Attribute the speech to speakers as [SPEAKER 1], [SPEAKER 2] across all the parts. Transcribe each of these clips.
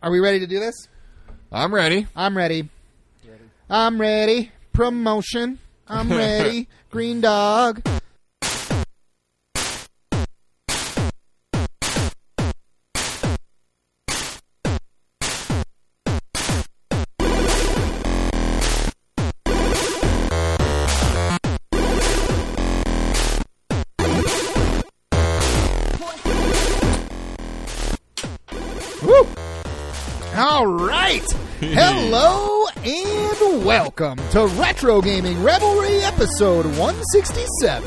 [SPEAKER 1] Are we ready to do this?
[SPEAKER 2] I'm ready.
[SPEAKER 1] I'm ready. I'm ready. Promotion. I'm ready. Green dog. Woo! All right. Hello and welcome to Retro Gaming Revelry episode 167.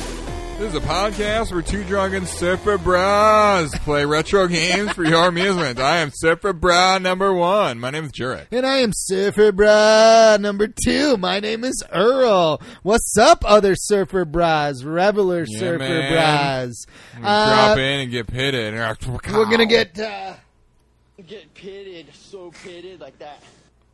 [SPEAKER 2] This is a podcast where two drunken super bras play retro games for your amusement. I am super bra number one. My name is Jurek.
[SPEAKER 1] And I am Surfer Bra number two. My name is Earl. What's up, other Surfer Bras? Reveler
[SPEAKER 2] Yeah,
[SPEAKER 1] Surfer
[SPEAKER 2] man.
[SPEAKER 1] Bras.
[SPEAKER 2] We
[SPEAKER 1] Uh,
[SPEAKER 2] drop in and get pitted. We're
[SPEAKER 1] we're going to get. Uh,
[SPEAKER 3] Get pitted, so pitted like that.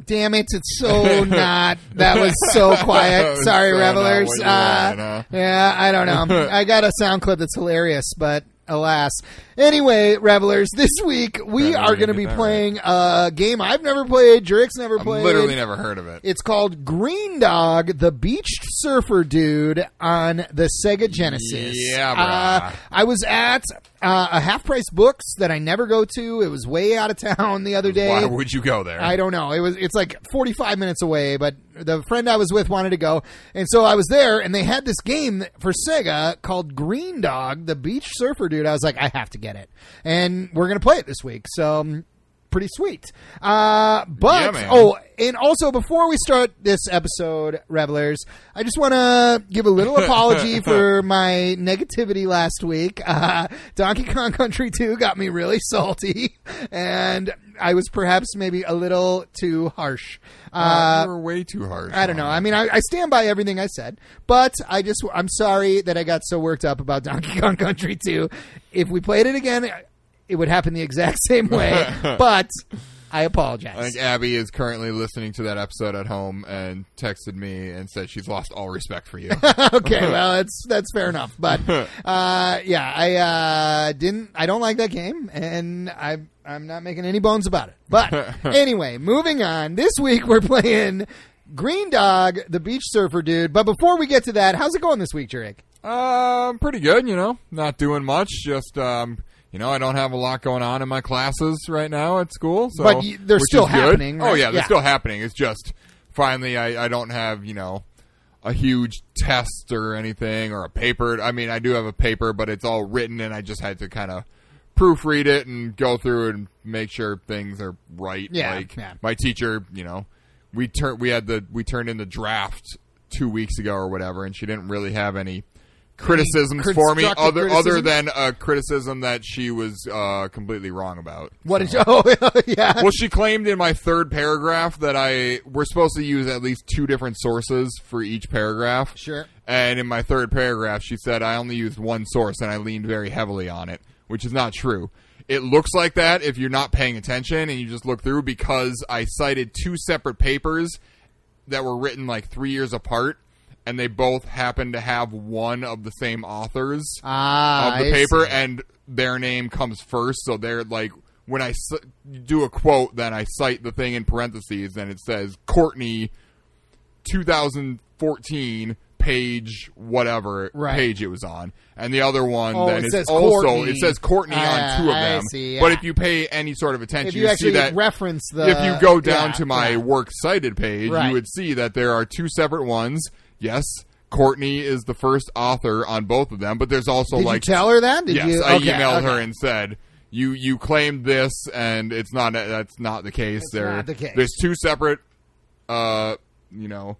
[SPEAKER 1] Damn it, it's so not. That was so quiet.
[SPEAKER 2] That was
[SPEAKER 1] Sorry,
[SPEAKER 2] so not
[SPEAKER 1] revelers.
[SPEAKER 2] what you
[SPEAKER 1] Uh,
[SPEAKER 2] wanted, huh?
[SPEAKER 1] Yeah, I don't know. I got a sound clip that's hilarious, but alas. Anyway, revelers, this week we
[SPEAKER 2] Better
[SPEAKER 1] are
[SPEAKER 2] you
[SPEAKER 1] going to
[SPEAKER 2] get
[SPEAKER 1] be
[SPEAKER 2] that
[SPEAKER 1] playing a game I've never played, Jurik's never played.
[SPEAKER 2] Literally never heard of it.
[SPEAKER 1] It's called Green Dog, the Beached Surfer Dude on the Sega Genesis.
[SPEAKER 2] Yeah,
[SPEAKER 1] Uh,
[SPEAKER 2] brah.
[SPEAKER 1] I was at uh, a half price books that I never go to. It was way out of town the other day.
[SPEAKER 2] Why would you go there?
[SPEAKER 1] I don't know. It was it's like 45 minutes away, but the friend I was with wanted to go, and so I was there, and they had this game for Sega called Green Dog, the Beach Surfer Dude. I was like, I have to get it, and we're gonna play it this week. So. um, Pretty sweet, uh, but
[SPEAKER 2] Yeah, man.
[SPEAKER 1] oh, and also before we start this episode, revelers, I just want to give a little apology for my negativity last week. Uh, Donkey Kong Country 2 got me really salty, and I was perhaps maybe a little too harsh.
[SPEAKER 2] Uh,
[SPEAKER 1] Uh,
[SPEAKER 2] you were way too harsh.
[SPEAKER 1] I don't know. I mean, I, I stand by everything I said, but I just I'm sorry that I got so worked up about Donkey Kong Country 2. If we played it again, it would happen the exact same way, but I apologize.
[SPEAKER 2] I think Abby is currently listening to that episode at home and texted me and said she's lost all respect for you.
[SPEAKER 1] okay, well that's that's fair enough. But uh, yeah, I uh, didn't. I don't like that game, and I I'm not making any bones about it. But anyway, moving on. This week we're playing Green Dog, the Beach Surfer Dude. But before we get to that, how's it going this week, Jurek?
[SPEAKER 2] Um, pretty good, you know. Not doing much. Just um, you know, I don't have a lot going on in my classes right now at school. So,
[SPEAKER 1] But y- they're
[SPEAKER 2] which
[SPEAKER 1] still
[SPEAKER 2] is good.
[SPEAKER 1] happening, right?
[SPEAKER 2] Oh yeah, they're
[SPEAKER 1] Yeah.
[SPEAKER 2] still happening. It's just finally I, I don't have you know a huge test or anything or a paper. I mean, I do have a paper, but it's all written, and I just had to kind of proofread it and go through and make sure things are right.
[SPEAKER 1] Yeah,
[SPEAKER 2] like
[SPEAKER 1] yeah.
[SPEAKER 2] my teacher, you know, we turn we had the we turned in the draft two weeks ago or whatever, and she didn't really have any criticisms
[SPEAKER 1] Any
[SPEAKER 2] for me
[SPEAKER 1] constructive
[SPEAKER 2] other other
[SPEAKER 1] criticism?
[SPEAKER 2] than a criticism that she was uh, completely wrong about.
[SPEAKER 1] What did you? Oh yeah.
[SPEAKER 2] Well, she claimed in my third paragraph that I we're supposed to use at least two different sources for each paragraph.
[SPEAKER 1] Sure.
[SPEAKER 2] And in my third paragraph, she said I only used one source and I leaned very heavily on it, which is not true. It looks like that if you're not paying attention and you just look through because I cited two separate papers that were written like 3 years apart and they both happen to have one of the same authors
[SPEAKER 1] Ah,
[SPEAKER 2] of the
[SPEAKER 1] I
[SPEAKER 2] paper,
[SPEAKER 1] see.
[SPEAKER 2] and their name comes first. So they're like, when I s- do a quote, then I cite the thing in parentheses, and it says Courtney, 2014, page whatever
[SPEAKER 1] Right.
[SPEAKER 2] page it was on, and the other one
[SPEAKER 1] Oh,
[SPEAKER 2] then
[SPEAKER 1] it
[SPEAKER 2] is
[SPEAKER 1] says
[SPEAKER 2] also
[SPEAKER 1] Courtney.
[SPEAKER 2] it says Courtney
[SPEAKER 1] Ah,
[SPEAKER 2] on two of
[SPEAKER 1] I
[SPEAKER 2] them.
[SPEAKER 1] see,
[SPEAKER 2] But
[SPEAKER 1] yeah.
[SPEAKER 2] if you pay any sort of attention,
[SPEAKER 1] If you
[SPEAKER 2] see
[SPEAKER 1] actually
[SPEAKER 2] that.
[SPEAKER 1] reference the,
[SPEAKER 2] if you go down
[SPEAKER 1] yeah,
[SPEAKER 2] to my
[SPEAKER 1] yeah.
[SPEAKER 2] works cited page,
[SPEAKER 1] Right.
[SPEAKER 2] you would see that there are two separate ones. Yes, Courtney is the first author on both of them, but there's also
[SPEAKER 1] did
[SPEAKER 2] like
[SPEAKER 1] you tell her that? Did
[SPEAKER 2] yes,
[SPEAKER 1] you?
[SPEAKER 2] I
[SPEAKER 1] okay,
[SPEAKER 2] emailed
[SPEAKER 1] okay.
[SPEAKER 2] her and said, "You you claimed this, and it's not. That's not the case.
[SPEAKER 1] It's
[SPEAKER 2] there,
[SPEAKER 1] not the case.
[SPEAKER 2] there's two separate, uh, you know,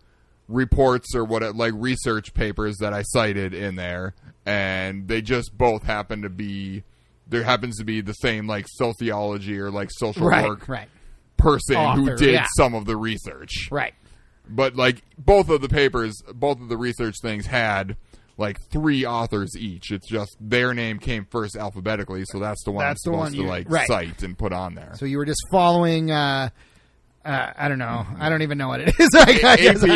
[SPEAKER 2] reports or what, like research papers that I cited in there, and they just both happen to be." There happens to be the same like sociology or like social
[SPEAKER 1] Right,
[SPEAKER 2] work
[SPEAKER 1] right,
[SPEAKER 2] person
[SPEAKER 1] Author,
[SPEAKER 2] who did
[SPEAKER 1] yeah.
[SPEAKER 2] some of the research
[SPEAKER 1] right.
[SPEAKER 2] but like both of the papers, both of the research things had like three authors each. It's just their name came first alphabetically, so that's the one
[SPEAKER 1] That's the
[SPEAKER 2] I'm
[SPEAKER 1] one
[SPEAKER 2] supposed
[SPEAKER 1] you-
[SPEAKER 2] to like
[SPEAKER 1] right.
[SPEAKER 2] cite and put on there.
[SPEAKER 1] So you were just following. Uh, uh, I don't know.
[SPEAKER 2] Mm-hmm.
[SPEAKER 1] I don't even know what it is. I, I guess I-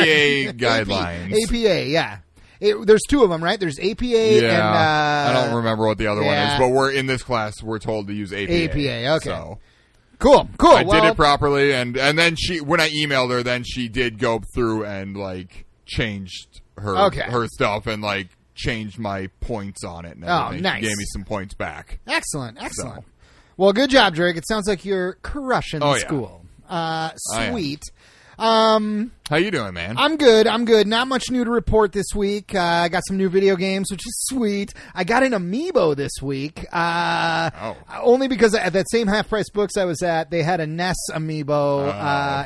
[SPEAKER 2] APA guidelines.
[SPEAKER 1] APA, yeah. It, there's two of them, right? There's APA
[SPEAKER 2] yeah,
[SPEAKER 1] and uh,
[SPEAKER 2] I don't remember what the other
[SPEAKER 1] yeah.
[SPEAKER 2] one is, but we're in this class. We're told to use APA.
[SPEAKER 1] APA, okay.
[SPEAKER 2] So
[SPEAKER 1] Cool, cool.
[SPEAKER 2] I
[SPEAKER 1] Well,
[SPEAKER 2] did it properly, and and then she when I emailed her, then she did go through and like changed her
[SPEAKER 1] Okay.
[SPEAKER 2] her stuff and like changed my points on it. And
[SPEAKER 1] Oh,
[SPEAKER 2] everything. She
[SPEAKER 1] nice.
[SPEAKER 2] gave me some points back.
[SPEAKER 1] Excellent, excellent. Well, good job, Drake. It sounds like you're crushing
[SPEAKER 2] Oh,
[SPEAKER 1] the
[SPEAKER 2] yeah.
[SPEAKER 1] school. Uh,
[SPEAKER 2] I am.
[SPEAKER 1] sweet.
[SPEAKER 2] How you doing, man?
[SPEAKER 1] I'm good. I'm good. Not much new to report this week. Uh, I got some new video games, which is sweet. I got an amiibo this week. Uh,
[SPEAKER 2] Oh.
[SPEAKER 1] Only because at that same half price books I was at, they had a NES amiibo, uh,
[SPEAKER 2] Oh, of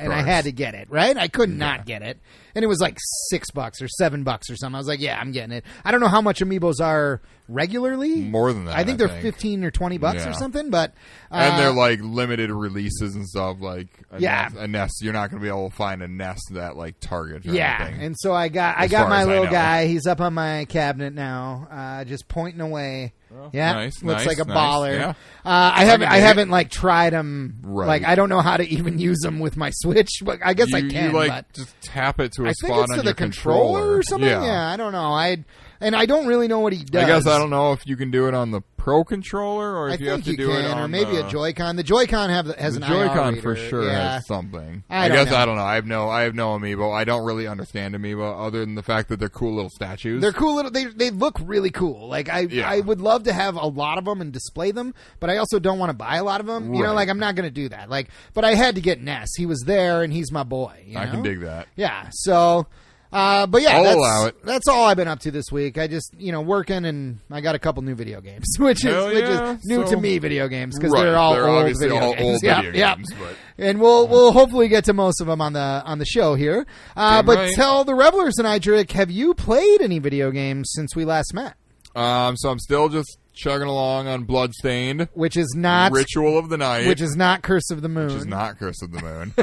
[SPEAKER 1] and I
[SPEAKER 2] course.
[SPEAKER 1] had to get it, right? I could not get it. And it was like six bucks or seven bucks or something. I was like, yeah, I'm getting it. I don't know how much amiibos are regularly.
[SPEAKER 2] More than that,
[SPEAKER 1] I think
[SPEAKER 2] I
[SPEAKER 1] they're
[SPEAKER 2] think.
[SPEAKER 1] 15 or 20 bucks
[SPEAKER 2] Yeah.
[SPEAKER 1] or something, but. Uh,
[SPEAKER 2] and they're like limited releases and stuff. Like a
[SPEAKER 1] Yeah.
[SPEAKER 2] nest, a nest. You're not going to be able to find a nest that like Target. Or
[SPEAKER 1] Yeah,
[SPEAKER 2] anything.
[SPEAKER 1] and so I got I
[SPEAKER 2] As
[SPEAKER 1] got
[SPEAKER 2] far
[SPEAKER 1] my
[SPEAKER 2] as I
[SPEAKER 1] little
[SPEAKER 2] know.
[SPEAKER 1] guy. He's up on my cabinet now, uh, just pointing away. yeah,
[SPEAKER 2] nice,
[SPEAKER 1] looks
[SPEAKER 2] nice,
[SPEAKER 1] like a
[SPEAKER 2] nice,
[SPEAKER 1] baller.
[SPEAKER 2] yeah.
[SPEAKER 1] Uh, I haven't
[SPEAKER 2] can
[SPEAKER 1] I
[SPEAKER 2] dig
[SPEAKER 1] haven't like tried him.
[SPEAKER 2] Right.
[SPEAKER 1] Like I don't know how to even use him with my Switch, but I guess
[SPEAKER 2] you,
[SPEAKER 1] I
[SPEAKER 2] you,
[SPEAKER 1] can.
[SPEAKER 2] like
[SPEAKER 1] but
[SPEAKER 2] just tap it to a
[SPEAKER 1] I
[SPEAKER 2] spot
[SPEAKER 1] think it's
[SPEAKER 2] on
[SPEAKER 1] to the
[SPEAKER 2] your
[SPEAKER 1] controller, or something.
[SPEAKER 2] Yeah.
[SPEAKER 1] Yeah. I don't know. I and I don't really know what he does.
[SPEAKER 2] I guess I don't know if you can do it on the Pro controller or
[SPEAKER 1] I
[SPEAKER 2] if
[SPEAKER 1] think
[SPEAKER 2] you have to do
[SPEAKER 1] can,
[SPEAKER 2] it on
[SPEAKER 1] or maybe
[SPEAKER 2] the,
[SPEAKER 1] a Joy-Con. The Joy-Con have has
[SPEAKER 2] the
[SPEAKER 1] an IR
[SPEAKER 2] Joy-Con for
[SPEAKER 1] reader.
[SPEAKER 2] sure
[SPEAKER 1] Yeah.
[SPEAKER 2] has something.
[SPEAKER 1] I
[SPEAKER 2] I,
[SPEAKER 1] don't
[SPEAKER 2] guess
[SPEAKER 1] know.
[SPEAKER 2] I don't know. I have no. I have no amiibo. I don't really understand amiibo other than the fact that they're cool little statues.
[SPEAKER 1] They're cool little. They they look really cool. Like I
[SPEAKER 2] Yeah.
[SPEAKER 1] I would love to have a lot of them and display them, but I also don't want to buy a lot of them. You know,
[SPEAKER 2] Right.
[SPEAKER 1] like I'm not going to do that. Like, but I had to get Ness. He was there, and he's my boy. you
[SPEAKER 2] I can
[SPEAKER 1] know?
[SPEAKER 2] dig that.
[SPEAKER 1] Yeah. So, uh, but yeah,
[SPEAKER 2] I'll
[SPEAKER 1] that's,
[SPEAKER 2] allow it.
[SPEAKER 1] That's all I've been up to this week. I just you know working, and I got a couple new video games, which is
[SPEAKER 2] Hell
[SPEAKER 1] which
[SPEAKER 2] yeah,
[SPEAKER 1] is new
[SPEAKER 2] so-
[SPEAKER 1] to me. Video games because
[SPEAKER 2] Right,
[SPEAKER 1] they're all
[SPEAKER 2] they're
[SPEAKER 1] old
[SPEAKER 2] obviously
[SPEAKER 1] video
[SPEAKER 2] all
[SPEAKER 1] games.
[SPEAKER 2] old
[SPEAKER 1] Yep,
[SPEAKER 2] video
[SPEAKER 1] yep.
[SPEAKER 2] games, but-
[SPEAKER 1] And we'll we'll hopefully get to most of them on the on the show here. Uh,
[SPEAKER 2] Damn
[SPEAKER 1] but
[SPEAKER 2] right.
[SPEAKER 1] tell the revelers and I, Drake, have you played any video games since we last met?
[SPEAKER 2] Um, so I'm still just chugging along on Bloodstained,
[SPEAKER 1] Which is not
[SPEAKER 2] Ritual of the Night,
[SPEAKER 1] which is not Curse of the Moon.
[SPEAKER 2] which is not Curse of the Moon.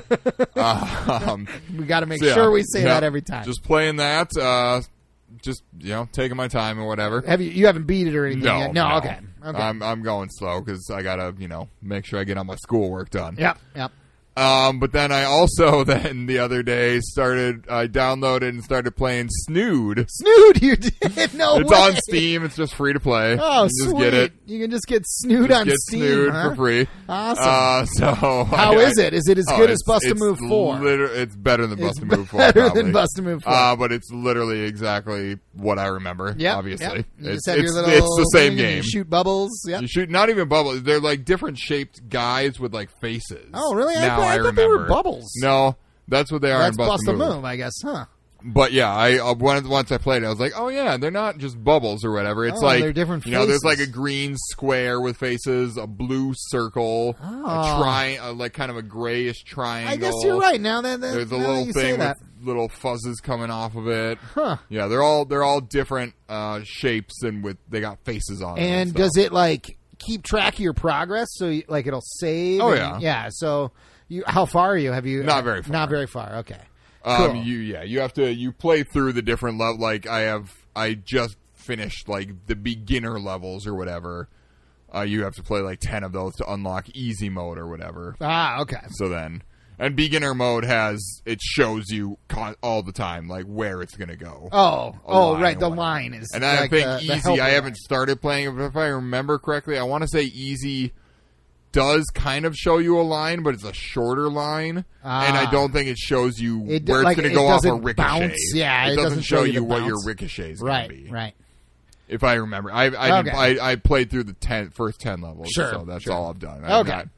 [SPEAKER 2] um,
[SPEAKER 1] we got to make
[SPEAKER 2] so, yeah.
[SPEAKER 1] sure we say
[SPEAKER 2] Yeah.
[SPEAKER 1] that every time.
[SPEAKER 2] Just playing that. Uh, just you know, taking my time or whatever.
[SPEAKER 1] have you you haven't beat it or anything
[SPEAKER 2] No, Uh,
[SPEAKER 1] yet? No, okay, okay.
[SPEAKER 2] I'm I'm going slow because I gotta you know make sure I get all my schoolwork done.
[SPEAKER 1] yep, yep.
[SPEAKER 2] Um, but then I also then the other day started I downloaded and started playing Snood.
[SPEAKER 1] Snood, you did no
[SPEAKER 2] It's
[SPEAKER 1] way.
[SPEAKER 2] on Steam. It's just free to play.
[SPEAKER 1] Oh,
[SPEAKER 2] you just
[SPEAKER 1] sweet!
[SPEAKER 2] get it.
[SPEAKER 1] You can just get Snood
[SPEAKER 2] Just
[SPEAKER 1] on
[SPEAKER 2] get
[SPEAKER 1] Steam.
[SPEAKER 2] Snood
[SPEAKER 1] huh?
[SPEAKER 2] for free.
[SPEAKER 1] Awesome.
[SPEAKER 2] Uh, so
[SPEAKER 1] How is it? Is it as
[SPEAKER 2] oh,
[SPEAKER 1] good as Bust
[SPEAKER 2] Busta
[SPEAKER 1] a Move Four?
[SPEAKER 2] it's better than
[SPEAKER 1] It's
[SPEAKER 2] Bust a Move Four.
[SPEAKER 1] better than
[SPEAKER 2] probably.
[SPEAKER 1] Bust a Move 4.
[SPEAKER 2] Uh, but it's literally exactly what I remember.
[SPEAKER 1] Yep,
[SPEAKER 2] obviously,
[SPEAKER 1] yep. You
[SPEAKER 2] it's,
[SPEAKER 1] just have
[SPEAKER 2] it's,
[SPEAKER 1] your little
[SPEAKER 2] it's the
[SPEAKER 1] thing
[SPEAKER 2] same
[SPEAKER 1] and you
[SPEAKER 2] game.
[SPEAKER 1] shoot bubbles. Yep.
[SPEAKER 2] You shoot not even bubbles. They're like different shaped guys with like faces.
[SPEAKER 1] Oh, really? I
[SPEAKER 2] Now
[SPEAKER 1] thought- I
[SPEAKER 2] I,
[SPEAKER 1] thought they were
[SPEAKER 2] remember.
[SPEAKER 1] bubbles.
[SPEAKER 2] No, that's what they are
[SPEAKER 1] That's
[SPEAKER 2] in Bust,
[SPEAKER 1] bust
[SPEAKER 2] a
[SPEAKER 1] a
[SPEAKER 2] Move.
[SPEAKER 1] move, I guess, huh?
[SPEAKER 2] But yeah, I uh, once once I played it, I was like, oh yeah, they're not just bubbles or whatever. It's
[SPEAKER 1] Oh,
[SPEAKER 2] like
[SPEAKER 1] they're different
[SPEAKER 2] You know, there's like
[SPEAKER 1] faces.
[SPEAKER 2] a green square with faces, a blue circle,
[SPEAKER 1] Oh.
[SPEAKER 2] a tri, a, like kind of a grayish triangle.
[SPEAKER 1] I guess you're right. Now that, that
[SPEAKER 2] There's a
[SPEAKER 1] now that
[SPEAKER 2] little
[SPEAKER 1] you say
[SPEAKER 2] thing with
[SPEAKER 1] that,
[SPEAKER 2] little fuzzes coming off of it.
[SPEAKER 1] huh?
[SPEAKER 2] Yeah, they're all they're all different uh, shapes and with they got faces on. them
[SPEAKER 1] And
[SPEAKER 2] stuff.
[SPEAKER 1] does it like keep track of your progress? So you, like it'll save.
[SPEAKER 2] Oh,
[SPEAKER 1] and-
[SPEAKER 2] yeah.
[SPEAKER 1] yeah. So you, how far are you? Have you
[SPEAKER 2] Not very far.
[SPEAKER 1] Not very far. Okay.
[SPEAKER 2] Um,
[SPEAKER 1] Cool.
[SPEAKER 2] you yeah, you have to you play through the different level. Like I have, I just finished like the beginner levels or whatever. Uh, you have to play like ten of those to unlock easy mode or whatever.
[SPEAKER 1] Ah, okay.
[SPEAKER 2] So then, and beginner mode has it shows you con- all the time like where it's gonna go.
[SPEAKER 1] Oh,
[SPEAKER 2] A
[SPEAKER 1] oh,
[SPEAKER 2] line
[SPEAKER 1] right.
[SPEAKER 2] or
[SPEAKER 1] The
[SPEAKER 2] whatever.
[SPEAKER 1] line is.
[SPEAKER 2] and I
[SPEAKER 1] like
[SPEAKER 2] think
[SPEAKER 1] the- the
[SPEAKER 2] easy.
[SPEAKER 1] helper
[SPEAKER 2] I
[SPEAKER 1] line.
[SPEAKER 2] haven't started playing, it, but if I remember correctly, I want to say easy does kind of show you a line, but it's a shorter line, and
[SPEAKER 1] Ah.
[SPEAKER 2] I don't think it shows you
[SPEAKER 1] It d-
[SPEAKER 2] where it's
[SPEAKER 1] like,
[SPEAKER 2] going
[SPEAKER 1] it
[SPEAKER 2] to go off a
[SPEAKER 1] doesn't
[SPEAKER 2] ricochet.
[SPEAKER 1] bounce. Yeah,
[SPEAKER 2] it,
[SPEAKER 1] it
[SPEAKER 2] doesn't, show you
[SPEAKER 1] the
[SPEAKER 2] what your
[SPEAKER 1] bounce.
[SPEAKER 2] ricochet is
[SPEAKER 1] Right.
[SPEAKER 2] going to be.
[SPEAKER 1] Right.
[SPEAKER 2] If I remember, I I, didn't,
[SPEAKER 1] Okay.
[SPEAKER 2] I I played through the ten first ten levels,
[SPEAKER 1] Sure,
[SPEAKER 2] so that's
[SPEAKER 1] sure.
[SPEAKER 2] all I've done. I've
[SPEAKER 1] Okay.
[SPEAKER 2] not,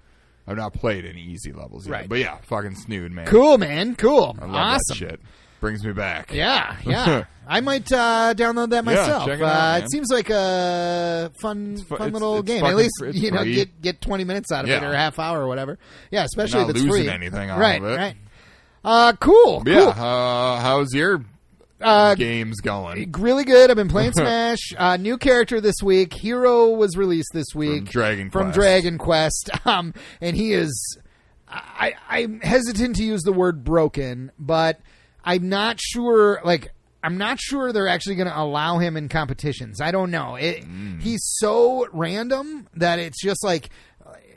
[SPEAKER 2] I've not played any easy levels yet,
[SPEAKER 1] Right.
[SPEAKER 2] but yeah, fucking snood, man.
[SPEAKER 1] Cool, man. Cool.
[SPEAKER 2] I love
[SPEAKER 1] awesome.
[SPEAKER 2] that shit. Brings me back.
[SPEAKER 1] Yeah, yeah. I might uh, download that myself.
[SPEAKER 2] check it
[SPEAKER 1] uh,
[SPEAKER 2] out,
[SPEAKER 1] it
[SPEAKER 2] man.
[SPEAKER 1] seems like a fun,
[SPEAKER 2] fu-
[SPEAKER 1] fun
[SPEAKER 2] it's-
[SPEAKER 1] little
[SPEAKER 2] it's
[SPEAKER 1] game. At
[SPEAKER 2] fucking
[SPEAKER 1] least
[SPEAKER 2] fr- it's
[SPEAKER 1] you know
[SPEAKER 2] free.
[SPEAKER 1] get get twenty minutes out of it
[SPEAKER 2] Yeah.
[SPEAKER 1] or a half hour or whatever. Yeah, especially
[SPEAKER 2] not
[SPEAKER 1] if it's
[SPEAKER 2] losing
[SPEAKER 1] free.
[SPEAKER 2] anything out
[SPEAKER 1] right,
[SPEAKER 2] of it.
[SPEAKER 1] right. Uh, cool.
[SPEAKER 2] But yeah.
[SPEAKER 1] cool.
[SPEAKER 2] Uh, how's your
[SPEAKER 1] Uh,
[SPEAKER 2] games going?
[SPEAKER 1] really good. I've been playing Smash. Uh, new character this week. Hero was released this week
[SPEAKER 2] Dragon
[SPEAKER 1] from
[SPEAKER 2] Quest.
[SPEAKER 1] Dragon Quest. Um, and he is. I, I'm hesitant to use the word broken, but I'm not sure. Like. I'm not sure they're actually going to allow him in competitions. I don't know. It,
[SPEAKER 2] Mm.
[SPEAKER 1] He's so random that it's just like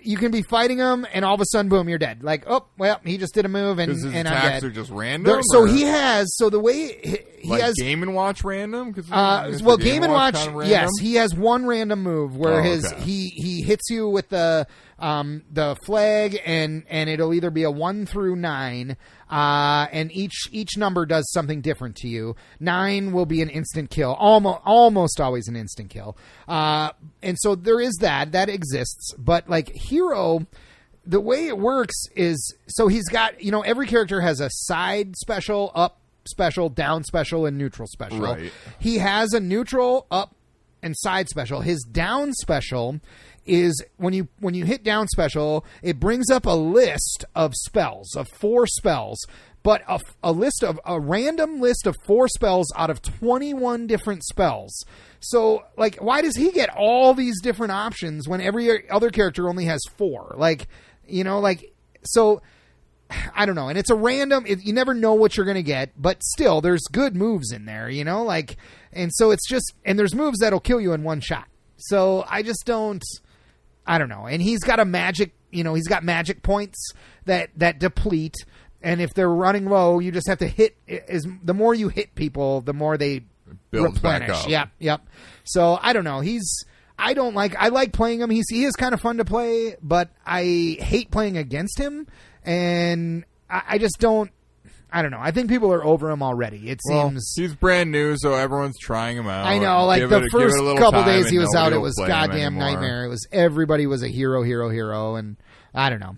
[SPEAKER 1] you can be fighting him, and all of a sudden, boom, you're dead. Like, oh, well, he just did a move, and,
[SPEAKER 2] Because his
[SPEAKER 1] and I'm
[SPEAKER 2] attacks
[SPEAKER 1] dead.
[SPEAKER 2] are just random.
[SPEAKER 1] There- so
[SPEAKER 2] or,
[SPEAKER 1] he has. So the way he, he
[SPEAKER 2] like
[SPEAKER 1] has
[SPEAKER 2] Game and Watch random. 'Cause
[SPEAKER 1] uh,
[SPEAKER 2] is
[SPEAKER 1] well,
[SPEAKER 2] the
[SPEAKER 1] Game and Watch,
[SPEAKER 2] kind of random?
[SPEAKER 1] yes, he has one random move where
[SPEAKER 2] Oh,
[SPEAKER 1] his
[SPEAKER 2] okay.
[SPEAKER 1] he he hits you with the um, the flag, and and it'll either be a one through nine, uh, and each each number does something different to you. Nine will be an instant kill, almost almost always an instant kill. Uh, and so there is that that exists, but like hero the way it works is so he's got you know every character has a side special up special down special and neutral special
[SPEAKER 2] Right.
[SPEAKER 1] he has a neutral up and side special his down special is when you when you hit down special it brings up a list of spells of four spells but a, a list of a random list of four spells out of 21 different spells so like why does he get all these different options when every other character only has four like you know like so I don't know, and it's a random. It, you never know what you're going to get, but still, there's good moves in there, you know. Like, and so it's just, and there's moves that'll kill you in one shot. So I just don't, I don't know. And he's got a magic, you know, he's got magic points that that deplete, and if they're running low, you just have to hit. Is the more you hit people, the more they
[SPEAKER 2] builds back
[SPEAKER 1] replenish.
[SPEAKER 2] up.
[SPEAKER 1] Yep, yep. So I don't know. He's I don't like I like playing him. He's he is kind of fun to play, but I hate playing against him, and I, I just don't. I don't know. I think people are over him already. It
[SPEAKER 2] Well,
[SPEAKER 1] seems.
[SPEAKER 2] he's brand new, so everyone's trying him out.
[SPEAKER 1] I know, like
[SPEAKER 2] Give
[SPEAKER 1] the
[SPEAKER 2] it a- give it a
[SPEAKER 1] first
[SPEAKER 2] little
[SPEAKER 1] couple
[SPEAKER 2] time
[SPEAKER 1] days
[SPEAKER 2] and
[SPEAKER 1] he was
[SPEAKER 2] nobody
[SPEAKER 1] out, it
[SPEAKER 2] will
[SPEAKER 1] was
[SPEAKER 2] play him
[SPEAKER 1] goddamn
[SPEAKER 2] anymore.
[SPEAKER 1] nightmare. It was everybody was a hero, hero, hero, and I don't know,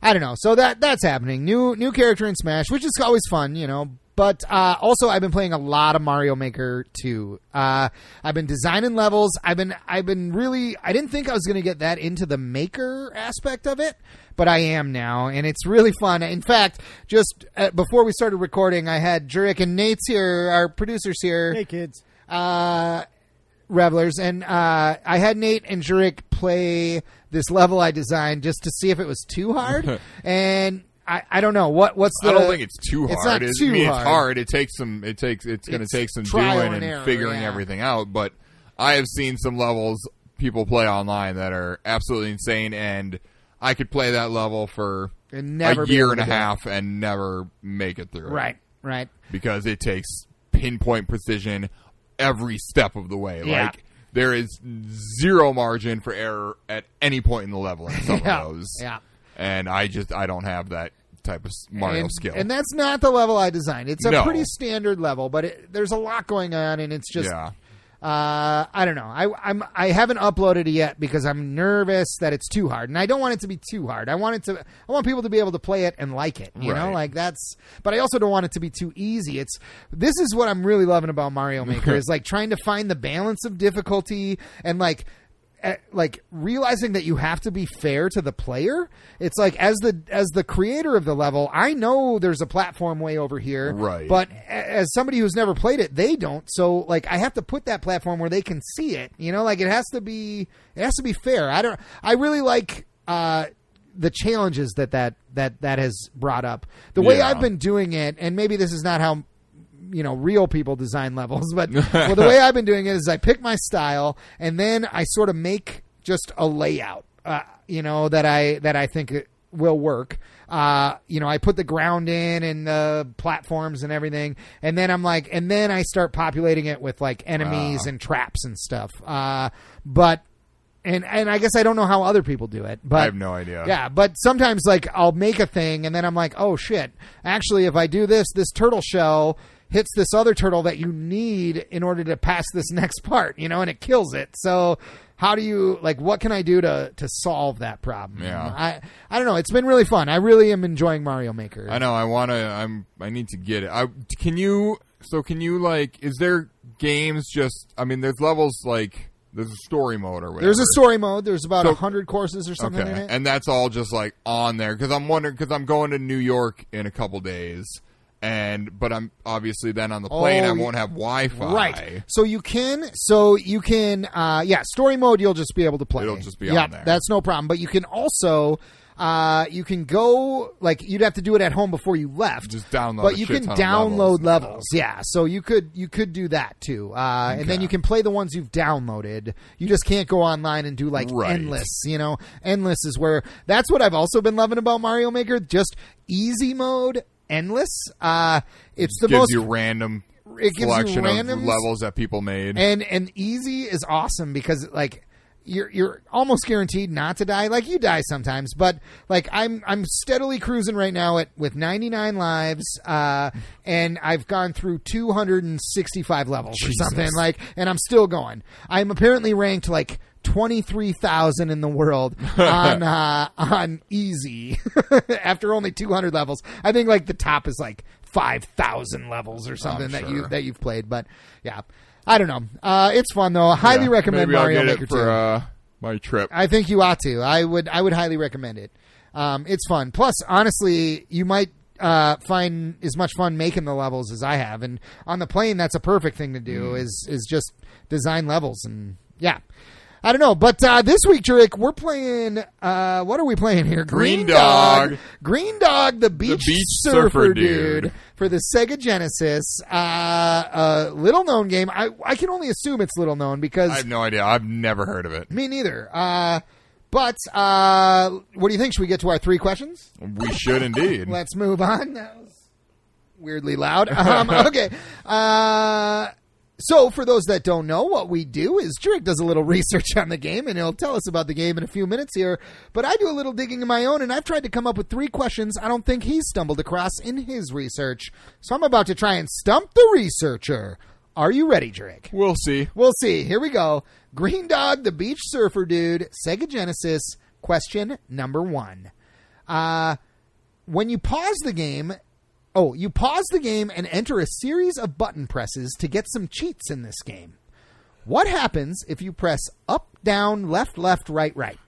[SPEAKER 1] I don't know. So that that's happening. New new character in Smash, which is always fun, you know. But uh, also, I've been playing a lot of Mario Maker 2. Uh, I've been designing levels. I've been I've been really. I didn't think I was going to get that into the maker aspect of it, but I am now, and it's really fun. In fact, just uh, before we started recording, I had Jurek and Nate's here, our producers here
[SPEAKER 4] Hey kids,
[SPEAKER 1] uh, revelers, and uh, I had Nate and Jurek play this level I designed just to see if it was too hard, and I, I don't know what what's the
[SPEAKER 2] I don't think it's too hard.
[SPEAKER 1] It's not
[SPEAKER 2] It's-
[SPEAKER 1] too
[SPEAKER 2] I mean,
[SPEAKER 1] hard.
[SPEAKER 2] It's hard. It takes some. It takes. It's going to
[SPEAKER 1] It's
[SPEAKER 2] take some
[SPEAKER 1] trial
[SPEAKER 2] doing
[SPEAKER 1] and
[SPEAKER 2] and,
[SPEAKER 1] error,
[SPEAKER 2] figuring
[SPEAKER 1] yeah.
[SPEAKER 2] everything out. But I have seen some levels people play online that are absolutely insane, and I could play that level for
[SPEAKER 1] And never
[SPEAKER 2] a
[SPEAKER 1] be
[SPEAKER 2] year
[SPEAKER 1] able
[SPEAKER 2] and
[SPEAKER 1] to
[SPEAKER 2] a
[SPEAKER 1] do it.
[SPEAKER 2] half and never make it through. it.
[SPEAKER 1] right right
[SPEAKER 2] because it takes pinpoint precision every step of the way.
[SPEAKER 1] Yeah.
[SPEAKER 2] Like there is zero margin for error at any point in the level in some
[SPEAKER 1] Yeah,
[SPEAKER 2] of those.
[SPEAKER 1] yeah.
[SPEAKER 2] And I just I don't have that type of s- Mario
[SPEAKER 1] and,
[SPEAKER 2] skill.
[SPEAKER 1] and that's not the level I designed. It's a
[SPEAKER 2] No.
[SPEAKER 1] pretty standard level, but it, there's a lot going on, and it's just
[SPEAKER 2] yeah.
[SPEAKER 1] Uh, I don't know. I I'm I haven't uploaded it yet because I'm nervous that it's too hard, and I don't want it to be too hard. I want it to. I want people to be able to play it and like it. You know,
[SPEAKER 2] Right.
[SPEAKER 1] like that's. But I also don't want it to be too easy. It's this is what I'm really loving about Mario Maker is like trying to find the balance of difficulty and like. eh, Like realizing that you have to be fair to the player, it's like as the as the creator of the level, I know there's a platform way over here,
[SPEAKER 2] Right.
[SPEAKER 1] But but a- as somebody who's never played it, they don't. So like, I have to put that platform where they can see it. You know, like it has to be it has to be fair. I don't. I really like uh, the challenges that that that that has brought up. The way
[SPEAKER 2] Yeah.
[SPEAKER 1] I've been doing it, and maybe this is not how you know real people design levels, but well, the way I've been doing it is I pick my style and then I sort of make just a layout. Uh, you know that I that I think it will work. Uh, you know, I put the ground in and the platforms and everything, and then I'm like, and then I start populating it with like enemies and traps and stuff. Uh, but and and I guess I don't know how other people do it, but
[SPEAKER 2] I have no idea.
[SPEAKER 1] yeah, but sometimes like I'll make a thing and then I'm like, oh shit. Actually, if I do this, this turtle shell hits this other turtle that you need in order to pass this next part, you know, and it kills it. So how do you like what can I do to to solve that problem?
[SPEAKER 2] Yeah.
[SPEAKER 1] I I don't know. It's been really fun. I really am enjoying Mario Maker.
[SPEAKER 2] I know I want to I'm I need to get it. I can you so can you like is there games just I mean there's levels like there's a story mode or whatever.
[SPEAKER 1] There's a story mode. There's about a
[SPEAKER 2] So-
[SPEAKER 1] 100 courses or something in it.
[SPEAKER 2] And that's all just like on there because I'm wondering because I'm going to New York in a couple days, and but I'm obviously then on the plane I
[SPEAKER 1] you-
[SPEAKER 2] won't have Wi-Fi.
[SPEAKER 1] Oh, Right. So you can. So you can. Uh, yeah. Story mode. You'll just be able to play.
[SPEAKER 2] It'll just be
[SPEAKER 1] yeah,
[SPEAKER 2] on there.
[SPEAKER 1] That's no problem. But you can also. Uh, you can go like you'd have to do it at home before you left.
[SPEAKER 2] Just download a
[SPEAKER 1] But you
[SPEAKER 2] shit
[SPEAKER 1] can
[SPEAKER 2] ton of
[SPEAKER 1] download
[SPEAKER 2] levels.
[SPEAKER 1] levels. Yeah. So you could you could do that too. Uh, and then
[SPEAKER 2] Okay.
[SPEAKER 1] you can play the ones you've downloaded. You just can't go online and do like
[SPEAKER 2] Right.
[SPEAKER 1] endless. You know, endless is where that's what I've also been loving about Mario Maker. Just easy mode, endless. Uh, it's the
[SPEAKER 2] gives
[SPEAKER 1] most
[SPEAKER 2] you random
[SPEAKER 1] It gives you
[SPEAKER 2] selection of
[SPEAKER 1] randoms.
[SPEAKER 2] levels that people made.
[SPEAKER 1] and and easy is awesome because like you're you're almost guaranteed not to die. Like you die sometimes, but like I'm I'm steadily cruising right now at with 99 lives, uh, and I've gone through 265 levels or something like, and I'm still going. I'm apparently ranked like. 23,000 in the world on uh, on easy after only 200 levels. I think like the top is like 5,000 levels or something that you
[SPEAKER 2] sure.
[SPEAKER 1] that you've played, but yeah. I don't know. Uh, it's fun though. Highly
[SPEAKER 2] Yeah.
[SPEAKER 1] recommend
[SPEAKER 2] Maybe
[SPEAKER 1] Mario
[SPEAKER 2] I'll get
[SPEAKER 1] Maker
[SPEAKER 2] it for
[SPEAKER 1] 2.
[SPEAKER 2] uh, my trip.
[SPEAKER 1] I think you ought to. I would. I would highly recommend it. Um, it's fun. Plus, honestly, you might uh, find as much fun making the levels as I have. And on the plane, that's a perfect thing to do.
[SPEAKER 2] Mm.
[SPEAKER 1] Is is just design levels and yeah. I don't know, but uh, this week, Jerick, we're playing. Uh, what are we playing here?
[SPEAKER 2] Green Dog.
[SPEAKER 1] Green Dog, the beach,
[SPEAKER 2] beach
[SPEAKER 1] surfer,
[SPEAKER 2] surfer
[SPEAKER 1] dude.
[SPEAKER 2] dude.
[SPEAKER 1] for the Sega Genesis. Uh, a little known game. I I can only assume it's little known because
[SPEAKER 2] I have no idea. I've never heard of it.
[SPEAKER 1] me neither. Uh, but uh, what do you think? Should we get to our three questions?
[SPEAKER 2] We should indeed.
[SPEAKER 1] Let's move on. That was weirdly loud. Um, okay. Uh, so, for those that don't know, what we do is Jurek does a little research on the game, and he'll tell us about the game in a few minutes here. But I do a little digging of my own, and I've tried to come up with three questions I don't think he's stumbled across in his research. So, I'm about to try and stump the researcher. Are you ready, Jurek?
[SPEAKER 2] We'll see.
[SPEAKER 1] We'll see. Here we go. Green Dog, the Beach Surfer Dude, Sega Genesis, question number one. Uh, when you pause the game, oh, you pause the game and enter a series of button presses to get some cheats in this game. What happens if you press up, down, left, left, right, right?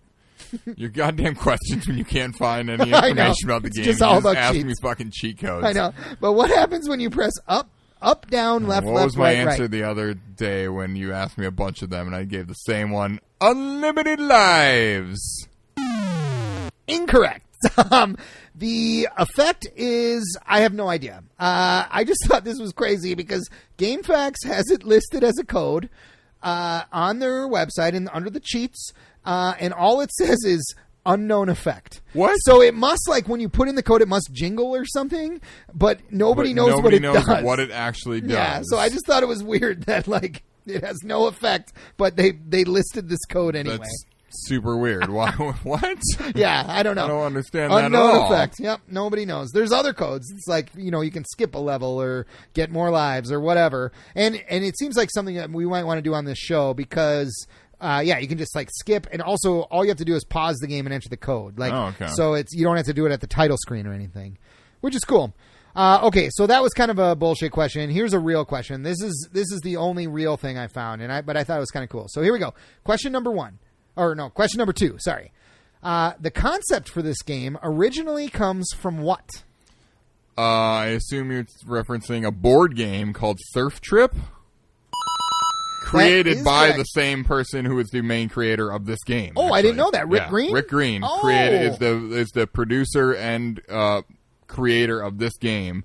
[SPEAKER 2] Your goddamn questions when you can't find any
[SPEAKER 1] I know.
[SPEAKER 2] information about the
[SPEAKER 1] It's
[SPEAKER 2] game.
[SPEAKER 1] just
[SPEAKER 2] you
[SPEAKER 1] all about
[SPEAKER 2] ask
[SPEAKER 1] cheats.
[SPEAKER 2] me fucking cheat codes.
[SPEAKER 1] I know. But what happens when you press up, up, down, left,
[SPEAKER 2] What
[SPEAKER 1] left,
[SPEAKER 2] was my
[SPEAKER 1] right,
[SPEAKER 2] answer
[SPEAKER 1] right?
[SPEAKER 2] the other day when you asked me a bunch of them and I gave the same one? Unlimited lives.
[SPEAKER 1] Incorrect. Um, the effect is I have no idea. Uh, I just thought this was crazy because GameFAQs has it listed as a code uh, on their website and under the cheats, uh, and all it says is unknown effect.
[SPEAKER 2] What?
[SPEAKER 1] So it must like when you put in the code, it must jingle or something, but nobody
[SPEAKER 2] But
[SPEAKER 1] knows
[SPEAKER 2] nobody
[SPEAKER 1] what it
[SPEAKER 2] knows
[SPEAKER 1] does.
[SPEAKER 2] what it actually does.
[SPEAKER 1] yeah. So I just thought it was weird that like it has no effect, but they they listed this code anyway.
[SPEAKER 2] That's super weird. Why? What?
[SPEAKER 1] Yeah, I don't know.
[SPEAKER 2] I don't understand that at
[SPEAKER 1] Unknown
[SPEAKER 2] all.
[SPEAKER 1] effect. Yep, nobody knows. There's other codes. It's like you know you can skip a level or get more lives or whatever. And and it seems like something that we might want to do on this show because. Uh, yeah, you can just like skip, and also all you have to do is pause the game and enter the code. Like,
[SPEAKER 2] Oh, okay.
[SPEAKER 1] so it's you don't have to do it at the title screen or anything, which is cool. Uh, okay, so that was kind of a bullshit question. Here's a real question. This is this is the only real thing I found, and I but I thought it was kind of cool. So here we go. Question number one, or no, question number two. Sorry. Uh, the concept for this game originally comes from what?
[SPEAKER 2] Uh, I assume you're referencing a board game called Surf Trip,
[SPEAKER 1] is
[SPEAKER 2] created by
[SPEAKER 1] correct.
[SPEAKER 2] the same person who is the main creator of this game.
[SPEAKER 1] Oh, I didn't know that. Rick
[SPEAKER 2] Yeah,
[SPEAKER 1] Green?
[SPEAKER 2] Rick Green
[SPEAKER 1] Oh.
[SPEAKER 2] created is the is the producer and uh, creator of this game,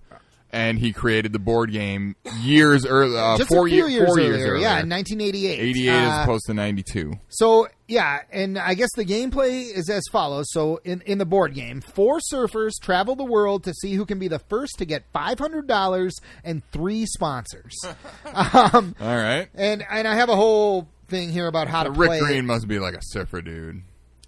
[SPEAKER 2] and he created the board game years earlier. Uh,
[SPEAKER 1] Just
[SPEAKER 2] four
[SPEAKER 1] a few
[SPEAKER 2] year-
[SPEAKER 1] years,
[SPEAKER 2] four
[SPEAKER 1] earlier,
[SPEAKER 2] years earlier.
[SPEAKER 1] yeah, in 1988.
[SPEAKER 2] 88
[SPEAKER 1] Uh,
[SPEAKER 2] as opposed to 92.
[SPEAKER 1] So yeah, and I guess the gameplay is as follows. So in in the board game, four surfers travel the world to see who can be the first to get five hundred dollars and three sponsors. um,
[SPEAKER 2] All right.
[SPEAKER 1] and and I have a whole thing here about how to
[SPEAKER 2] Rick
[SPEAKER 1] play. it.
[SPEAKER 2] Green must be like a surfer dude.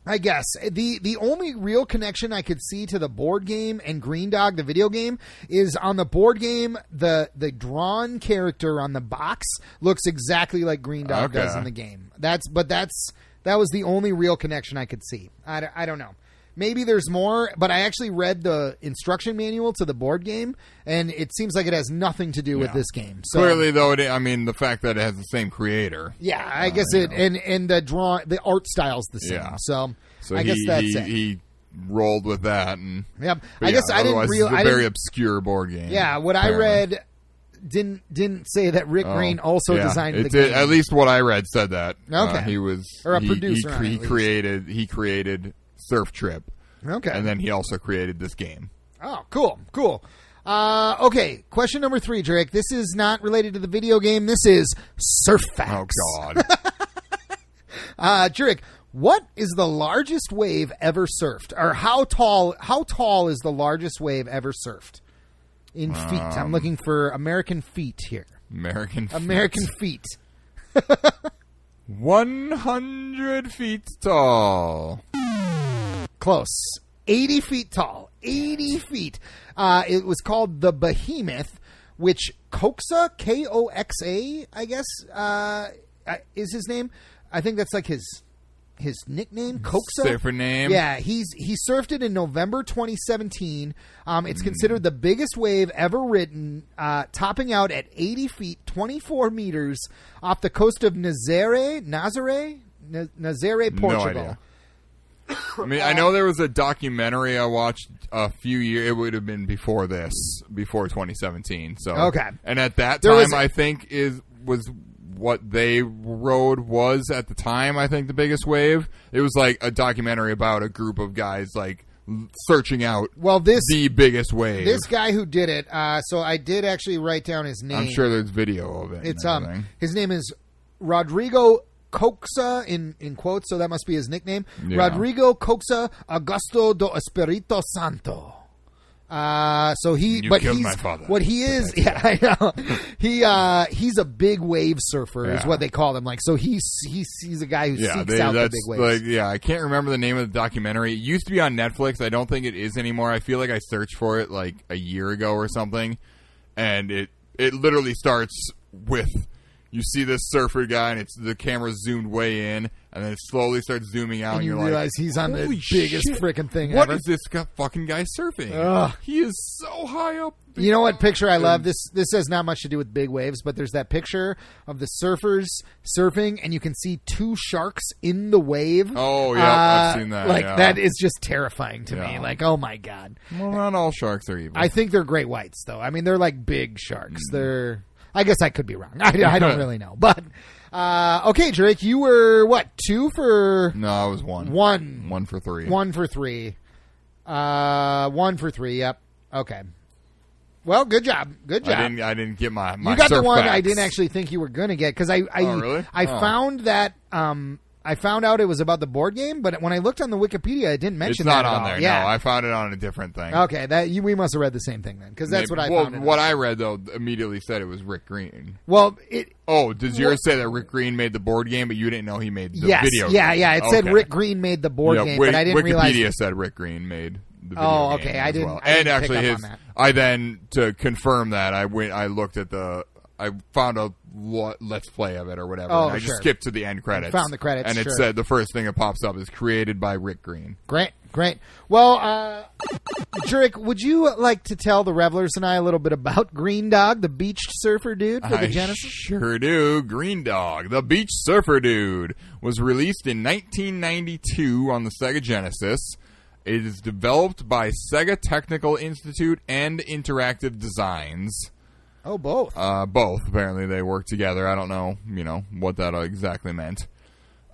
[SPEAKER 1] I guess the the only real connection I could see to the board game and Green Dog the video game is on the board game the the drawn character on the box looks exactly like Green Dog
[SPEAKER 2] Okay.
[SPEAKER 1] does in the game. That's but that's that was the only real connection I could see. I, d- I don't know. Maybe there's more, but I actually read the instruction manual to the board game, and it seems like it has nothing to do with
[SPEAKER 2] Yeah.
[SPEAKER 1] this game. So
[SPEAKER 2] Clearly, though, it, I mean, the fact that it has the same creator.
[SPEAKER 1] yeah, I guess it and and the draw the art style's the same.
[SPEAKER 2] Yeah.
[SPEAKER 1] So,
[SPEAKER 2] So
[SPEAKER 1] I
[SPEAKER 2] he,
[SPEAKER 1] guess that's
[SPEAKER 2] he,
[SPEAKER 1] it.
[SPEAKER 2] he rolled with that, and
[SPEAKER 1] Yep.
[SPEAKER 2] but
[SPEAKER 1] I
[SPEAKER 2] yeah,
[SPEAKER 1] guess I didn't
[SPEAKER 2] otherwise
[SPEAKER 1] real.
[SPEAKER 2] It's a
[SPEAKER 1] I
[SPEAKER 2] very
[SPEAKER 1] didn't,
[SPEAKER 2] obscure board game.
[SPEAKER 1] yeah, what I
[SPEAKER 2] apparently.
[SPEAKER 1] read didn't didn't say that Rick
[SPEAKER 2] Oh,
[SPEAKER 1] Green also
[SPEAKER 2] yeah.
[SPEAKER 1] designed
[SPEAKER 2] It
[SPEAKER 1] the
[SPEAKER 2] did-
[SPEAKER 1] game.
[SPEAKER 2] At least what I read said that. Uh,
[SPEAKER 1] Okay.
[SPEAKER 2] he was
[SPEAKER 1] Or a
[SPEAKER 2] he- he
[SPEAKER 1] producer
[SPEAKER 2] cre-
[SPEAKER 1] on it,
[SPEAKER 2] He,
[SPEAKER 1] at least.
[SPEAKER 2] created he created Surf Trip,
[SPEAKER 1] okay.
[SPEAKER 2] and then he also created this game.
[SPEAKER 1] oh, cool, cool. Uh, okay, question number three, Drake. This is not related to the video game. This is surf
[SPEAKER 2] Oh
[SPEAKER 1] facts.
[SPEAKER 2] God!
[SPEAKER 1] Uh, Drake, what is the largest wave ever surfed, or how tall? How tall is the largest wave ever surfed in feet?
[SPEAKER 2] Um,
[SPEAKER 1] I'm looking for American feet here.
[SPEAKER 2] American
[SPEAKER 1] American feet.
[SPEAKER 2] 100 feet tall.
[SPEAKER 1] Close. 80 feet tall. 80 feet. Uh, it was called the Behemoth, which Koxa, K O X A, I guess, uh, uh, is his name. I think that's like his his nickname, Koxa.
[SPEAKER 2] Surfer name.
[SPEAKER 1] Yeah, he's he surfed it in November 2017. Um, it's considered the biggest wave ever written, uh, topping out at 80 feet, 24 meters, off the coast of Nazare, Nazare, Na- Nazare, Portugal.
[SPEAKER 2] idea. I mean, I know there was a documentary I watched a few years. It would have been before this, before 2017. So
[SPEAKER 1] Okay.
[SPEAKER 2] and at that
[SPEAKER 1] There was
[SPEAKER 2] time,
[SPEAKER 1] a-
[SPEAKER 2] I think is was what they rode was at the time. I think the biggest wave. It was like a documentary about a group of guys like l- searching out
[SPEAKER 1] Well, this
[SPEAKER 2] the biggest wave.
[SPEAKER 1] this guy who did it. Uh, so I did actually write down his name.
[SPEAKER 2] I'm sure there's video of it. and
[SPEAKER 1] it's um
[SPEAKER 2] everything.
[SPEAKER 1] his name is Rodrigo Coxa in in quotes. So that must be his nickname.
[SPEAKER 2] Yeah.
[SPEAKER 1] Rodrigo Coxa Augusto do Espirito Santo. Uh, so he,
[SPEAKER 2] You
[SPEAKER 1] but
[SPEAKER 2] killed
[SPEAKER 1] he's
[SPEAKER 2] my father.
[SPEAKER 1] what he is. Yeah, I know. He uh, he's a big wave surfer, is
[SPEAKER 2] Yeah.
[SPEAKER 1] what they call him. Like, so he's he's he's a guy who
[SPEAKER 2] Yeah,
[SPEAKER 1] seeks
[SPEAKER 2] they,
[SPEAKER 1] out the
[SPEAKER 2] that's
[SPEAKER 1] big waves.
[SPEAKER 2] like yeah. I can't remember the name of the documentary. It used to be on Netflix. I don't think it is anymore. I feel like I searched for it like a year ago or something, and it it literally starts with you see this surfer guy, and it's the camera zoomed way in, and then it slowly starts zooming out,
[SPEAKER 1] and
[SPEAKER 2] and,
[SPEAKER 1] you
[SPEAKER 2] you're
[SPEAKER 1] realize
[SPEAKER 2] like,
[SPEAKER 1] he's on the
[SPEAKER 2] "Holy
[SPEAKER 1] biggest
[SPEAKER 2] shit,
[SPEAKER 1] freaking thing
[SPEAKER 2] What
[SPEAKER 1] ever.
[SPEAKER 2] is this guy, fucking guy surfing?
[SPEAKER 1] Ugh.
[SPEAKER 2] He is so high up.
[SPEAKER 1] You know what picture I love? This this has not much to do with big waves, but there's that picture of the surfers surfing, and you can see two sharks in the wave.
[SPEAKER 2] Oh, yeah, I've
[SPEAKER 1] Uh,
[SPEAKER 2] seen that,
[SPEAKER 1] Like
[SPEAKER 2] yeah.
[SPEAKER 1] that is just terrifying to me.
[SPEAKER 2] Yeah.
[SPEAKER 1] Like, oh my god.
[SPEAKER 2] Well, not all sharks are evil.
[SPEAKER 1] I think they're great whites, though. I mean, they're like big sharks.
[SPEAKER 2] Mm-hmm.
[SPEAKER 1] They're. I guess I could be wrong. I, I don't really know, but uh, okay, Drake, you were what two for
[SPEAKER 2] no, I was one.
[SPEAKER 1] one,
[SPEAKER 2] One for three.
[SPEAKER 1] one for three, uh, one for three. Yep. Okay. Well, good job. Good job.
[SPEAKER 2] I didn't. I didn't get my. my
[SPEAKER 1] You got the
[SPEAKER 2] surf
[SPEAKER 1] one I
[SPEAKER 2] facts.
[SPEAKER 1] didn't actually think you were gonna get because I I,
[SPEAKER 2] Oh, really?
[SPEAKER 1] I
[SPEAKER 2] Oh.
[SPEAKER 1] found that um I found out it was about the board game, but when I looked on the Wikipedia, it didn't mention
[SPEAKER 2] It's not
[SPEAKER 1] that at
[SPEAKER 2] on
[SPEAKER 1] all.
[SPEAKER 2] there.
[SPEAKER 1] Yeah.
[SPEAKER 2] No, I found it on a different thing.
[SPEAKER 1] okay, that you, we must have read the same thing then because that's
[SPEAKER 2] Maybe-
[SPEAKER 1] what I
[SPEAKER 2] well,
[SPEAKER 1] found. it
[SPEAKER 2] what
[SPEAKER 1] on.
[SPEAKER 2] I read though immediately said it was Rick Green.
[SPEAKER 1] well it.
[SPEAKER 2] Oh, does
[SPEAKER 1] Well-
[SPEAKER 2] yours say that Rick Green made the board game, but you didn't know he made the
[SPEAKER 1] yes,
[SPEAKER 2] video?
[SPEAKER 1] yeah,
[SPEAKER 2] game?
[SPEAKER 1] yeah. It said
[SPEAKER 2] Okay.
[SPEAKER 1] Rick Green made the board
[SPEAKER 2] Yeah,
[SPEAKER 1] game,
[SPEAKER 2] Wik-
[SPEAKER 1] but I didn't
[SPEAKER 2] Wikipedia
[SPEAKER 1] realize.
[SPEAKER 2] said Rick Green made. the video
[SPEAKER 1] Oh,
[SPEAKER 2] game
[SPEAKER 1] okay, I
[SPEAKER 2] as
[SPEAKER 1] didn't-
[SPEAKER 2] well.
[SPEAKER 1] I didn't
[SPEAKER 2] and actually,
[SPEAKER 1] pick up
[SPEAKER 2] his.
[SPEAKER 1] on that.
[SPEAKER 2] I then to confirm that I went. I looked at the. I found a lo- let's play of it or whatever.
[SPEAKER 1] Oh,
[SPEAKER 2] and I
[SPEAKER 1] sure.
[SPEAKER 2] just skipped to the end credits.
[SPEAKER 1] found the credits,
[SPEAKER 2] and it
[SPEAKER 1] sure.
[SPEAKER 2] said the first thing that pops up is created by Rick Green.
[SPEAKER 1] Great, great. Well, uh, Jurek, would you like to tell the revelers and I a little bit about Green Dog, the beached surfer dude for the
[SPEAKER 2] I
[SPEAKER 1] Genesis?
[SPEAKER 2] Sure do. Green Dog, the beach surfer dude, was released in 1992 on the Sega Genesis. It is developed by Sega Technical Institute and Interactive Designs.
[SPEAKER 1] oh, both.
[SPEAKER 2] Uh, both apparently they work together. I don't know, you know, what that exactly meant.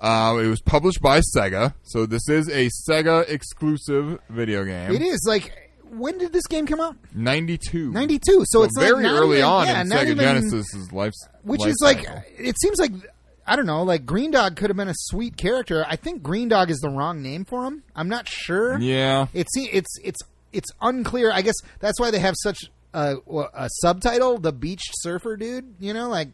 [SPEAKER 2] Uh, it was published by Sega, so this is a Sega exclusive video game.
[SPEAKER 1] it is like when did this game come out?
[SPEAKER 2] 92.
[SPEAKER 1] 92. So,
[SPEAKER 2] So
[SPEAKER 1] it's like
[SPEAKER 2] very
[SPEAKER 1] not
[SPEAKER 2] early
[SPEAKER 1] even-
[SPEAKER 2] on
[SPEAKER 1] yeah,
[SPEAKER 2] in
[SPEAKER 1] not
[SPEAKER 2] Sega
[SPEAKER 1] even-
[SPEAKER 2] Genesis' life,
[SPEAKER 1] which
[SPEAKER 2] life
[SPEAKER 1] is like
[SPEAKER 2] cycle.
[SPEAKER 1] it seems like I don't know, like Green Dog could have been a sweet character. I think Green Dog is the wrong name for him. I'm not sure.
[SPEAKER 2] yeah,
[SPEAKER 1] It's it's it's it's unclear. I guess that's why they have such a, a subtitle, the beached surfer dude, you know, like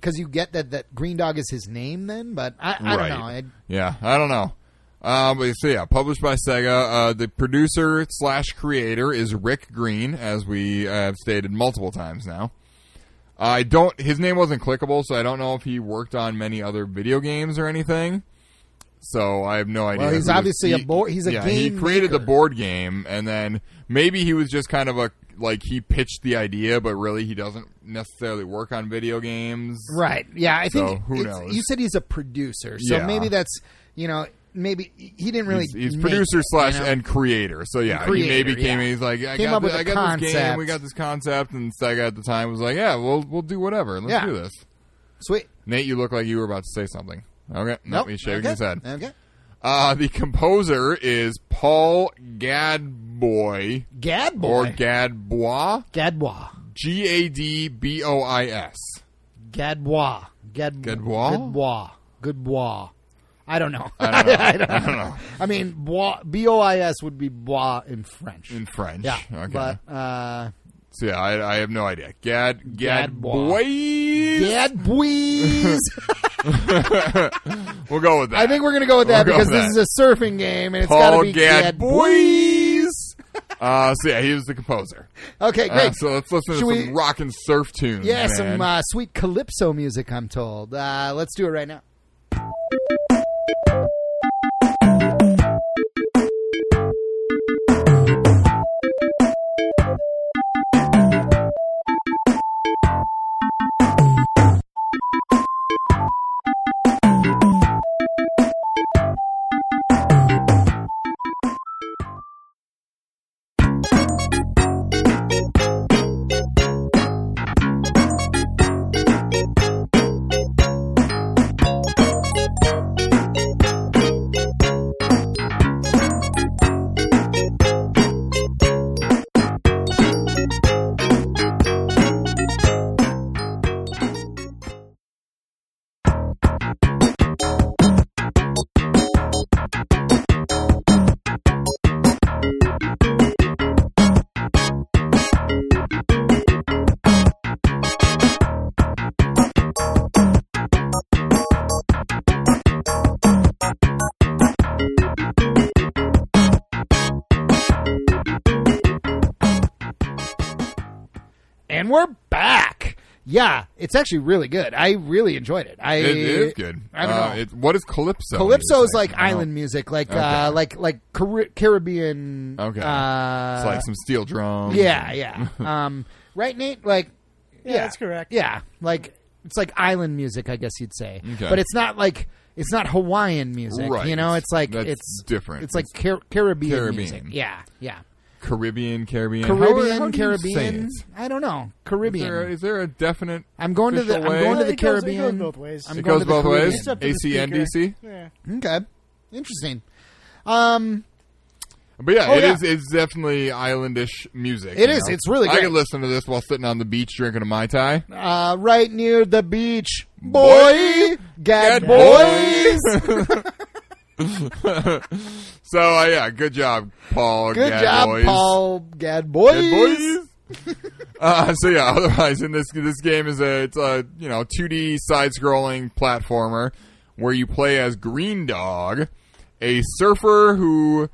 [SPEAKER 1] cuz you get that that Green Dog is his name then, but I, I
[SPEAKER 2] right.
[SPEAKER 1] don't know. I,
[SPEAKER 2] yeah, I don't know. Uh, but so yeah, published by Sega. Uh, the producer slash creator is Rick Green, as we have stated multiple times now. I don't. His name wasn't clickable, so I don't know if he worked on many other video games or anything. So I have no idea.
[SPEAKER 1] Well, he's
[SPEAKER 2] who this-
[SPEAKER 1] obviously a
[SPEAKER 2] he-
[SPEAKER 1] board- he's a
[SPEAKER 2] yeah,
[SPEAKER 1] game
[SPEAKER 2] He created
[SPEAKER 1] maker.
[SPEAKER 2] the board game, and then maybe he was just kind of a like he pitched the idea, but really he doesn't necessarily work on video games.
[SPEAKER 1] Right. Yeah, I think
[SPEAKER 2] So, who
[SPEAKER 1] it's-
[SPEAKER 2] knows?
[SPEAKER 1] you said he's a producer. So
[SPEAKER 2] Yeah.
[SPEAKER 1] maybe that's, you know, maybe he didn't really
[SPEAKER 2] He's, he's
[SPEAKER 1] make
[SPEAKER 2] producer
[SPEAKER 1] it,
[SPEAKER 2] slash
[SPEAKER 1] you know?
[SPEAKER 2] and creator. So yeah,
[SPEAKER 1] creator,
[SPEAKER 2] he maybe came
[SPEAKER 1] yeah.
[SPEAKER 2] in. He's like, I
[SPEAKER 1] Came
[SPEAKER 2] got,
[SPEAKER 1] up with
[SPEAKER 2] thi-
[SPEAKER 1] a
[SPEAKER 2] I got this game.
[SPEAKER 1] concept.
[SPEAKER 2] We got this concept, and Sega at the time was like, yeah, we'll we'll do whatever. Let's
[SPEAKER 1] Yeah.
[SPEAKER 2] do this.
[SPEAKER 1] Sweet.
[SPEAKER 2] Nate, you look like you were about to say something. Okay, no,
[SPEAKER 1] Nope.
[SPEAKER 2] he's shaking
[SPEAKER 1] okay.
[SPEAKER 2] his head.
[SPEAKER 1] Okay.
[SPEAKER 2] Uh, the composer is Paul Gadboy
[SPEAKER 1] Gadboy.
[SPEAKER 2] or Gadbois,
[SPEAKER 1] Gadbois.
[SPEAKER 2] G A D B O I S.
[SPEAKER 1] Gadbois. Gad-
[SPEAKER 2] Gadbois?
[SPEAKER 1] Gadbois. Gadbois. I don't know.
[SPEAKER 2] I don't know.
[SPEAKER 1] I don't
[SPEAKER 2] I don't know.
[SPEAKER 1] I mean, bois, B-O-I-S would be bois in French.
[SPEAKER 2] in French.
[SPEAKER 1] yeah.
[SPEAKER 2] okay.
[SPEAKER 1] But, uh,
[SPEAKER 2] so yeah, I, I have no idea. Gad
[SPEAKER 1] Gadbois.
[SPEAKER 2] Gadboy.
[SPEAKER 1] Gadbois.
[SPEAKER 2] We'll go with that.
[SPEAKER 1] I think we're going to go with that
[SPEAKER 2] We'll go
[SPEAKER 1] because
[SPEAKER 2] with
[SPEAKER 1] this
[SPEAKER 2] that.
[SPEAKER 1] is a surfing game and it's got to
[SPEAKER 2] Paul
[SPEAKER 1] be
[SPEAKER 2] Gad
[SPEAKER 1] Gad
[SPEAKER 2] boys. uh, so yeah, he was the composer.
[SPEAKER 1] Okay,
[SPEAKER 2] Uh,
[SPEAKER 1] great.
[SPEAKER 2] so let's listen
[SPEAKER 1] Should
[SPEAKER 2] to
[SPEAKER 1] we-
[SPEAKER 2] some rock and surf tunes.
[SPEAKER 1] yeah,
[SPEAKER 2] man.
[SPEAKER 1] some uh, sweet calypso music, I'm told. Uh, let's do it right now. And we're back. Yeah, it's actually really good. I really enjoyed it. I
[SPEAKER 2] It is good.
[SPEAKER 1] I don't
[SPEAKER 2] Uh,
[SPEAKER 1] know.
[SPEAKER 2] it- what is calypso?
[SPEAKER 1] Calypso is
[SPEAKER 2] music?
[SPEAKER 1] like
[SPEAKER 2] I don't-
[SPEAKER 1] island music, like uh, like like Car- Caribbean.
[SPEAKER 2] Okay.
[SPEAKER 1] uh,
[SPEAKER 2] It's like some steel drums.
[SPEAKER 1] yeah, yeah. um, right, Nate. Like, yeah,
[SPEAKER 4] that's correct.
[SPEAKER 1] Yeah, like it's like island music, I guess you'd say.
[SPEAKER 2] Okay.
[SPEAKER 1] But it's not like it's not Hawaiian music.
[SPEAKER 2] Right.
[SPEAKER 1] You know, it's like
[SPEAKER 2] That's
[SPEAKER 1] it's
[SPEAKER 2] different.
[SPEAKER 1] It's like Car- Caribbean,
[SPEAKER 2] Caribbean.
[SPEAKER 1] music. Yeah, yeah.
[SPEAKER 2] Caribbean, Caribbean, How-
[SPEAKER 1] Caribbean,
[SPEAKER 2] how do you say
[SPEAKER 1] Caribbean.
[SPEAKER 2] it?
[SPEAKER 1] I don't know.
[SPEAKER 2] Is there,
[SPEAKER 1] Caribbean.
[SPEAKER 2] is there a definite?
[SPEAKER 1] I'm going to the. I'm
[SPEAKER 2] official
[SPEAKER 1] going
[SPEAKER 2] way?
[SPEAKER 1] to
[SPEAKER 4] Well,
[SPEAKER 1] the
[SPEAKER 4] it goes- it goes
[SPEAKER 1] Caribbean.
[SPEAKER 4] both ways.
[SPEAKER 1] I'm
[SPEAKER 2] It
[SPEAKER 1] going
[SPEAKER 2] goes
[SPEAKER 1] to the
[SPEAKER 2] both
[SPEAKER 1] Caribbean.
[SPEAKER 2] ways?
[SPEAKER 4] It's up to the speaker.
[SPEAKER 2] ACNDC?
[SPEAKER 4] Yeah.
[SPEAKER 1] Okay. Interesting.
[SPEAKER 2] But yeah,
[SPEAKER 1] Oh,
[SPEAKER 2] it
[SPEAKER 1] yeah.
[SPEAKER 2] is. It's definitely islandish music.
[SPEAKER 1] It
[SPEAKER 2] you
[SPEAKER 1] is.
[SPEAKER 2] know?
[SPEAKER 1] It's really
[SPEAKER 2] I
[SPEAKER 1] good.
[SPEAKER 2] could listen to this while sitting on the beach drinking a mai tai.
[SPEAKER 1] Uh, right near the beach, boy. Gad boys.
[SPEAKER 2] So uh, yeah, good job, Paul.
[SPEAKER 1] Good
[SPEAKER 2] Gad
[SPEAKER 1] job,
[SPEAKER 2] boys.
[SPEAKER 1] Paul. Gad
[SPEAKER 2] Gad
[SPEAKER 1] boys.
[SPEAKER 2] boys. uh, so yeah, otherwise in this this game is a it's a you know 2D side-scrolling platformer where you play as Green Dog, a surfer who.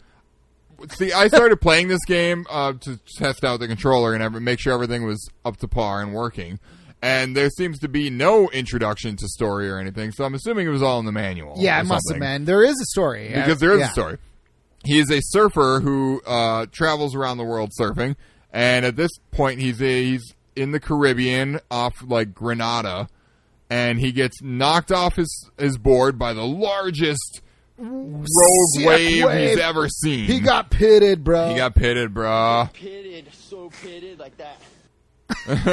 [SPEAKER 2] See, I started playing this game uh, to test out the controller and ever- make sure everything was up to par and working. And there seems to be no introduction to story or anything, so I'm assuming it was all in the manual.
[SPEAKER 1] Yeah,
[SPEAKER 2] or
[SPEAKER 1] it must have
[SPEAKER 2] something
[SPEAKER 1] been. There is a story Uh,
[SPEAKER 2] because there is
[SPEAKER 1] yeah.
[SPEAKER 2] a story. He is a surfer who uh, travels around the world surfing, and at this point, he's he's in the Caribbean off like Grenada, and he gets knocked off his his board by the largest rogue
[SPEAKER 1] Sick
[SPEAKER 2] wave,
[SPEAKER 1] wave.
[SPEAKER 2] he's ever seen.
[SPEAKER 1] He got pitted, bro.
[SPEAKER 2] he got pitted, bruh.
[SPEAKER 3] Pitted, so pitted like that.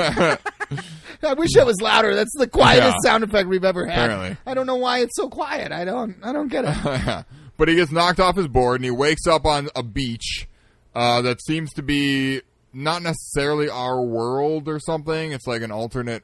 [SPEAKER 1] I wish that was louder. That's the quietest
[SPEAKER 2] Yeah.
[SPEAKER 1] sound effect we've ever had.
[SPEAKER 2] Apparently.
[SPEAKER 1] I don't know why it's so quiet. I don't. I don't get it.
[SPEAKER 2] but he gets knocked off his board and he wakes up on a beach uh, that seems to be not necessarily our world or something. It's like an alternate,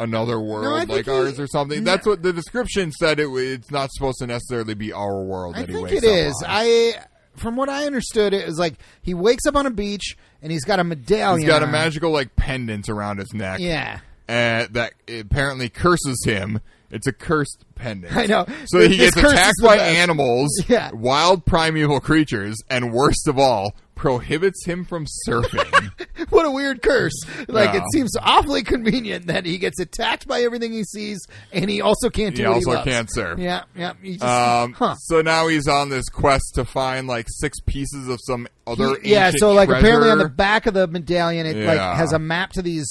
[SPEAKER 2] another
[SPEAKER 1] I
[SPEAKER 2] world
[SPEAKER 1] think
[SPEAKER 2] like
[SPEAKER 1] he-
[SPEAKER 2] ours or something. That's what the description said. It wa- it's not supposed to necessarily be our world.
[SPEAKER 1] I
[SPEAKER 2] that he
[SPEAKER 1] think
[SPEAKER 2] wakes
[SPEAKER 1] it
[SPEAKER 2] up
[SPEAKER 1] is.
[SPEAKER 2] on.
[SPEAKER 1] I, from what I understood, it was like he wakes up on a beach and he's got a medallion.
[SPEAKER 2] He's got a
[SPEAKER 1] on.
[SPEAKER 2] magical like pendant around his neck.
[SPEAKER 1] uh, Yeah.
[SPEAKER 2] uh, that apparently curses him. It's a cursed pendant.
[SPEAKER 1] I know.
[SPEAKER 2] So
[SPEAKER 1] This-
[SPEAKER 2] he
[SPEAKER 1] this
[SPEAKER 2] gets
[SPEAKER 1] curse is
[SPEAKER 2] attacked
[SPEAKER 1] the
[SPEAKER 2] by
[SPEAKER 1] best.
[SPEAKER 2] animals,
[SPEAKER 1] Yeah.
[SPEAKER 2] wild primeval creatures, and worst of all, prohibits him from surfing.
[SPEAKER 1] What a weird curse. Like it
[SPEAKER 2] Yeah.
[SPEAKER 1] seems awfully convenient that he gets attacked by everything he sees, and he also can't do
[SPEAKER 2] he
[SPEAKER 1] what
[SPEAKER 2] also
[SPEAKER 1] he loves.
[SPEAKER 2] can't surf.
[SPEAKER 1] Yeah, yeah. He just,
[SPEAKER 2] Um,
[SPEAKER 1] huh.
[SPEAKER 2] So now he's on this quest to find like six pieces of some other.
[SPEAKER 1] yeah
[SPEAKER 2] ancient
[SPEAKER 1] so like apparently on the
[SPEAKER 2] treasure.
[SPEAKER 1] back of the medallion it like
[SPEAKER 2] Yeah.
[SPEAKER 1] has a map to these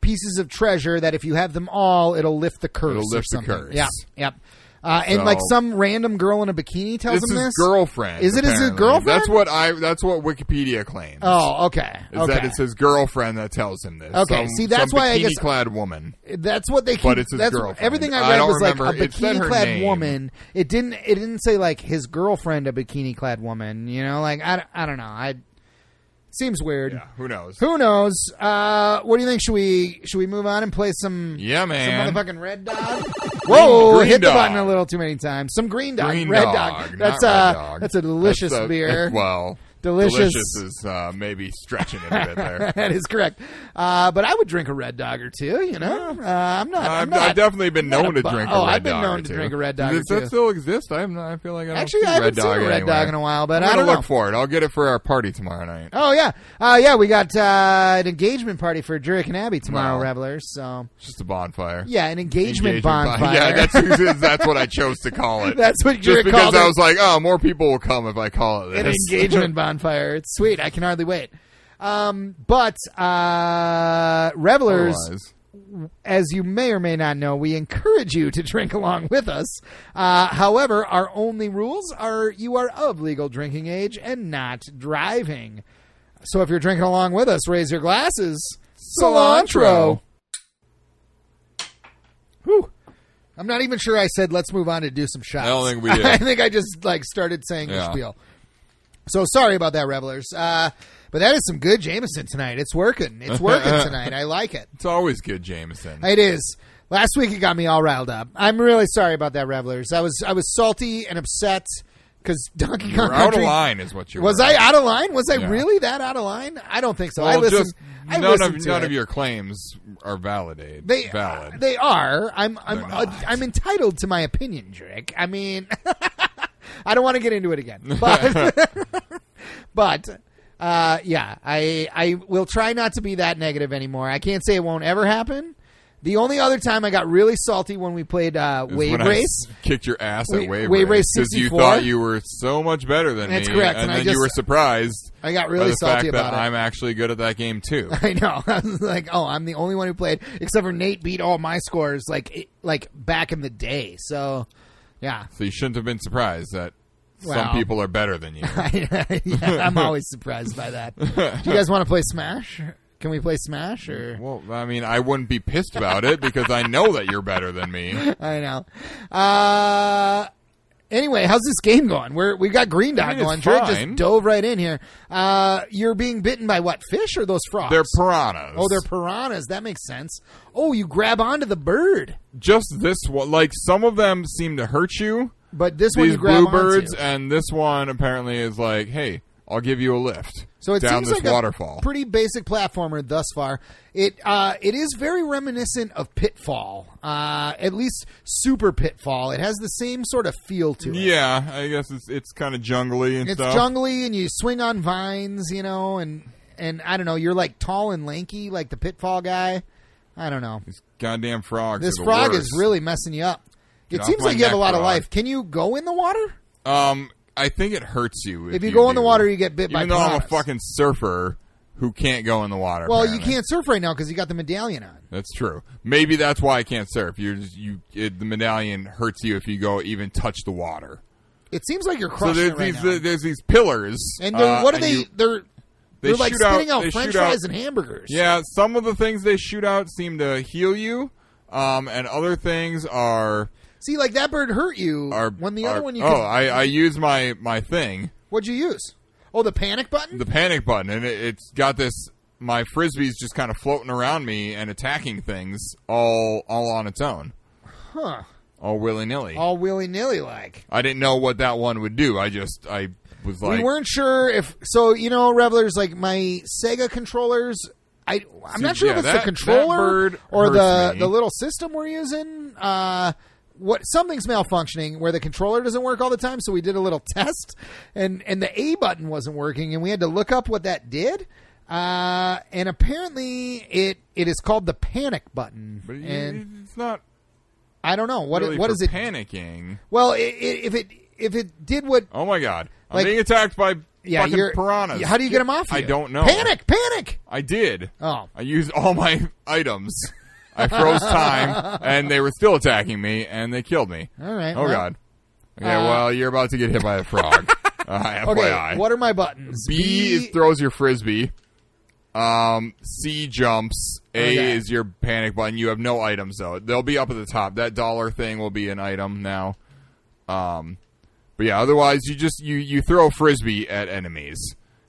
[SPEAKER 1] pieces of treasure that if you have them all it'll lift the curse
[SPEAKER 2] It'll
[SPEAKER 1] or
[SPEAKER 2] lift the
[SPEAKER 1] something.
[SPEAKER 2] curse.
[SPEAKER 1] yeah yep uh, and
[SPEAKER 2] So-
[SPEAKER 1] like some random girl in a bikini tells
[SPEAKER 2] It's
[SPEAKER 1] him
[SPEAKER 2] his
[SPEAKER 1] this
[SPEAKER 2] girlfriend.
[SPEAKER 1] Is it his
[SPEAKER 2] apparently.
[SPEAKER 1] girlfriend?
[SPEAKER 2] That's what I. That's what Wikipedia claims.
[SPEAKER 1] oh okay
[SPEAKER 2] Is
[SPEAKER 1] okay
[SPEAKER 2] that it's his girlfriend that tells him this?
[SPEAKER 1] Okay,
[SPEAKER 2] Some-
[SPEAKER 1] see, that's
[SPEAKER 2] some
[SPEAKER 1] why I guess-
[SPEAKER 2] bikini-clad woman.
[SPEAKER 1] that's what they keep,
[SPEAKER 2] But it's his
[SPEAKER 1] that's,
[SPEAKER 2] girlfriend.
[SPEAKER 1] everything I
[SPEAKER 2] I
[SPEAKER 1] read
[SPEAKER 2] don't
[SPEAKER 1] was like
[SPEAKER 2] remember.
[SPEAKER 1] a
[SPEAKER 2] It said her
[SPEAKER 1] bikini clad
[SPEAKER 2] name.
[SPEAKER 1] woman it didn't it didn't say like his girlfriend a bikini clad woman you know like I, don't- I don't know I seems weird
[SPEAKER 2] Yeah, who knows?
[SPEAKER 1] who knows uh, what do you think should we should we move on and play some
[SPEAKER 2] Yeah, man.
[SPEAKER 1] Some motherfucking red dot. Whoa,
[SPEAKER 2] green
[SPEAKER 1] hit the
[SPEAKER 2] dog.
[SPEAKER 1] button a little too many times. Some green dog,
[SPEAKER 2] Green
[SPEAKER 1] red
[SPEAKER 2] dog,
[SPEAKER 1] dog.
[SPEAKER 2] not
[SPEAKER 1] That's
[SPEAKER 2] red
[SPEAKER 1] uh,
[SPEAKER 2] dog.
[SPEAKER 1] that's a delicious
[SPEAKER 2] That's a- eh,
[SPEAKER 1] beer.
[SPEAKER 2] Well,
[SPEAKER 1] Delicious.
[SPEAKER 2] Delicious is uh, maybe stretching it a bit there.
[SPEAKER 1] that is correct. Uh, but I would drink a red dog or two. You know, uh, I'm not. I'm
[SPEAKER 2] I've,
[SPEAKER 1] not
[SPEAKER 2] I've definitely been
[SPEAKER 1] not
[SPEAKER 2] known
[SPEAKER 1] a
[SPEAKER 2] to
[SPEAKER 1] bu-
[SPEAKER 2] drink
[SPEAKER 1] oh,
[SPEAKER 2] a red
[SPEAKER 1] I've been
[SPEAKER 2] dog.
[SPEAKER 1] known
[SPEAKER 2] or
[SPEAKER 1] to
[SPEAKER 2] two.
[SPEAKER 1] drink a Red Dog
[SPEAKER 2] Does
[SPEAKER 1] or
[SPEAKER 2] that
[SPEAKER 1] two.
[SPEAKER 2] still exist? I'm not, I feel like I don't
[SPEAKER 1] Actually,
[SPEAKER 2] see
[SPEAKER 1] I
[SPEAKER 2] red
[SPEAKER 1] haven't seen
[SPEAKER 2] dog
[SPEAKER 1] a red
[SPEAKER 2] anywhere.
[SPEAKER 1] dog in a while, but
[SPEAKER 2] I'm
[SPEAKER 1] I
[SPEAKER 2] gonna
[SPEAKER 1] don't
[SPEAKER 2] look
[SPEAKER 1] know.
[SPEAKER 2] for it. I'll get it for our party tomorrow night.
[SPEAKER 1] Oh yeah, uh, yeah. We got uh, an engagement party for Jurek and Abby tomorrow,
[SPEAKER 2] Wow.
[SPEAKER 1] Revelers. So
[SPEAKER 2] It's just a bonfire.
[SPEAKER 1] yeah, an engagement,
[SPEAKER 2] Engagement
[SPEAKER 1] bonfire.
[SPEAKER 2] bon- Yeah, that's that's what I chose to call it.
[SPEAKER 1] That's what
[SPEAKER 2] just
[SPEAKER 1] Jurek
[SPEAKER 2] because
[SPEAKER 1] called
[SPEAKER 2] I
[SPEAKER 1] it.
[SPEAKER 2] was like, oh, more people will come if I call it
[SPEAKER 1] an
[SPEAKER 2] this.
[SPEAKER 1] engagement bonfire. It's sweet. I can hardly wait. Um, but uh, revelers,
[SPEAKER 2] Otherwise.
[SPEAKER 1] as you may or may not know, we encourage you to drink along with us. Uh, however, our only rules are you are of legal drinking age and not driving. So if you're drinking along with us, raise your glasses. Cilantro. Whew. I'm not even sure I said let's move on to do some shots.
[SPEAKER 2] I don't think we did.
[SPEAKER 1] I think I just like started saying the
[SPEAKER 2] Yeah.
[SPEAKER 1] spiel. So sorry about that, revelers. Uh, but that is some good Jameson tonight. It's working. It's working tonight. I like it.
[SPEAKER 2] It's always good, Jameson.
[SPEAKER 1] It is. Last week it got me all riled up. I'm really sorry about that, revelers. I was I was salty and upset because Donkey Kong
[SPEAKER 2] You're out of
[SPEAKER 1] Country-
[SPEAKER 2] line is what you
[SPEAKER 1] Was
[SPEAKER 2] were.
[SPEAKER 1] I out of line? Was I
[SPEAKER 2] Yeah.
[SPEAKER 1] really that out of line? I don't think so.
[SPEAKER 2] Well,
[SPEAKER 1] I listened.
[SPEAKER 2] just
[SPEAKER 1] I
[SPEAKER 2] none
[SPEAKER 1] listened
[SPEAKER 2] of
[SPEAKER 1] to
[SPEAKER 2] none
[SPEAKER 1] it.
[SPEAKER 2] of your claims are validated.
[SPEAKER 1] They
[SPEAKER 2] valid.
[SPEAKER 1] uh, they are. I'm I'm
[SPEAKER 2] They're
[SPEAKER 1] uh,
[SPEAKER 2] not.
[SPEAKER 1] I'm entitled to my opinion, Drake. I mean, I don't want to get into it again, but but uh, yeah, I I will try not to be that negative anymore. I can't say it won't ever happen. The only other time I got really salty when we played uh,
[SPEAKER 2] Is
[SPEAKER 1] Wave
[SPEAKER 2] when I
[SPEAKER 1] Race.
[SPEAKER 2] s- kicked your ass
[SPEAKER 1] Wa-
[SPEAKER 2] at wave,
[SPEAKER 1] Wave Race
[SPEAKER 2] because you
[SPEAKER 1] 64.
[SPEAKER 2] thought you were so much better than
[SPEAKER 1] That's
[SPEAKER 2] me,
[SPEAKER 1] correct,
[SPEAKER 2] and,
[SPEAKER 1] and I
[SPEAKER 2] then
[SPEAKER 1] just-
[SPEAKER 2] you were surprised.
[SPEAKER 1] I got
[SPEAKER 2] by
[SPEAKER 1] really
[SPEAKER 2] the
[SPEAKER 1] salty
[SPEAKER 2] fact
[SPEAKER 1] about
[SPEAKER 2] that
[SPEAKER 1] it.
[SPEAKER 2] I'm actually good at that game too.
[SPEAKER 1] I know. I was like, oh, I'm the only one who played, except for Nate beat all my scores like it- like back in the day. So, yeah.
[SPEAKER 2] So you shouldn't have been surprised that
[SPEAKER 1] Wow.
[SPEAKER 2] some people are better than you.
[SPEAKER 1] I, am always surprised by that. Do you guys want to play Smash? Can we play Smash or?
[SPEAKER 2] well, I mean, I wouldn't be pissed about it because I know that you're better than me.
[SPEAKER 1] I know. Uh, anyway, how's this game going? We're we got Green Dot
[SPEAKER 2] I mean, it's
[SPEAKER 1] going. Drake just
[SPEAKER 2] fine.
[SPEAKER 1] dove right in here. Uh, you're being bitten by what fish or those frogs?
[SPEAKER 2] They're piranhas.
[SPEAKER 1] oh, they're piranhas. That makes sense. Oh, you grab onto the bird,
[SPEAKER 2] just this one. Like some of them seem to hurt you.
[SPEAKER 1] but this one
[SPEAKER 2] These
[SPEAKER 1] you grab
[SPEAKER 2] bluebirds,
[SPEAKER 1] onto.
[SPEAKER 2] and this one apparently is like, "Hey, I'll give you a lift
[SPEAKER 1] So it
[SPEAKER 2] down
[SPEAKER 1] seems
[SPEAKER 2] this
[SPEAKER 1] like
[SPEAKER 2] waterfall."
[SPEAKER 1] a pretty basic platformer thus far. It uh, it is very reminiscent of Pitfall, uh, at least Super Pitfall. It has the same sort of feel to it.
[SPEAKER 2] yeah, I guess it's it's kind of jungly and
[SPEAKER 1] it's
[SPEAKER 2] stuff.
[SPEAKER 1] jungly, and you swing on vines, you know, and and I don't know. You're like tall and lanky, like the Pitfall guy. I don't know.
[SPEAKER 2] These goddamn frogs.
[SPEAKER 1] This
[SPEAKER 2] are the
[SPEAKER 1] frog is
[SPEAKER 2] worst.
[SPEAKER 1] really messing you up. It
[SPEAKER 2] Get off
[SPEAKER 1] seems
[SPEAKER 2] my
[SPEAKER 1] like you have a
[SPEAKER 2] neck,
[SPEAKER 1] lot of
[SPEAKER 2] frog.
[SPEAKER 1] life. Can you go in the water?
[SPEAKER 2] Um, I think it hurts you
[SPEAKER 1] If you go in the
[SPEAKER 2] do.
[SPEAKER 1] water, you get bit
[SPEAKER 2] Even
[SPEAKER 1] by
[SPEAKER 2] though I'm a
[SPEAKER 1] piranhas.
[SPEAKER 2] fucking surfer who can't go in the water.
[SPEAKER 1] Well, you
[SPEAKER 2] apparently.
[SPEAKER 1] can't surf right now because you got the medallion on.
[SPEAKER 2] That's true. Maybe that's why I can't surf. You're just, you it, the medallion hurts you if you go even touch the water.
[SPEAKER 1] It seems like you're
[SPEAKER 2] So
[SPEAKER 1] crushing
[SPEAKER 2] there's
[SPEAKER 1] it right
[SPEAKER 2] these
[SPEAKER 1] now.
[SPEAKER 2] uh, there's these pillars.
[SPEAKER 1] and they're,
[SPEAKER 2] uh,
[SPEAKER 1] what are they?
[SPEAKER 2] you-
[SPEAKER 1] they're
[SPEAKER 2] they
[SPEAKER 1] they are like
[SPEAKER 2] shoot out-
[SPEAKER 1] spitting out,
[SPEAKER 2] they
[SPEAKER 1] French
[SPEAKER 2] shoot out-
[SPEAKER 1] fries and hamburgers.
[SPEAKER 2] Yeah, some of the things they shoot out seem to heal you, um, and other things are
[SPEAKER 1] See, like that bird hurt you.
[SPEAKER 2] are
[SPEAKER 1] when the
[SPEAKER 2] are-
[SPEAKER 1] other one you
[SPEAKER 2] Oh,
[SPEAKER 1] could,
[SPEAKER 2] I, I use my my thing,
[SPEAKER 1] what'd you use? Oh, the panic button.
[SPEAKER 2] the panic button, and it, it's got this. My frisbee's just kind of floating around me and attacking things all all on its own,
[SPEAKER 1] huh.
[SPEAKER 2] all willy nilly.
[SPEAKER 1] All willy nilly like.
[SPEAKER 2] I didn't know what that one would do. I just I was like,
[SPEAKER 1] we weren't sure if so. You know, revelers like my Sega controllers. I I'm
[SPEAKER 2] See,
[SPEAKER 1] not sure
[SPEAKER 2] yeah,
[SPEAKER 1] if it's
[SPEAKER 2] that-
[SPEAKER 1] the
[SPEAKER 2] that
[SPEAKER 1] controller
[SPEAKER 2] bird
[SPEAKER 1] or the
[SPEAKER 2] hurts me.
[SPEAKER 1] the little system we're using. Uh, what something's malfunctioning where the controller doesn't work all the time. So we did a little test, and and the A button wasn't working, and we had to look up what that did. Uh, and apparently it it is called the panic button,
[SPEAKER 2] but you-
[SPEAKER 1] and
[SPEAKER 2] it's not
[SPEAKER 1] I don't know what
[SPEAKER 2] really
[SPEAKER 1] it, what
[SPEAKER 2] for
[SPEAKER 1] is it.
[SPEAKER 2] panicking.
[SPEAKER 1] well, i i if it if it did what
[SPEAKER 2] Oh my god, I'm
[SPEAKER 1] Like-
[SPEAKER 2] being attacked by
[SPEAKER 1] yeah,
[SPEAKER 2] fucking
[SPEAKER 1] you're
[SPEAKER 2] piranhas.
[SPEAKER 1] How do you get them off?
[SPEAKER 2] I
[SPEAKER 1] you?
[SPEAKER 2] don't know.
[SPEAKER 1] Panic! Panic!
[SPEAKER 2] I did.
[SPEAKER 1] Oh.
[SPEAKER 2] I used all my items. I froze time, and they were still attacking me, and they killed me.
[SPEAKER 1] All right,
[SPEAKER 2] Oh
[SPEAKER 1] well.
[SPEAKER 2] God. Okay.
[SPEAKER 1] Uh,
[SPEAKER 2] well, you're about to get hit by a frog. uh,
[SPEAKER 1] Okay,
[SPEAKER 2] FYI.
[SPEAKER 1] what are my buttons?
[SPEAKER 2] B, is throws your frisbee. Um, C jumps. A
[SPEAKER 1] Okay.
[SPEAKER 2] is your panic button. You have no items though. They'll be up at the top. That dollar thing will be an item now. Um, but yeah, otherwise you just you you throw a frisbee at enemies,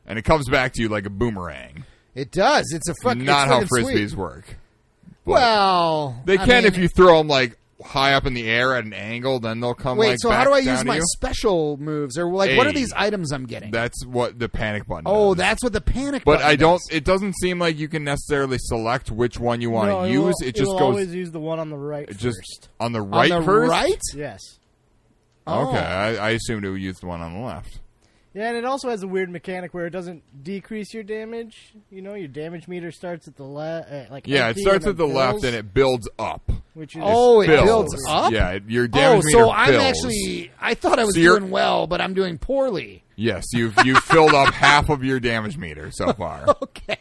[SPEAKER 2] and it comes back to you like a boomerang.
[SPEAKER 1] It does. It's a fucking
[SPEAKER 2] Not how
[SPEAKER 1] frisbees.
[SPEAKER 2] frisbees work. But
[SPEAKER 1] Well,
[SPEAKER 2] they
[SPEAKER 1] I
[SPEAKER 2] can
[SPEAKER 1] mean,
[SPEAKER 2] if you throw them like high up in the air at an angle, then they'll come.
[SPEAKER 1] Wait,
[SPEAKER 2] like,
[SPEAKER 1] so how
[SPEAKER 2] back
[SPEAKER 1] do I
[SPEAKER 2] down
[SPEAKER 1] use
[SPEAKER 2] to
[SPEAKER 1] my
[SPEAKER 2] you.
[SPEAKER 1] special moves or like what are
[SPEAKER 2] Hey.
[SPEAKER 1] these items I'm getting?
[SPEAKER 2] That's what the panic button.
[SPEAKER 1] oh,
[SPEAKER 2] does.
[SPEAKER 1] that's what the panic.
[SPEAKER 2] But
[SPEAKER 1] button
[SPEAKER 2] I don't.
[SPEAKER 1] does.
[SPEAKER 2] It doesn't seem like you can necessarily select which one you want to
[SPEAKER 4] No,
[SPEAKER 2] use.
[SPEAKER 4] will-
[SPEAKER 2] it just
[SPEAKER 4] will
[SPEAKER 2] goes
[SPEAKER 4] always use the one on the right
[SPEAKER 2] it just
[SPEAKER 4] first.
[SPEAKER 2] on the
[SPEAKER 1] on
[SPEAKER 2] right
[SPEAKER 1] the
[SPEAKER 2] first.
[SPEAKER 1] right.
[SPEAKER 4] Yes.
[SPEAKER 1] Oh.
[SPEAKER 2] Okay, I, I assumed it would use the one on the left.
[SPEAKER 4] Yeah, and it also has a weird mechanic where it doesn't decrease your damage. You know, your damage meter starts at the left, uh, like
[SPEAKER 2] Yeah, it
[SPEAKER 4] empty
[SPEAKER 2] starts
[SPEAKER 4] and
[SPEAKER 2] at the
[SPEAKER 4] then
[SPEAKER 2] left
[SPEAKER 4] fills,
[SPEAKER 2] and it builds up.
[SPEAKER 4] which is
[SPEAKER 1] Oh, it
[SPEAKER 2] Builds.
[SPEAKER 1] builds up.
[SPEAKER 2] Yeah, it- your
[SPEAKER 1] Oh,
[SPEAKER 2] damage meter
[SPEAKER 1] so I'm
[SPEAKER 2] fills.
[SPEAKER 1] actually. I thought I was
[SPEAKER 2] So you're-
[SPEAKER 1] doing well, but I'm doing poorly.
[SPEAKER 2] yes. You've you've filled up half of your damage meter so far.
[SPEAKER 1] Okay.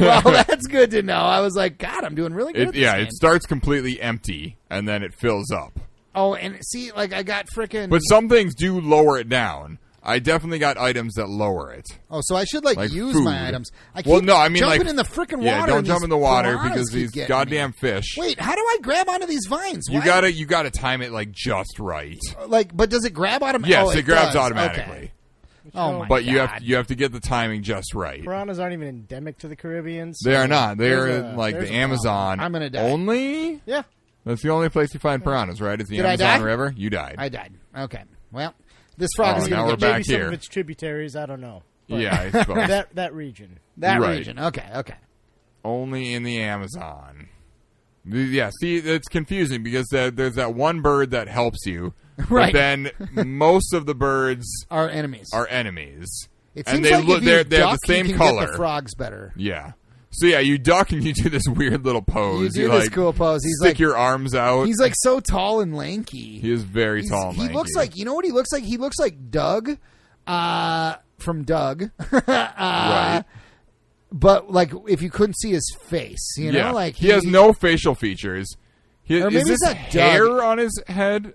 [SPEAKER 1] well, that's good to know. I was like, God, I'm doing really good. at
[SPEAKER 2] It,
[SPEAKER 1] this
[SPEAKER 2] yeah,
[SPEAKER 1] game.
[SPEAKER 2] it starts completely empty and then it fills up.
[SPEAKER 1] Oh, and see, like I got frickin'
[SPEAKER 2] But some things do lower it down. I definitely got items that lower it.
[SPEAKER 1] oh, so I should like,
[SPEAKER 2] like
[SPEAKER 1] use
[SPEAKER 2] food.
[SPEAKER 1] my items. I keep
[SPEAKER 2] Well, no, I mean,
[SPEAKER 1] jumping
[SPEAKER 2] like-
[SPEAKER 1] in the frickin' water.
[SPEAKER 2] Yeah, don't
[SPEAKER 1] and
[SPEAKER 2] jump
[SPEAKER 1] these
[SPEAKER 2] in the water
[SPEAKER 1] piranhas
[SPEAKER 2] because
[SPEAKER 1] keep
[SPEAKER 2] these
[SPEAKER 1] getting
[SPEAKER 2] goddamn
[SPEAKER 1] me.
[SPEAKER 2] fish.
[SPEAKER 1] Wait, how do I grab onto these vines?
[SPEAKER 2] you
[SPEAKER 1] Why-
[SPEAKER 2] gotta you gotta time it like just right.
[SPEAKER 1] like, but does Oh, it grab automatically?
[SPEAKER 2] Yes, it grabs automatically,
[SPEAKER 1] Oh my
[SPEAKER 2] but you
[SPEAKER 1] God.
[SPEAKER 2] have you have to get the timing just right.
[SPEAKER 4] piranhas aren't even endemic to the Caribbean. so
[SPEAKER 2] They are not. They are
[SPEAKER 4] there's
[SPEAKER 2] in
[SPEAKER 4] a-
[SPEAKER 2] like
[SPEAKER 4] there's
[SPEAKER 2] the
[SPEAKER 4] a problem.
[SPEAKER 2] Amazon.
[SPEAKER 1] I'm gonna die.
[SPEAKER 2] Only
[SPEAKER 4] Yeah,
[SPEAKER 2] that's the only place you find piranhas, right? Is the
[SPEAKER 1] Did I
[SPEAKER 2] Amazon
[SPEAKER 1] die?
[SPEAKER 2] River? You died.
[SPEAKER 1] I died. Okay. Well, this frog
[SPEAKER 2] Oh,
[SPEAKER 1] is
[SPEAKER 2] now
[SPEAKER 1] going to
[SPEAKER 2] we're
[SPEAKER 4] maybe
[SPEAKER 1] get me-
[SPEAKER 2] back
[SPEAKER 4] some
[SPEAKER 2] here.
[SPEAKER 4] of its tributaries. I don't know. But
[SPEAKER 2] yeah, I suppose.
[SPEAKER 4] that that region.
[SPEAKER 1] that
[SPEAKER 2] Right.
[SPEAKER 1] region. Okay. Okay.
[SPEAKER 2] only in the Amazon. Yeah, see, it's confusing because there- there's that one bird that helps you,
[SPEAKER 1] Right.
[SPEAKER 2] but then most of the birds
[SPEAKER 1] Our enemies.
[SPEAKER 2] are enemies,
[SPEAKER 1] it seems
[SPEAKER 2] and they
[SPEAKER 1] like
[SPEAKER 2] look
[SPEAKER 1] if you
[SPEAKER 2] they're they have
[SPEAKER 1] duck,
[SPEAKER 2] the
[SPEAKER 1] you
[SPEAKER 2] same
[SPEAKER 1] can
[SPEAKER 2] color.
[SPEAKER 1] Get the frogs better.
[SPEAKER 2] Yeah. So yeah, you duck and you do this weird little
[SPEAKER 1] You
[SPEAKER 2] pose.
[SPEAKER 1] do
[SPEAKER 2] You,
[SPEAKER 1] this
[SPEAKER 2] like
[SPEAKER 1] cool pose. He's
[SPEAKER 2] stick
[SPEAKER 1] like
[SPEAKER 2] your arms out.
[SPEAKER 1] he's like so tall and lanky.
[SPEAKER 2] he is very
[SPEAKER 1] He's-
[SPEAKER 2] tall. and
[SPEAKER 1] He looks
[SPEAKER 2] lanky.
[SPEAKER 1] like you know what he looks like. He looks like Doug uh, from Doug, uh,
[SPEAKER 2] Right.
[SPEAKER 1] but like if you couldn't see his face, you know,
[SPEAKER 2] yeah.
[SPEAKER 1] like
[SPEAKER 2] he, has no facial features. He,
[SPEAKER 1] Or maybe
[SPEAKER 2] is
[SPEAKER 1] it's
[SPEAKER 2] this
[SPEAKER 1] not
[SPEAKER 2] hair
[SPEAKER 1] Doug.
[SPEAKER 2] on his head?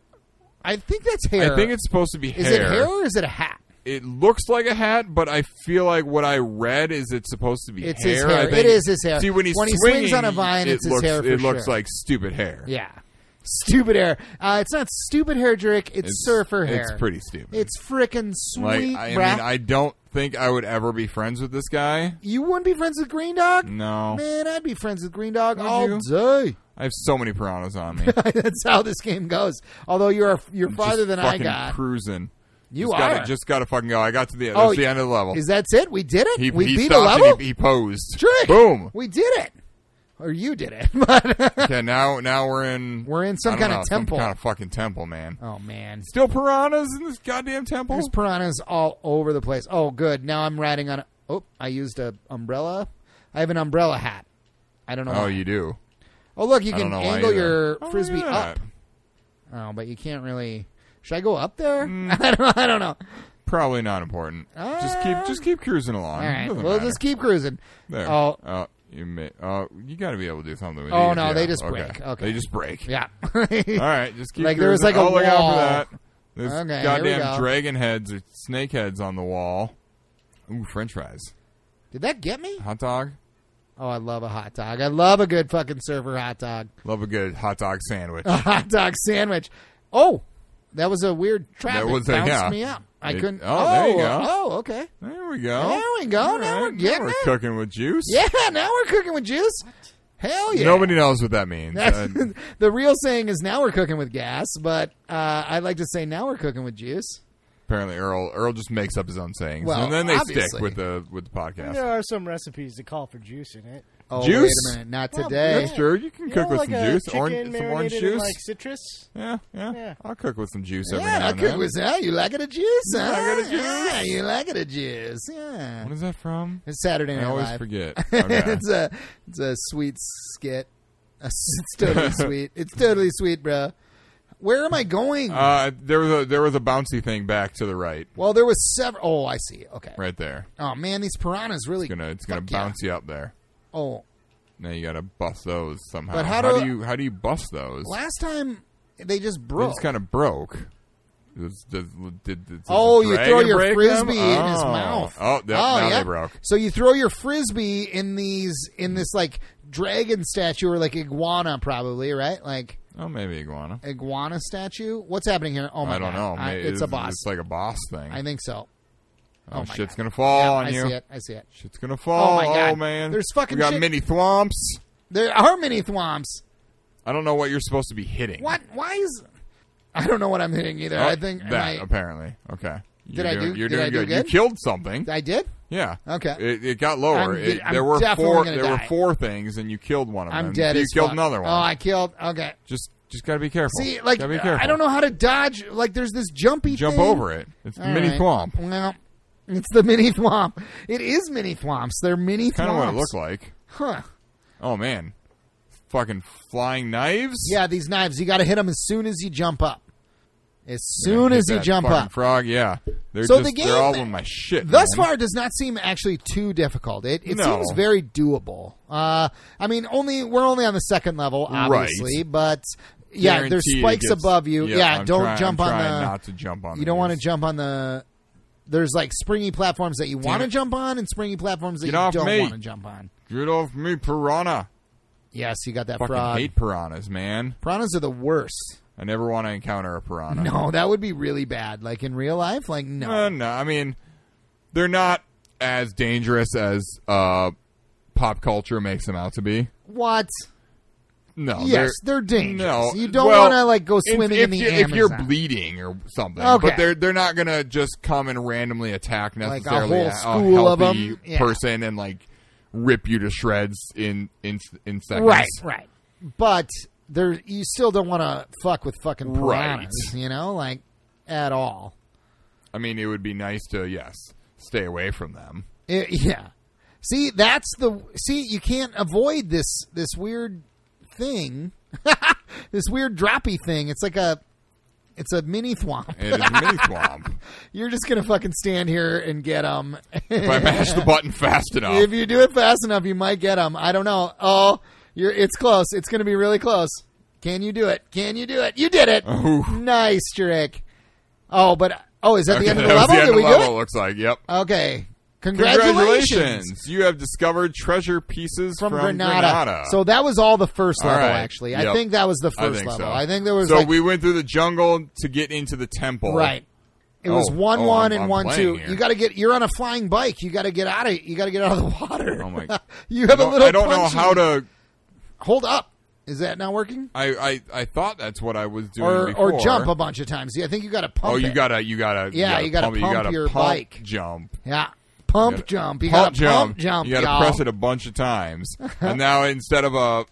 [SPEAKER 1] I think that's hair.
[SPEAKER 2] I think it's supposed to be
[SPEAKER 1] is it hair or is it a hat?
[SPEAKER 2] It looks like a hat, but I feel like what I read is it's supposed to be
[SPEAKER 1] It's
[SPEAKER 2] hair.
[SPEAKER 1] his
[SPEAKER 2] I
[SPEAKER 1] hair.
[SPEAKER 2] think-
[SPEAKER 1] It is his hair.
[SPEAKER 2] See when he's
[SPEAKER 1] When he
[SPEAKER 2] swinging,
[SPEAKER 1] swings on a vine,
[SPEAKER 2] it
[SPEAKER 1] it's his
[SPEAKER 2] looks,
[SPEAKER 1] hair for
[SPEAKER 2] It looks
[SPEAKER 1] sure.
[SPEAKER 2] like stupid hair.
[SPEAKER 1] Yeah, stupid hair. Uh, it's not stupid hair, Drake. It's,
[SPEAKER 2] It's-
[SPEAKER 1] surfer hair.
[SPEAKER 2] It's pretty stupid.
[SPEAKER 1] It's freaking sweet,
[SPEAKER 2] like I
[SPEAKER 1] bruh.
[SPEAKER 2] mean, I don't think I would ever be friends with this guy.
[SPEAKER 1] you wouldn't be friends with Green Dog.
[SPEAKER 2] No,
[SPEAKER 1] Man, I'd be friends with Green Dog all
[SPEAKER 2] you?
[SPEAKER 1] day.
[SPEAKER 2] I have so many piranhas on me.
[SPEAKER 1] That's how this game goes. Although you're you're farther
[SPEAKER 2] Just
[SPEAKER 1] than I
[SPEAKER 2] fucking
[SPEAKER 1] got.
[SPEAKER 2] Cruising.
[SPEAKER 1] You
[SPEAKER 2] just
[SPEAKER 1] are.
[SPEAKER 2] Gotta, just gotta fucking go. I got to the.
[SPEAKER 1] Oh,
[SPEAKER 2] that's the end of the level.
[SPEAKER 1] Is that it? We did it.
[SPEAKER 2] he
[SPEAKER 1] we
[SPEAKER 2] he
[SPEAKER 1] beat a
[SPEAKER 2] stopped
[SPEAKER 1] level.
[SPEAKER 2] And he, he posed.
[SPEAKER 1] Drake,
[SPEAKER 2] Boom.
[SPEAKER 1] We did it, or you did it. But
[SPEAKER 2] Okay, now now we're in.
[SPEAKER 1] We're in some
[SPEAKER 2] I don't
[SPEAKER 1] kind of
[SPEAKER 2] know,
[SPEAKER 1] temple.
[SPEAKER 2] Some kind of fucking temple, man.
[SPEAKER 1] oh man,
[SPEAKER 2] Still piranhas in this goddamn temple.
[SPEAKER 1] there's piranhas all over the place. Oh, good. Now I'm riding on. A, oh, I used a umbrella. I have an umbrella hat. I don't know.
[SPEAKER 2] Oh,
[SPEAKER 1] why.
[SPEAKER 2] you do.
[SPEAKER 1] oh look, you
[SPEAKER 2] I don't
[SPEAKER 1] can
[SPEAKER 2] know why
[SPEAKER 1] angle
[SPEAKER 2] either.
[SPEAKER 1] your
[SPEAKER 2] Oh,
[SPEAKER 1] frisbee
[SPEAKER 2] yeah.
[SPEAKER 1] up. Oh, but you can't really. Should I go up there?
[SPEAKER 2] Mm.
[SPEAKER 1] I don't. I don't know.
[SPEAKER 2] Probably not important. just keep just keep cruising along.
[SPEAKER 1] All
[SPEAKER 2] It
[SPEAKER 1] right,
[SPEAKER 2] doesn't
[SPEAKER 1] we'll
[SPEAKER 2] matter.
[SPEAKER 1] just keep cruising.
[SPEAKER 2] there.
[SPEAKER 1] Oh,
[SPEAKER 2] Oh, you may. Oh, you got to be able to do something. With
[SPEAKER 1] Oh,
[SPEAKER 2] these.
[SPEAKER 1] no,
[SPEAKER 2] Yeah,
[SPEAKER 1] they just
[SPEAKER 2] okay.
[SPEAKER 1] break. Okay.
[SPEAKER 2] They just break.
[SPEAKER 1] yeah.
[SPEAKER 2] All right, just keep.
[SPEAKER 1] Like, there was, like,
[SPEAKER 2] cruising.
[SPEAKER 1] a
[SPEAKER 2] oh, look
[SPEAKER 1] wall.
[SPEAKER 2] out for that. There's
[SPEAKER 1] Okay, here we
[SPEAKER 2] goddamn
[SPEAKER 1] go.
[SPEAKER 2] dragon heads or snake heads on the wall. Ooh, French fries,
[SPEAKER 1] Did that get me?
[SPEAKER 2] hot dog.
[SPEAKER 1] Oh, I love a hot dog. I love a good fucking server hot dog.
[SPEAKER 2] Love a good hot dog sandwich.
[SPEAKER 1] A hot dog sandwich. Oh, that was a weird traffic.
[SPEAKER 2] That was a-
[SPEAKER 1] bounced
[SPEAKER 2] yeah.
[SPEAKER 1] me up. I
[SPEAKER 2] It-
[SPEAKER 1] couldn't.
[SPEAKER 2] oh, there you go.
[SPEAKER 1] Oh, okay.
[SPEAKER 2] there we go.
[SPEAKER 1] There we go.
[SPEAKER 2] All
[SPEAKER 1] Now
[SPEAKER 2] right,
[SPEAKER 1] we're getting
[SPEAKER 2] we're
[SPEAKER 1] it.
[SPEAKER 2] cooking with juice.
[SPEAKER 1] Yeah, now we're cooking with juice. Hell yeah.
[SPEAKER 2] Nobody knows what that means.
[SPEAKER 1] That's-
[SPEAKER 2] Uh,
[SPEAKER 1] the real saying is now we're cooking with gas, but uh, I like to say now we're cooking with juice.
[SPEAKER 2] Apparently, Earl Earl just makes up his own sayings,
[SPEAKER 1] Well,
[SPEAKER 2] and then they
[SPEAKER 1] obviously.
[SPEAKER 2] stick with the with the podcast.
[SPEAKER 4] There are some recipes that call for juice in it.
[SPEAKER 1] Oh,
[SPEAKER 2] Juice?
[SPEAKER 1] wait a minute. Not
[SPEAKER 4] Well,
[SPEAKER 1] today.
[SPEAKER 2] That's true. You can
[SPEAKER 4] You
[SPEAKER 2] cook
[SPEAKER 4] know,
[SPEAKER 2] with
[SPEAKER 4] like
[SPEAKER 2] some
[SPEAKER 4] a
[SPEAKER 2] juice,
[SPEAKER 4] chicken
[SPEAKER 2] orange, some orange
[SPEAKER 4] marinated in,
[SPEAKER 2] juice.
[SPEAKER 4] like citrus.
[SPEAKER 2] yeah, yeah,
[SPEAKER 4] Yeah.
[SPEAKER 2] I'll cook with some juice every
[SPEAKER 1] Yeah,
[SPEAKER 2] now
[SPEAKER 1] I
[SPEAKER 2] and
[SPEAKER 1] cook
[SPEAKER 2] then.
[SPEAKER 1] with that. You like it a juice? huh?
[SPEAKER 2] like it a juice?
[SPEAKER 1] Yeah, you like it a juice. Yeah.
[SPEAKER 2] What is that from?
[SPEAKER 1] It's Saturday
[SPEAKER 2] I
[SPEAKER 1] Night
[SPEAKER 2] always
[SPEAKER 1] Live.
[SPEAKER 2] forget. Okay.
[SPEAKER 1] it's a it's a sweet skit. It's totally sweet. It's totally sweet, bro. Where am I going?
[SPEAKER 2] uh, there was a there was a bouncy thing back to the right,
[SPEAKER 1] well, there was several. Oh, I see. Okay.
[SPEAKER 2] right there.
[SPEAKER 1] Oh man, these piranhas really
[SPEAKER 2] It's gonna it's gonna
[SPEAKER 1] Fuck yeah.
[SPEAKER 2] bounce you up there.
[SPEAKER 1] Oh,
[SPEAKER 2] Now you gotta bust those somehow.
[SPEAKER 1] But how do-
[SPEAKER 2] do you how do you bust those?
[SPEAKER 1] last time they just
[SPEAKER 2] They
[SPEAKER 1] broke.
[SPEAKER 2] just kind of broke. Does- does- did- did- does
[SPEAKER 1] Oh,
[SPEAKER 2] the
[SPEAKER 1] you
[SPEAKER 2] dragon
[SPEAKER 1] throw your
[SPEAKER 2] break them?
[SPEAKER 1] frisbee in his
[SPEAKER 2] Oh.
[SPEAKER 1] mouth.
[SPEAKER 2] Oh, no, now
[SPEAKER 1] yeah.
[SPEAKER 2] they broke.
[SPEAKER 1] So you throw your frisbee in these in this like dragon statue or like iguana probably right like
[SPEAKER 2] Oh, maybe iguana.
[SPEAKER 1] iguana statue. What's happening here? Oh my
[SPEAKER 2] I don't
[SPEAKER 1] God.
[SPEAKER 2] know.
[SPEAKER 1] I-
[SPEAKER 2] Maybe
[SPEAKER 1] it's a boss.
[SPEAKER 2] It's like a boss thing.
[SPEAKER 1] I think so.
[SPEAKER 2] oh,
[SPEAKER 1] my
[SPEAKER 2] shit's
[SPEAKER 1] God.
[SPEAKER 2] gonna fall
[SPEAKER 1] Yeah,
[SPEAKER 2] on
[SPEAKER 1] I
[SPEAKER 2] you.
[SPEAKER 1] see it. I see it.
[SPEAKER 2] Shit's gonna fall.
[SPEAKER 1] Oh, my God.
[SPEAKER 2] man.
[SPEAKER 1] There's fucking
[SPEAKER 2] We got
[SPEAKER 1] shit-
[SPEAKER 2] mini thwomps.
[SPEAKER 1] There are mini thwomps.
[SPEAKER 2] I don't know what you're supposed to be hitting.
[SPEAKER 1] What? Why is? I don't know what I'm hitting either.
[SPEAKER 2] Oh,
[SPEAKER 1] I think am
[SPEAKER 2] that
[SPEAKER 1] I,
[SPEAKER 2] apparently. Okay. You're
[SPEAKER 1] I
[SPEAKER 2] doing,
[SPEAKER 1] do-
[SPEAKER 2] You're
[SPEAKER 1] did
[SPEAKER 2] doing
[SPEAKER 1] I do
[SPEAKER 2] good.
[SPEAKER 1] good?
[SPEAKER 2] You killed something.
[SPEAKER 1] I did.
[SPEAKER 2] yeah.
[SPEAKER 1] Okay.
[SPEAKER 2] It, it got lower.
[SPEAKER 1] I'm-
[SPEAKER 2] It-
[SPEAKER 1] I'm
[SPEAKER 2] there were
[SPEAKER 1] definitely
[SPEAKER 2] four.
[SPEAKER 1] gonna
[SPEAKER 2] There
[SPEAKER 1] die.
[SPEAKER 2] were four things, and you killed one of them.
[SPEAKER 1] I'm dead.
[SPEAKER 2] Um, You
[SPEAKER 1] as
[SPEAKER 2] killed
[SPEAKER 1] fuck.
[SPEAKER 2] another one.
[SPEAKER 1] Oh, I killed. Okay.
[SPEAKER 2] just just got to be careful.
[SPEAKER 1] See, like
[SPEAKER 2] gotta be
[SPEAKER 1] I
[SPEAKER 2] careful.
[SPEAKER 1] don't know how to dodge. Like there's this jumpy.
[SPEAKER 2] Jump
[SPEAKER 1] thing.
[SPEAKER 2] over it. It's
[SPEAKER 1] All
[SPEAKER 2] mini
[SPEAKER 1] right.
[SPEAKER 2] swamp.
[SPEAKER 1] Well, it's the mini thwomp. It is mini thwomps. They're mini thwomps.
[SPEAKER 2] Kind of what it looked like.
[SPEAKER 1] Huh.
[SPEAKER 2] Oh man, fucking flying knives.
[SPEAKER 1] Yeah, these knives. You got to hit them as soon as you jump up. As
[SPEAKER 2] Man,
[SPEAKER 1] soon
[SPEAKER 2] hit
[SPEAKER 1] as you
[SPEAKER 2] that
[SPEAKER 1] jump
[SPEAKER 2] fucking
[SPEAKER 1] up.
[SPEAKER 2] Frog. Yeah. They're
[SPEAKER 1] So
[SPEAKER 2] just,
[SPEAKER 1] the game-
[SPEAKER 2] They're all in my shit.
[SPEAKER 1] Thus
[SPEAKER 2] man.
[SPEAKER 1] far, it does not seem actually too difficult. It, it
[SPEAKER 2] Mm-hmm. No.
[SPEAKER 1] seems very doable. Uh, I mean, only we're only on the second level, obviously, but yeah,
[SPEAKER 2] Guarantee
[SPEAKER 1] there's
[SPEAKER 2] it
[SPEAKER 1] spikes
[SPEAKER 2] gets-
[SPEAKER 1] above you.
[SPEAKER 2] Yep,
[SPEAKER 1] yeah,
[SPEAKER 2] I'm
[SPEAKER 1] don't
[SPEAKER 2] trying-
[SPEAKER 1] jump
[SPEAKER 2] I'm
[SPEAKER 1] on
[SPEAKER 2] trying
[SPEAKER 1] the.
[SPEAKER 2] Not to jump on.
[SPEAKER 1] you don't want to
[SPEAKER 2] these.
[SPEAKER 1] jump on the. There's like springy platforms that you want to
[SPEAKER 2] it.
[SPEAKER 1] jump on, and springy platforms that
[SPEAKER 2] Get
[SPEAKER 1] you
[SPEAKER 2] off
[SPEAKER 1] don't
[SPEAKER 2] me.
[SPEAKER 1] want to jump on.
[SPEAKER 2] Get off me, piranha.
[SPEAKER 1] Yes, you got that
[SPEAKER 2] Fucking
[SPEAKER 1] frog.
[SPEAKER 2] hate piranhas, man.
[SPEAKER 1] Piranhas are the worst.
[SPEAKER 2] I never want to encounter a piranha.
[SPEAKER 1] No, that would be really bad. Like in real life, like no.
[SPEAKER 2] Uh, no, I mean, they're not as dangerous as uh, pop culture makes them out to be.
[SPEAKER 1] what?
[SPEAKER 2] No,
[SPEAKER 1] Yes,
[SPEAKER 2] they're,
[SPEAKER 1] they're dangerous.
[SPEAKER 2] no.
[SPEAKER 1] You don't
[SPEAKER 2] Well,
[SPEAKER 1] want to like go
[SPEAKER 2] if-
[SPEAKER 1] swimming
[SPEAKER 2] if,
[SPEAKER 1] in the
[SPEAKER 2] you,
[SPEAKER 1] Amazon.
[SPEAKER 2] if you're bleeding or something.
[SPEAKER 1] Okay.
[SPEAKER 2] But they're they're not gonna just come and randomly attack
[SPEAKER 1] Like a
[SPEAKER 2] necessarily
[SPEAKER 1] whole school of
[SPEAKER 2] healthy
[SPEAKER 1] 'em. Yeah.
[SPEAKER 2] person and like rip you to shreds in in in seconds.
[SPEAKER 1] right, right. But there, you still don't want to fuck with fucking piranhas.
[SPEAKER 2] Right.
[SPEAKER 1] You know, like at all.
[SPEAKER 2] I mean, it would be nice to yes stay away from them.
[SPEAKER 1] I- Eh, yeah. See, that's the see. You can't avoid this this weird thing, this weird droppy thing. It's like a, it's a mini thwomp.
[SPEAKER 2] It is a mini swamp.
[SPEAKER 1] You're just gonna fucking stand here and get them.
[SPEAKER 2] If I mash the button fast enough,
[SPEAKER 1] If you do it fast enough, you might get them. I don't know. Oh, you're it's close. It's going to be really close. Can you do it? Can you do it? You did it.
[SPEAKER 2] Oof.
[SPEAKER 1] Nice trick. Oh, but oh, is that the end of
[SPEAKER 2] Okay,
[SPEAKER 1] the
[SPEAKER 2] that was
[SPEAKER 1] level?
[SPEAKER 2] the end
[SPEAKER 1] Did
[SPEAKER 2] of
[SPEAKER 1] we
[SPEAKER 2] the
[SPEAKER 1] do
[SPEAKER 2] level,
[SPEAKER 1] it?
[SPEAKER 2] looks like. Yep.
[SPEAKER 1] Okay. Congratulations.
[SPEAKER 2] Congratulations! You have discovered treasure pieces
[SPEAKER 1] From,
[SPEAKER 2] from,
[SPEAKER 1] Granada. So that was all the first
[SPEAKER 2] All
[SPEAKER 1] level
[SPEAKER 2] right.
[SPEAKER 1] actually. I
[SPEAKER 2] Yep.
[SPEAKER 1] think that was the
[SPEAKER 2] I
[SPEAKER 1] first
[SPEAKER 2] think
[SPEAKER 1] level.
[SPEAKER 2] so.
[SPEAKER 1] I think there was
[SPEAKER 2] So
[SPEAKER 1] like,
[SPEAKER 2] we went through the jungle to get into the temple.
[SPEAKER 1] right. It was
[SPEAKER 2] Oh,
[SPEAKER 1] one
[SPEAKER 2] oh,
[SPEAKER 1] one
[SPEAKER 2] I'm-
[SPEAKER 1] and
[SPEAKER 2] I'm
[SPEAKER 1] one
[SPEAKER 2] playing
[SPEAKER 1] two.
[SPEAKER 2] here.
[SPEAKER 1] You got to get. You're on a flying bike. You got to get out of. You got to get out of the water.
[SPEAKER 2] Oh my-
[SPEAKER 1] you have
[SPEAKER 2] I
[SPEAKER 1] a
[SPEAKER 2] don't-
[SPEAKER 1] little.
[SPEAKER 2] I don't know
[SPEAKER 1] punchy-
[SPEAKER 2] how to.
[SPEAKER 1] hold up. Is that not working?
[SPEAKER 2] I, I I thought that's what I was doing
[SPEAKER 1] Or
[SPEAKER 2] before.
[SPEAKER 1] or jump a bunch of times. Yeah, I think you got to pump.
[SPEAKER 2] Oh, you
[SPEAKER 1] it.
[SPEAKER 2] gotta you gotta
[SPEAKER 1] Yeah, you gotta
[SPEAKER 2] you
[SPEAKER 1] pump
[SPEAKER 2] gotta
[SPEAKER 1] your
[SPEAKER 2] pump
[SPEAKER 1] bike.
[SPEAKER 2] jump.
[SPEAKER 1] yeah pump
[SPEAKER 2] gotta-
[SPEAKER 1] jump. You got
[SPEAKER 2] pump
[SPEAKER 1] to pump jump.
[SPEAKER 2] You gotta
[SPEAKER 1] y'all.
[SPEAKER 2] press it a bunch of times, and now instead of a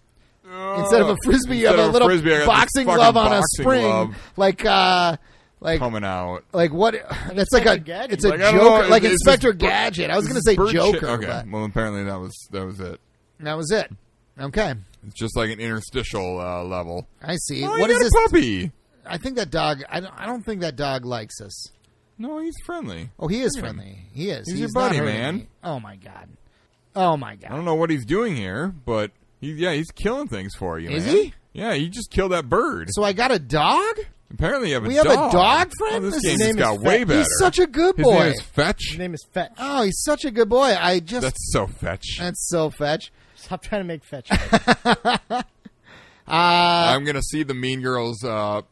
[SPEAKER 1] instead of a frisbee, you have
[SPEAKER 2] Instead
[SPEAKER 1] a
[SPEAKER 2] of a
[SPEAKER 1] little
[SPEAKER 2] frisbee, I got this
[SPEAKER 1] boxing
[SPEAKER 2] fucking
[SPEAKER 1] glove on a
[SPEAKER 2] boxing
[SPEAKER 1] spring,
[SPEAKER 2] glove.
[SPEAKER 1] like uh, like.
[SPEAKER 2] coming out.
[SPEAKER 1] Like what? That's like a
[SPEAKER 4] Inspector Gadget.
[SPEAKER 1] it's a
[SPEAKER 2] Like, I don't
[SPEAKER 1] Joker,
[SPEAKER 2] know,
[SPEAKER 1] like
[SPEAKER 2] it's- it's
[SPEAKER 1] Inspector
[SPEAKER 2] just Bert-
[SPEAKER 1] Gadget. I was
[SPEAKER 2] This
[SPEAKER 1] gonna
[SPEAKER 2] is
[SPEAKER 1] say
[SPEAKER 2] bird shit-
[SPEAKER 1] Joker,
[SPEAKER 2] Okay,
[SPEAKER 1] but
[SPEAKER 2] well apparently that was that was it.
[SPEAKER 1] that was it. Okay,
[SPEAKER 2] It's just like an interstitial uh, level.
[SPEAKER 1] I see.
[SPEAKER 2] Oh,
[SPEAKER 1] what
[SPEAKER 2] you
[SPEAKER 1] is
[SPEAKER 2] got
[SPEAKER 1] this?
[SPEAKER 2] a puppy?
[SPEAKER 1] I think that dog. I don't, I don't think that dog likes us.
[SPEAKER 2] No, he's friendly.
[SPEAKER 1] Oh, he is friendly. He is.
[SPEAKER 2] He's your
[SPEAKER 1] not
[SPEAKER 2] buddy,
[SPEAKER 1] hurting
[SPEAKER 2] man.
[SPEAKER 1] me. Oh my god. Oh my
[SPEAKER 2] I
[SPEAKER 1] god.
[SPEAKER 2] don't know what he's doing here, but he, yeah, he's killing things for you.
[SPEAKER 1] Is
[SPEAKER 2] man.
[SPEAKER 1] he?
[SPEAKER 2] Yeah, he just killed that bird.
[SPEAKER 1] So I got a dog.
[SPEAKER 2] Apparently, you have a
[SPEAKER 1] We
[SPEAKER 2] dog.
[SPEAKER 1] have a dog friend.
[SPEAKER 2] Oh, this,
[SPEAKER 1] His
[SPEAKER 2] game
[SPEAKER 1] name
[SPEAKER 2] just
[SPEAKER 1] is
[SPEAKER 2] got
[SPEAKER 1] Fe-
[SPEAKER 2] way better.
[SPEAKER 1] He's such a good
[SPEAKER 2] His
[SPEAKER 1] boy.
[SPEAKER 2] name is Fetch.
[SPEAKER 4] His name is Fetch.
[SPEAKER 1] oh, he's such a good boy. I just that's,
[SPEAKER 2] That's so
[SPEAKER 1] Uh,
[SPEAKER 2] Fetch.
[SPEAKER 1] so fetch.
[SPEAKER 4] Stop trying to make Fetch.
[SPEAKER 2] I'm gonna see the Mean Girls uh,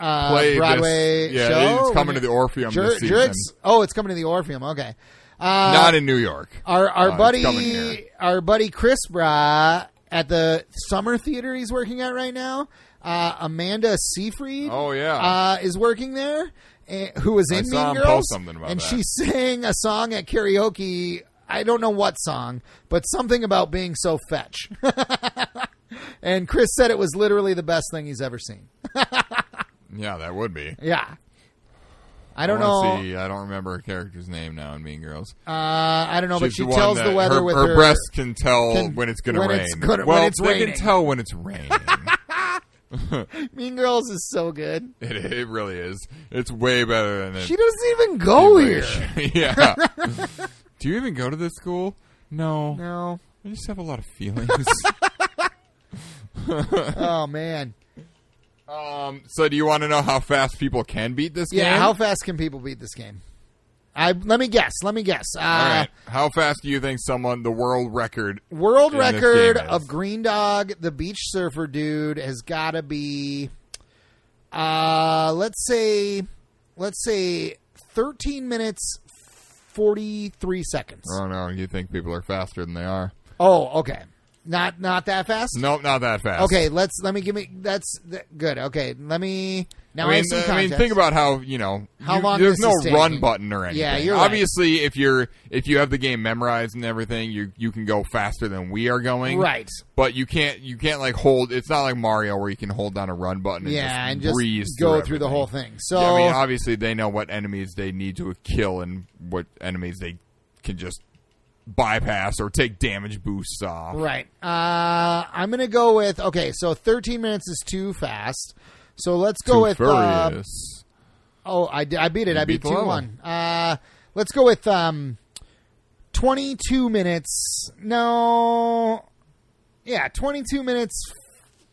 [SPEAKER 1] Uh,
[SPEAKER 2] play
[SPEAKER 1] Broadway
[SPEAKER 2] this. Yeah,
[SPEAKER 1] show.
[SPEAKER 2] it's coming to
[SPEAKER 1] When
[SPEAKER 2] the
[SPEAKER 1] you-
[SPEAKER 2] Orpheum
[SPEAKER 1] Jer-
[SPEAKER 2] this season.
[SPEAKER 1] Jerks? Oh, it's coming to the Orpheum. Okay. Uh,
[SPEAKER 2] Not in New York.
[SPEAKER 1] our
[SPEAKER 2] Uh,
[SPEAKER 1] our
[SPEAKER 2] it's coming here.
[SPEAKER 1] buddy our buddy Chris Bra at the summer theater he's working at right now. Uh, Amanda Seyfried.
[SPEAKER 2] Oh, yeah.
[SPEAKER 1] uh, is working there. eh, Who was in
[SPEAKER 2] I
[SPEAKER 1] Mean
[SPEAKER 2] saw him
[SPEAKER 1] Girls?
[SPEAKER 2] post something about
[SPEAKER 1] and
[SPEAKER 2] that.
[SPEAKER 1] she sang a song at karaoke. I don't know what song, but something about being so fetch. and Chris said it was literally the best thing he's ever seen.
[SPEAKER 2] Yeah, that would be.
[SPEAKER 1] Yeah. I don't
[SPEAKER 2] wanna
[SPEAKER 1] know.
[SPEAKER 2] See, I don't remember her character's name now in Mean Girls.
[SPEAKER 1] Uh, I don't know, but
[SPEAKER 2] She's
[SPEAKER 1] she
[SPEAKER 2] one
[SPEAKER 1] tells
[SPEAKER 2] that
[SPEAKER 1] the weather
[SPEAKER 2] her,
[SPEAKER 1] with
[SPEAKER 2] her
[SPEAKER 1] her
[SPEAKER 2] breasts can tell
[SPEAKER 1] can-
[SPEAKER 2] when it's going to
[SPEAKER 1] when
[SPEAKER 2] rain.
[SPEAKER 1] it's gonna-
[SPEAKER 2] well,
[SPEAKER 1] when it's
[SPEAKER 2] they
[SPEAKER 1] raining.
[SPEAKER 2] can tell when it's raining.
[SPEAKER 1] Mean Girls is so good.
[SPEAKER 2] it, it really is. It's way better than it.
[SPEAKER 1] She doesn't even go here.
[SPEAKER 2] yeah. Do you even go to this school? No.
[SPEAKER 1] No.
[SPEAKER 2] I just have a lot of feelings.
[SPEAKER 1] Oh man.
[SPEAKER 2] um. So, do you want to know how fast people can beat this
[SPEAKER 1] Yeah.
[SPEAKER 2] game?
[SPEAKER 1] How fast can people beat this game? I let me guess. Let me guess. Uh,
[SPEAKER 2] All right. How fast do you think someone the world record?
[SPEAKER 1] World
[SPEAKER 2] In this
[SPEAKER 1] record
[SPEAKER 2] game is.
[SPEAKER 1] of Green Dog, the beach surfer dude, has got to be, uh, let's say, let's say, thirteen minutes, forty three seconds.
[SPEAKER 2] Oh no, you think people are faster than they are?
[SPEAKER 1] Oh, okay. Not not that fast.
[SPEAKER 2] Nope, not that fast.
[SPEAKER 1] Okay, let's let me give me that's th- good. Okay, let me now
[SPEAKER 2] I
[SPEAKER 1] I,
[SPEAKER 2] mean,
[SPEAKER 1] have some
[SPEAKER 2] I mean,
[SPEAKER 1] context.
[SPEAKER 2] think about how you know.
[SPEAKER 1] How
[SPEAKER 2] you-
[SPEAKER 1] long
[SPEAKER 2] There's
[SPEAKER 1] this
[SPEAKER 2] no
[SPEAKER 1] is
[SPEAKER 2] run
[SPEAKER 1] taking.
[SPEAKER 2] button or anything.
[SPEAKER 1] Yeah, you're right.
[SPEAKER 2] obviously if you're if you have the game memorized and everything, you you can go faster than we are going.
[SPEAKER 1] right.
[SPEAKER 2] But you can't you can't like hold. It's not like Mario where you can hold down a run button. And
[SPEAKER 1] Yeah,
[SPEAKER 2] just
[SPEAKER 1] and just
[SPEAKER 2] breeze
[SPEAKER 1] go
[SPEAKER 2] through,
[SPEAKER 1] through the
[SPEAKER 2] everything.
[SPEAKER 1] whole thing. So
[SPEAKER 2] Yeah, I mean, obviously they know what enemies they need to kill and what enemies they can just bypass or take damage boosts off.
[SPEAKER 1] Right. Uh, I'm going to go with okay. So 13 minutes is too fast. So let's go
[SPEAKER 2] Too
[SPEAKER 1] with uh,
[SPEAKER 2] furious.
[SPEAKER 1] oh I, di- I beat it. I
[SPEAKER 2] beat
[SPEAKER 1] beat
[SPEAKER 2] the
[SPEAKER 1] two
[SPEAKER 2] level.
[SPEAKER 1] one. Uh, let's go with um, 22 minutes. No, yeah, 22 minutes,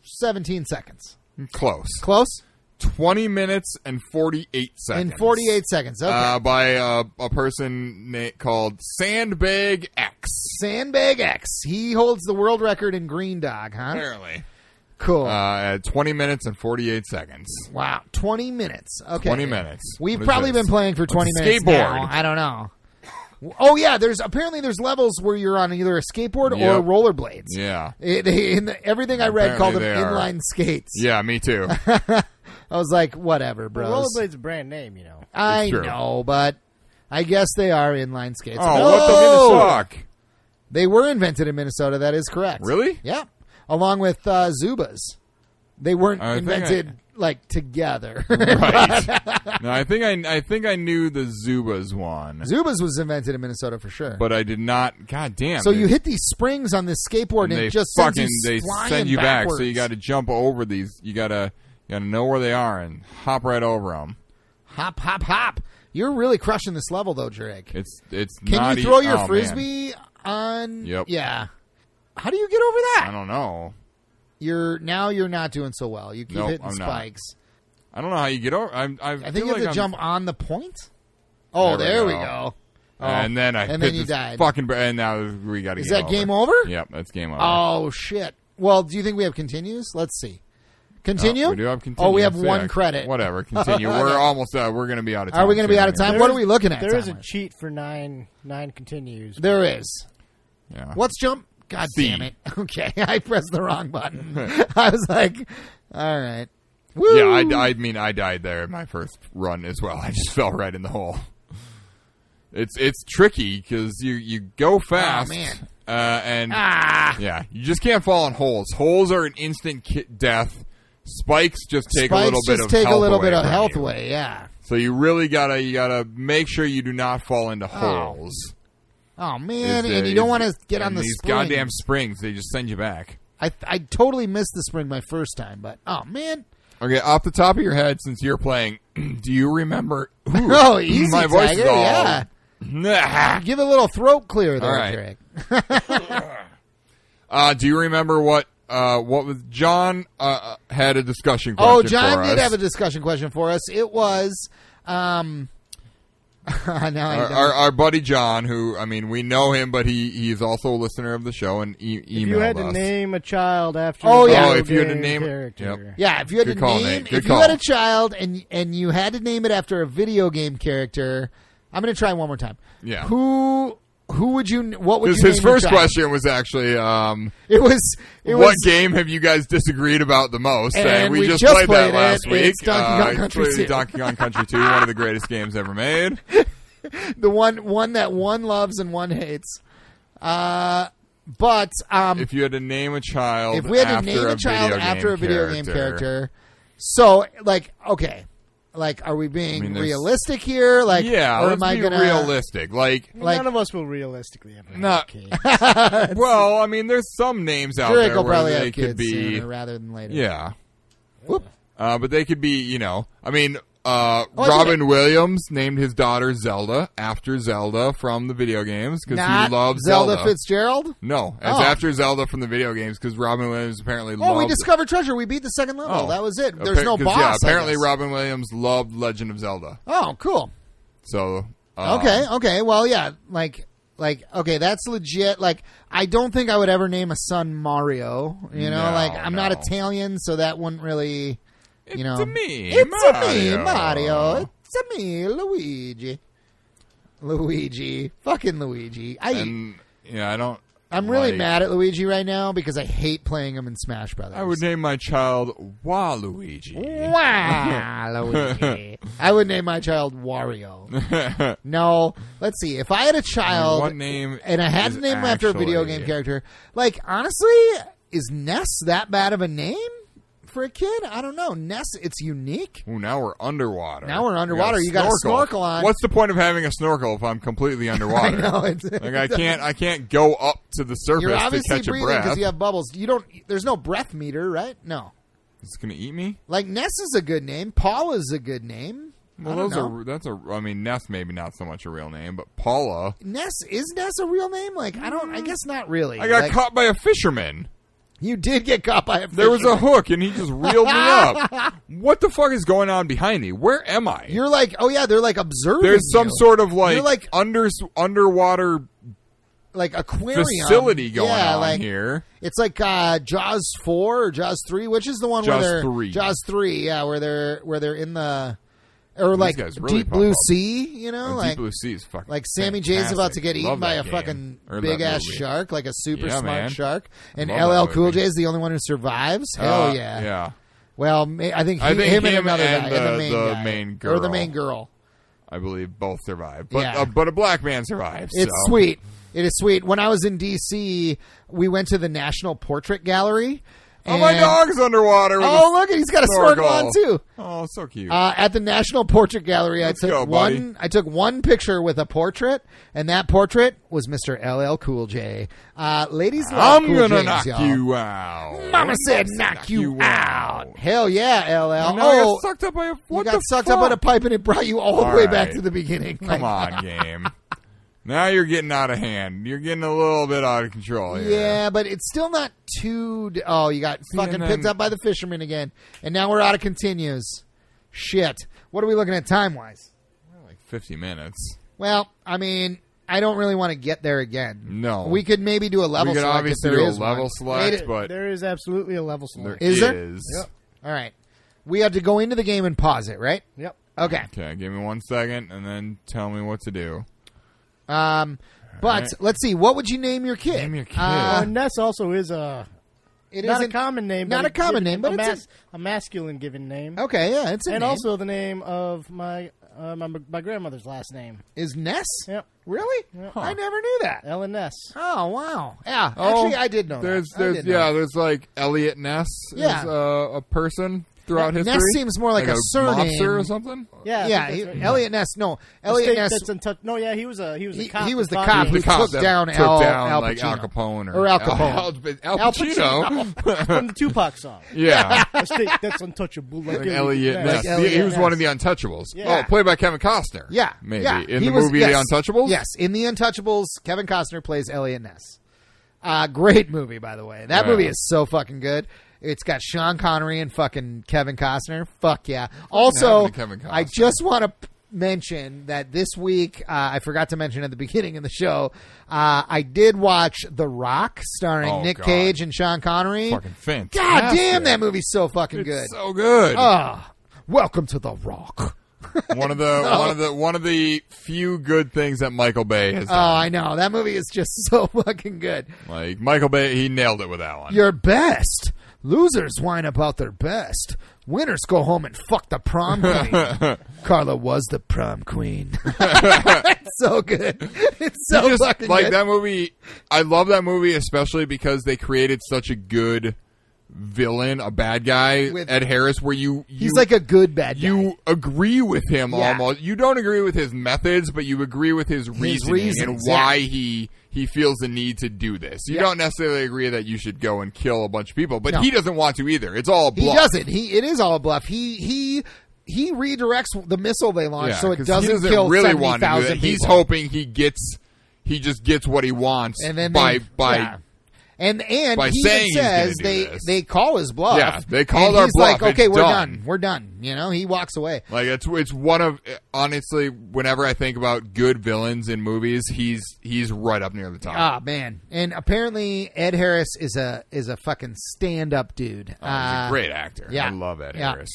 [SPEAKER 1] 17 seconds.
[SPEAKER 2] Close.
[SPEAKER 1] Close.
[SPEAKER 2] Twenty minutes and forty eight seconds.
[SPEAKER 1] In 48 seconds. Okay.
[SPEAKER 2] uh, by uh, a person na- called Sandbag X.
[SPEAKER 1] Sandbag X. He holds the world record in Green Dog, huh?
[SPEAKER 2] Apparently,
[SPEAKER 1] Cool.
[SPEAKER 2] uh, at twenty minutes and forty eight seconds.
[SPEAKER 1] wow. 20 minutes. Okay.
[SPEAKER 2] 20 minutes.
[SPEAKER 1] We've
[SPEAKER 2] What is
[SPEAKER 1] probably
[SPEAKER 2] this?
[SPEAKER 1] been playing for 20
[SPEAKER 2] a
[SPEAKER 1] minutes
[SPEAKER 2] skateboard?
[SPEAKER 1] now. I don't know. Oh yeah, there's apparently there's levels where you're on either a skateboard
[SPEAKER 2] Yep.
[SPEAKER 1] or rollerblades.
[SPEAKER 2] Yeah,
[SPEAKER 1] It- they- in the- everything I read called them
[SPEAKER 2] Apparently they are.
[SPEAKER 1] inline skates.
[SPEAKER 2] yeah, me too.
[SPEAKER 1] I was like, whatever, bros.
[SPEAKER 4] Rollerblade's a brand name, you know.
[SPEAKER 1] I
[SPEAKER 2] It's true.
[SPEAKER 1] know, but I guess they are inline skates.
[SPEAKER 2] oh,
[SPEAKER 1] No!
[SPEAKER 2] what the fuck?
[SPEAKER 1] They were invented in Minnesota. That is correct.
[SPEAKER 2] Really?
[SPEAKER 1] Yeah. Along with uh, Zubas, they weren't
[SPEAKER 2] I think
[SPEAKER 1] invented like together.
[SPEAKER 2] Right. no, I think I, I think I knew the Zubas one,
[SPEAKER 1] Zubas was invented in Minnesota for sure.
[SPEAKER 2] but I did not. God damn.
[SPEAKER 1] so
[SPEAKER 2] they-
[SPEAKER 1] you hit these springs on this skateboard, and,
[SPEAKER 2] they
[SPEAKER 1] it just
[SPEAKER 2] fucking
[SPEAKER 1] sends you
[SPEAKER 2] they
[SPEAKER 1] flying
[SPEAKER 2] send you
[SPEAKER 1] backwards.
[SPEAKER 2] back. So you got to jump over these. You got to you got to know where they are and hop right over them.
[SPEAKER 1] hop, hop, hop. You're really crushing this level, though, Drake.
[SPEAKER 2] It's it's
[SPEAKER 1] Can
[SPEAKER 2] not
[SPEAKER 1] you
[SPEAKER 2] e-
[SPEAKER 1] throw your
[SPEAKER 2] oh, man.
[SPEAKER 1] frisbee on?
[SPEAKER 2] Yep.
[SPEAKER 1] Yeah. How do you get over that?
[SPEAKER 2] I don't know.
[SPEAKER 1] You're now you're not doing so well. You keep
[SPEAKER 2] Nope,
[SPEAKER 1] hitting
[SPEAKER 2] I'm not.
[SPEAKER 1] spikes.
[SPEAKER 2] I don't know how you get over. I'm, I,
[SPEAKER 1] I
[SPEAKER 2] feel
[SPEAKER 1] think you have
[SPEAKER 2] like
[SPEAKER 1] to
[SPEAKER 2] I'm-
[SPEAKER 1] jump on the point. Oh,
[SPEAKER 2] There
[SPEAKER 1] there,
[SPEAKER 2] we
[SPEAKER 1] we
[SPEAKER 2] go.
[SPEAKER 1] go. Oh.
[SPEAKER 2] and then I
[SPEAKER 1] and
[SPEAKER 2] hit
[SPEAKER 1] then you
[SPEAKER 2] this
[SPEAKER 1] died.
[SPEAKER 2] Fucking br- and now we got to.
[SPEAKER 1] Is that game over?
[SPEAKER 2] Yep, that's game over.
[SPEAKER 1] Oh shit. Well, do you think we have continues? Let's see. Continue.
[SPEAKER 2] Uh, we do have
[SPEAKER 1] Oh, we have
[SPEAKER 2] continues.
[SPEAKER 1] one
[SPEAKER 2] Yeah,
[SPEAKER 1] credit.
[SPEAKER 2] Whatever. Continue. We're almost. Uh, we're gonna be out of time.
[SPEAKER 1] Are we going to be
[SPEAKER 2] soon
[SPEAKER 1] out of
[SPEAKER 2] here.
[SPEAKER 1] time?
[SPEAKER 4] There
[SPEAKER 1] what
[SPEAKER 4] is-
[SPEAKER 1] are we looking at?
[SPEAKER 4] There is a
[SPEAKER 1] time-wise?
[SPEAKER 4] cheat for nine nine continues.
[SPEAKER 1] There is.
[SPEAKER 2] Yeah.
[SPEAKER 1] What's jump? God
[SPEAKER 2] C.
[SPEAKER 1] damn it. Okay, I pressed the wrong button. I was like, all right. Woo!
[SPEAKER 2] Yeah, I, I mean, I died there in my first run as well. I just fell right in the hole. It's it's tricky because you you go fast,
[SPEAKER 1] Oh, man.
[SPEAKER 2] Uh, and
[SPEAKER 1] Ah.
[SPEAKER 2] yeah, you just can't fall in holes. Holes are an instant ki- death. Spikes just take
[SPEAKER 1] Spikes
[SPEAKER 2] a little bit
[SPEAKER 1] just
[SPEAKER 2] of
[SPEAKER 1] take a
[SPEAKER 2] health
[SPEAKER 1] little
[SPEAKER 2] away
[SPEAKER 1] bit of
[SPEAKER 2] from
[SPEAKER 1] health
[SPEAKER 2] you.
[SPEAKER 1] away. Yeah.
[SPEAKER 2] So you really gotta you gotta make sure you do not fall into holes.
[SPEAKER 1] Oh man,
[SPEAKER 2] Is, uh,
[SPEAKER 1] and you don't
[SPEAKER 2] is-
[SPEAKER 1] want to get on
[SPEAKER 2] and
[SPEAKER 1] the
[SPEAKER 2] these
[SPEAKER 1] spring.
[SPEAKER 2] goddamn springs. They just send you back.
[SPEAKER 1] I I totally missed the spring my first time, but oh man,
[SPEAKER 2] Okay, off the top of your head, since you're playing, do you remember? Ooh,
[SPEAKER 1] Oh, easy,
[SPEAKER 2] my voice is
[SPEAKER 1] Tiger,
[SPEAKER 2] all.
[SPEAKER 1] yeah. give a little throat clear there,
[SPEAKER 2] All right.
[SPEAKER 1] Drake.
[SPEAKER 2] Uh, do you remember what uh, what was John uh, had a discussion question?
[SPEAKER 1] Oh, John
[SPEAKER 2] for
[SPEAKER 1] did
[SPEAKER 2] us.
[SPEAKER 1] have a discussion question for us. It was, um, now I
[SPEAKER 2] Our,
[SPEAKER 1] don't-
[SPEAKER 2] our, our buddy John, who I mean, we know him, but he he's also a listener of the show and e- emailed
[SPEAKER 4] if you had
[SPEAKER 2] us.
[SPEAKER 4] to name a child after
[SPEAKER 1] Oh, yeah.
[SPEAKER 4] your
[SPEAKER 1] Oh,
[SPEAKER 2] if you had to
[SPEAKER 4] game
[SPEAKER 2] name-
[SPEAKER 4] character.
[SPEAKER 1] yeah, if you had
[SPEAKER 2] Good
[SPEAKER 1] to
[SPEAKER 2] call,
[SPEAKER 1] name,
[SPEAKER 2] Nate. Good
[SPEAKER 1] if you had
[SPEAKER 2] call.
[SPEAKER 1] a child and and you had to name it after a video game character, I'm going to try one more time.
[SPEAKER 2] Yeah.
[SPEAKER 1] who who would you? What would
[SPEAKER 2] 'Cause
[SPEAKER 1] you?
[SPEAKER 2] his
[SPEAKER 1] name your
[SPEAKER 2] first
[SPEAKER 1] child?
[SPEAKER 2] question was actually, um,
[SPEAKER 1] It was it
[SPEAKER 2] what
[SPEAKER 1] was
[SPEAKER 2] game have you guys disagreed about the most?
[SPEAKER 1] And we
[SPEAKER 2] just,
[SPEAKER 1] just
[SPEAKER 2] played, that
[SPEAKER 1] played it.
[SPEAKER 2] last week.
[SPEAKER 1] It's Donkey Kong
[SPEAKER 2] Uh,
[SPEAKER 1] Country
[SPEAKER 2] it's
[SPEAKER 1] 2.
[SPEAKER 2] Donkey Kong Country 2, one of the greatest games ever made.
[SPEAKER 1] the one one that one loves and one hates. Uh, but um,
[SPEAKER 2] If you had to name a child,
[SPEAKER 1] if we had to
[SPEAKER 2] after
[SPEAKER 1] name a child
[SPEAKER 2] video
[SPEAKER 1] after
[SPEAKER 2] game
[SPEAKER 1] a video game character, so like okay, like are we being
[SPEAKER 2] mean, there's-
[SPEAKER 1] realistic here? Like
[SPEAKER 2] yeah,
[SPEAKER 1] or
[SPEAKER 2] let's
[SPEAKER 1] am I
[SPEAKER 2] be
[SPEAKER 1] gonna
[SPEAKER 2] realistic. Like,
[SPEAKER 4] I mean,
[SPEAKER 1] Like-
[SPEAKER 4] None of us will realistically ever have
[SPEAKER 2] Not-
[SPEAKER 4] kids.
[SPEAKER 2] well, I mean, there's some names out
[SPEAKER 1] Drake
[SPEAKER 2] there
[SPEAKER 1] will
[SPEAKER 2] where
[SPEAKER 1] probably
[SPEAKER 2] they
[SPEAKER 1] have kids
[SPEAKER 2] could be,
[SPEAKER 1] sooner rather than later.
[SPEAKER 2] yeah,
[SPEAKER 1] Whoop. Oh,
[SPEAKER 2] uh, but they could be, you know, I mean. Uh,
[SPEAKER 1] I did
[SPEAKER 2] Robin Williams named his daughter Zelda after Zelda from the video games because
[SPEAKER 1] Not
[SPEAKER 2] he loves
[SPEAKER 1] Zelda,
[SPEAKER 2] Zelda.
[SPEAKER 1] Fitzgerald.
[SPEAKER 2] no, it's
[SPEAKER 1] Oh.
[SPEAKER 2] after Zelda from the video games because Robin Williams apparently
[SPEAKER 1] Oh,
[SPEAKER 2] loved.
[SPEAKER 1] we discovered treasure. We beat the second level.
[SPEAKER 2] Oh.
[SPEAKER 1] That was it.
[SPEAKER 2] Appa-
[SPEAKER 1] There's no
[SPEAKER 2] 'cause,
[SPEAKER 1] boss.
[SPEAKER 2] Yeah,
[SPEAKER 1] I
[SPEAKER 2] apparently
[SPEAKER 1] guess.
[SPEAKER 2] Robin Williams loved Legend of Zelda.
[SPEAKER 1] Oh, cool.
[SPEAKER 2] So uh,
[SPEAKER 1] Okay, okay. Well, yeah, like like okay, that's legit. Like I don't think I would ever name a son Mario, you know?
[SPEAKER 2] No,
[SPEAKER 1] like I'm not
[SPEAKER 2] no.
[SPEAKER 1] Italian, so that wouldn't really you
[SPEAKER 2] It's
[SPEAKER 1] know.
[SPEAKER 2] a me,
[SPEAKER 1] It's a me,
[SPEAKER 2] Mario.
[SPEAKER 1] Mario. It's a me, Luigi. Luigi. Fucking Luigi. I
[SPEAKER 2] and yeah, I don't.
[SPEAKER 1] I'm really
[SPEAKER 2] Like-
[SPEAKER 1] mad at Luigi right now because I hate playing him in Smash Brothers.
[SPEAKER 2] I would name my child Waluigi.
[SPEAKER 1] Wow, Luigi. I would name my child Wario. no, let's see. If I had a child
[SPEAKER 2] What name
[SPEAKER 1] and I had
[SPEAKER 2] is
[SPEAKER 1] to name him after a video
[SPEAKER 2] actually-
[SPEAKER 1] game character, like honestly, is Ness that bad of a name for a kid? I don't know. Ness, it's unique.
[SPEAKER 2] Ooh, now we're underwater.
[SPEAKER 1] Now we're underwater. You gotta snorkel on.
[SPEAKER 2] What's the point of having a snorkel if I'm completely underwater?
[SPEAKER 1] I know. It's,
[SPEAKER 2] Like I can't, I can't go up to the surface
[SPEAKER 1] You're
[SPEAKER 2] to
[SPEAKER 1] obviously
[SPEAKER 2] catch a
[SPEAKER 1] breathing
[SPEAKER 2] breath.
[SPEAKER 1] you have bubbles. You don't. There's no breath meter, right? No.
[SPEAKER 2] it's gonna eat me.
[SPEAKER 1] Like Ness is a good name. Paul is a good name. I
[SPEAKER 2] Well,
[SPEAKER 1] don't
[SPEAKER 2] those
[SPEAKER 1] know.
[SPEAKER 2] are that's a. I mean, Ness maybe not so much a real name, but Paula.
[SPEAKER 1] Ness is Ness a real name? Like I don't. I guess not really.
[SPEAKER 2] Mm. I got
[SPEAKER 1] Like,
[SPEAKER 2] caught by a fisherman.
[SPEAKER 1] You did get caught by a. Fisherman.
[SPEAKER 2] There was a hook, and he just reeled me up. What the fuck is going on behind me? Where am I?
[SPEAKER 1] You're like, oh yeah, they're like observing.
[SPEAKER 2] There's some
[SPEAKER 1] you.
[SPEAKER 2] sort of like,
[SPEAKER 1] You're like-
[SPEAKER 2] under underwater
[SPEAKER 1] like aquarium
[SPEAKER 2] facility going
[SPEAKER 1] yeah,
[SPEAKER 2] on
[SPEAKER 1] like,
[SPEAKER 2] here.
[SPEAKER 1] It's like uh, Jaws four or Jaws three, which is the one
[SPEAKER 2] Jaws
[SPEAKER 1] where they're
[SPEAKER 2] 3.
[SPEAKER 1] Jaws three, yeah, where they're where they're in the or like
[SPEAKER 2] guys really
[SPEAKER 1] deep
[SPEAKER 2] pop
[SPEAKER 1] blue
[SPEAKER 2] up.
[SPEAKER 1] sea, you know,
[SPEAKER 2] And
[SPEAKER 1] like
[SPEAKER 2] Deep Blue Sea is fucking
[SPEAKER 1] like Sammy J's about to
[SPEAKER 2] fantastic.
[SPEAKER 1] get eaten
[SPEAKER 2] Love
[SPEAKER 1] by
[SPEAKER 2] that
[SPEAKER 1] a
[SPEAKER 2] game.
[SPEAKER 1] fucking
[SPEAKER 2] Or that
[SPEAKER 1] big ass
[SPEAKER 2] movie.
[SPEAKER 1] shark, like a super
[SPEAKER 2] Yeah,
[SPEAKER 1] smart
[SPEAKER 2] man.
[SPEAKER 1] shark, and
[SPEAKER 2] Love that
[SPEAKER 1] LL Cool
[SPEAKER 2] movie.
[SPEAKER 1] J is the only one who survives. Hell
[SPEAKER 2] Uh,
[SPEAKER 1] Oh, yeah,
[SPEAKER 2] yeah.
[SPEAKER 1] Well, ma- I think, he,
[SPEAKER 2] I think
[SPEAKER 1] him, and
[SPEAKER 2] him
[SPEAKER 1] another
[SPEAKER 2] and
[SPEAKER 1] guy,
[SPEAKER 2] the-
[SPEAKER 1] and the main
[SPEAKER 2] the
[SPEAKER 1] guy.
[SPEAKER 2] main
[SPEAKER 1] or the
[SPEAKER 2] girl.
[SPEAKER 1] main girl.
[SPEAKER 2] I believe both survived, but
[SPEAKER 1] Yeah.
[SPEAKER 2] uh, but a black man survives.
[SPEAKER 1] It's
[SPEAKER 2] so.
[SPEAKER 1] sweet. It is sweet. When I was in D.C., we went to the National Portrait Gallery.
[SPEAKER 2] Oh, my
[SPEAKER 1] and-
[SPEAKER 2] dog's underwater. With
[SPEAKER 1] Oh,
[SPEAKER 2] a
[SPEAKER 1] look, he's got a
[SPEAKER 2] snorkel.
[SPEAKER 1] snorkel on too.
[SPEAKER 2] Oh, so cute.
[SPEAKER 1] Uh, at the National Portrait Gallery,
[SPEAKER 2] Let's
[SPEAKER 1] I took
[SPEAKER 2] go, buddy.
[SPEAKER 1] one. I took one picture with a portrait, and that portrait was Mr. LL Cool J. Uh, ladies, love
[SPEAKER 2] I'm
[SPEAKER 1] Cool
[SPEAKER 2] gonna
[SPEAKER 1] J's,
[SPEAKER 2] knock
[SPEAKER 1] y'all.
[SPEAKER 2] you out.
[SPEAKER 1] Mama said, knock, you out. Hell yeah, LL.
[SPEAKER 2] No, I
[SPEAKER 1] oh,
[SPEAKER 2] got sucked up by a.
[SPEAKER 1] you
[SPEAKER 2] What
[SPEAKER 1] got
[SPEAKER 2] the
[SPEAKER 1] sucked
[SPEAKER 2] fuck?
[SPEAKER 1] up on a pipe, and it brought you all,
[SPEAKER 2] All
[SPEAKER 1] the way back
[SPEAKER 2] right.
[SPEAKER 1] to the beginning.
[SPEAKER 2] Come on, game. now you're getting out of hand. You're getting a little bit out of control here.
[SPEAKER 1] Yeah, but it's still not too. d- Oh, you got fucking
[SPEAKER 2] and then-
[SPEAKER 1] picked up by the fisherman again, and now we're out of continues. Shit. What are we looking at time wise?
[SPEAKER 2] like 50 minutes.
[SPEAKER 1] Well, I mean, I don't really want to get there again.
[SPEAKER 2] No.
[SPEAKER 1] we could maybe do a level.
[SPEAKER 2] we could
[SPEAKER 1] select if
[SPEAKER 2] obviously
[SPEAKER 1] there
[SPEAKER 2] do a
[SPEAKER 1] is
[SPEAKER 2] level
[SPEAKER 1] one.
[SPEAKER 2] select,
[SPEAKER 4] It-
[SPEAKER 2] but
[SPEAKER 4] there is absolutely a level
[SPEAKER 2] there
[SPEAKER 4] select.
[SPEAKER 1] is there?
[SPEAKER 2] is.
[SPEAKER 1] All right, we have to go into the game and pause it, right?
[SPEAKER 4] Yep.
[SPEAKER 1] Okay.
[SPEAKER 2] Okay, give me one second and then tell me what to do.
[SPEAKER 1] Um, but
[SPEAKER 2] right.
[SPEAKER 1] let's see. What would you name your kid?
[SPEAKER 2] Name your kid.
[SPEAKER 4] Uh,
[SPEAKER 1] Uh,
[SPEAKER 4] Ness also is a
[SPEAKER 1] it
[SPEAKER 4] not a
[SPEAKER 1] isn't-
[SPEAKER 4] common name.
[SPEAKER 1] Not
[SPEAKER 4] but
[SPEAKER 1] a common name, but
[SPEAKER 4] a,
[SPEAKER 1] it's a-
[SPEAKER 4] mas- a masculine given name.
[SPEAKER 1] okay. Yeah, it's a
[SPEAKER 4] and
[SPEAKER 1] name.
[SPEAKER 4] also the name of my, uh, my my grandmother's last name,
[SPEAKER 1] is Ness.
[SPEAKER 4] Yep.
[SPEAKER 1] Really? I never knew that.
[SPEAKER 4] Ellen Ness.
[SPEAKER 1] Oh wow! Yeah,
[SPEAKER 2] Oh,
[SPEAKER 1] actually, I did know.
[SPEAKER 2] There's,
[SPEAKER 1] that. I
[SPEAKER 2] there's,
[SPEAKER 1] did know
[SPEAKER 2] yeah,
[SPEAKER 1] that.
[SPEAKER 2] there's like Elliot Ness
[SPEAKER 1] Yeah.
[SPEAKER 2] is uh, a person throughout
[SPEAKER 1] Ness
[SPEAKER 2] history.
[SPEAKER 1] seems more like a surname.
[SPEAKER 2] mobster or something.
[SPEAKER 4] Yeah, I
[SPEAKER 1] yeah.
[SPEAKER 4] think
[SPEAKER 1] He,
[SPEAKER 4] that's right.
[SPEAKER 1] Elliot Ness. No,
[SPEAKER 4] The state
[SPEAKER 1] Elliot Ness.
[SPEAKER 4] that's in touch- No, yeah, he was a he was a
[SPEAKER 1] He-
[SPEAKER 4] cop.
[SPEAKER 1] he was the
[SPEAKER 4] that
[SPEAKER 1] cop
[SPEAKER 4] fought-
[SPEAKER 1] who
[SPEAKER 2] The cop
[SPEAKER 1] took
[SPEAKER 2] that
[SPEAKER 1] down
[SPEAKER 2] took
[SPEAKER 1] Al-
[SPEAKER 2] down
[SPEAKER 1] Al
[SPEAKER 2] like Al
[SPEAKER 1] Pacino.
[SPEAKER 2] Capone
[SPEAKER 1] Or Al Capone.
[SPEAKER 2] Al, Al Pacino.
[SPEAKER 4] from the Tupac song.
[SPEAKER 2] yeah.
[SPEAKER 4] The state that's untouchable. Like
[SPEAKER 2] Like Elliot
[SPEAKER 4] Yeah.
[SPEAKER 2] Ness.
[SPEAKER 1] Like
[SPEAKER 2] He-
[SPEAKER 1] Elliot
[SPEAKER 2] he was one
[SPEAKER 1] Ness.
[SPEAKER 2] of the Untouchables.
[SPEAKER 4] Yeah.
[SPEAKER 2] Oh, played by Kevin Costner.
[SPEAKER 1] yeah,
[SPEAKER 2] Maybe.
[SPEAKER 1] yeah.
[SPEAKER 2] In
[SPEAKER 1] He
[SPEAKER 2] the
[SPEAKER 1] was-
[SPEAKER 2] movie
[SPEAKER 1] yes.
[SPEAKER 2] The Untouchables?
[SPEAKER 1] Yes, in the Untouchables, Kevin Costner plays Elliot Ness. Uh, great movie, by the way. That
[SPEAKER 2] Wow.
[SPEAKER 1] movie is so fucking good. It's got Sean Connery and fucking Kevin Costner. Fuck yeah! Also,
[SPEAKER 2] happened to Kevin Costner?
[SPEAKER 1] I just want to mention that this week uh, I forgot to mention at the beginning of the show. Uh, I did watch The Rock, starring
[SPEAKER 2] Oh,
[SPEAKER 1] Nick
[SPEAKER 2] God.
[SPEAKER 1] Cage and Sean Connery.
[SPEAKER 2] Fucking fantastic.
[SPEAKER 1] God damn, that movie's so fucking good.
[SPEAKER 2] So good.
[SPEAKER 1] Ah, welcome to The Rock.
[SPEAKER 2] one of the one of the one of the few good things that Michael Bay has
[SPEAKER 1] Oh,
[SPEAKER 2] done.
[SPEAKER 1] I know that movie is just so fucking good.
[SPEAKER 2] like Michael Bay, he nailed it with that one.
[SPEAKER 1] Your best. Losers whine about their best. Winners go home and fuck the prom queen. Carla was the prom queen. it's so good. It's so
[SPEAKER 2] just
[SPEAKER 1] fucking
[SPEAKER 2] like
[SPEAKER 1] good.
[SPEAKER 2] that movie. I love that movie especially because they created such a good villain, a bad guy,
[SPEAKER 1] With-
[SPEAKER 2] Ed Harris, where you, you
[SPEAKER 1] He's like a good bad guy.
[SPEAKER 2] you agree with him
[SPEAKER 1] Yeah.
[SPEAKER 2] almost. You don't agree with his methods, but you agree with his, reasoning and
[SPEAKER 1] reasons,
[SPEAKER 2] why he he feels the need to do this. You
[SPEAKER 1] Yeah.
[SPEAKER 2] don't necessarily agree that you should go and kill a bunch of people, but
[SPEAKER 1] No.
[SPEAKER 2] he doesn't want to either. It's all a
[SPEAKER 1] he
[SPEAKER 2] bluff.
[SPEAKER 1] doesn't. He it is all a bluff. He he he redirects the missile they launch
[SPEAKER 2] Yeah,
[SPEAKER 1] so it
[SPEAKER 2] 'cause
[SPEAKER 1] doesn't,
[SPEAKER 2] he doesn't
[SPEAKER 1] kill
[SPEAKER 2] really
[SPEAKER 1] seventy
[SPEAKER 2] want to do
[SPEAKER 1] thousand
[SPEAKER 2] that.
[SPEAKER 1] people.
[SPEAKER 2] He's hoping he gets he just gets what he wants
[SPEAKER 1] and then
[SPEAKER 2] by
[SPEAKER 1] they,
[SPEAKER 2] by
[SPEAKER 1] yeah. and and
[SPEAKER 2] by
[SPEAKER 1] he even
[SPEAKER 2] saying he's gonna
[SPEAKER 1] says
[SPEAKER 2] do
[SPEAKER 1] they
[SPEAKER 2] this.
[SPEAKER 1] they call his bluff.
[SPEAKER 2] Yeah, they called
[SPEAKER 1] and
[SPEAKER 2] our
[SPEAKER 1] he's
[SPEAKER 2] bluff.
[SPEAKER 1] Like okay,
[SPEAKER 2] It's
[SPEAKER 1] we're
[SPEAKER 2] done.
[SPEAKER 1] done. We're done. You know, he walks away.
[SPEAKER 2] like it's it's one of honestly whenever I think about good villains in movies, he's he's right up near the top.
[SPEAKER 1] Ah man, and apparently Ed Harris is a is a fucking stand up dude.
[SPEAKER 2] Oh, he's
[SPEAKER 1] Uh,
[SPEAKER 2] a great actor.
[SPEAKER 1] yeah,
[SPEAKER 2] I love Ed
[SPEAKER 1] yeah.
[SPEAKER 2] Harris.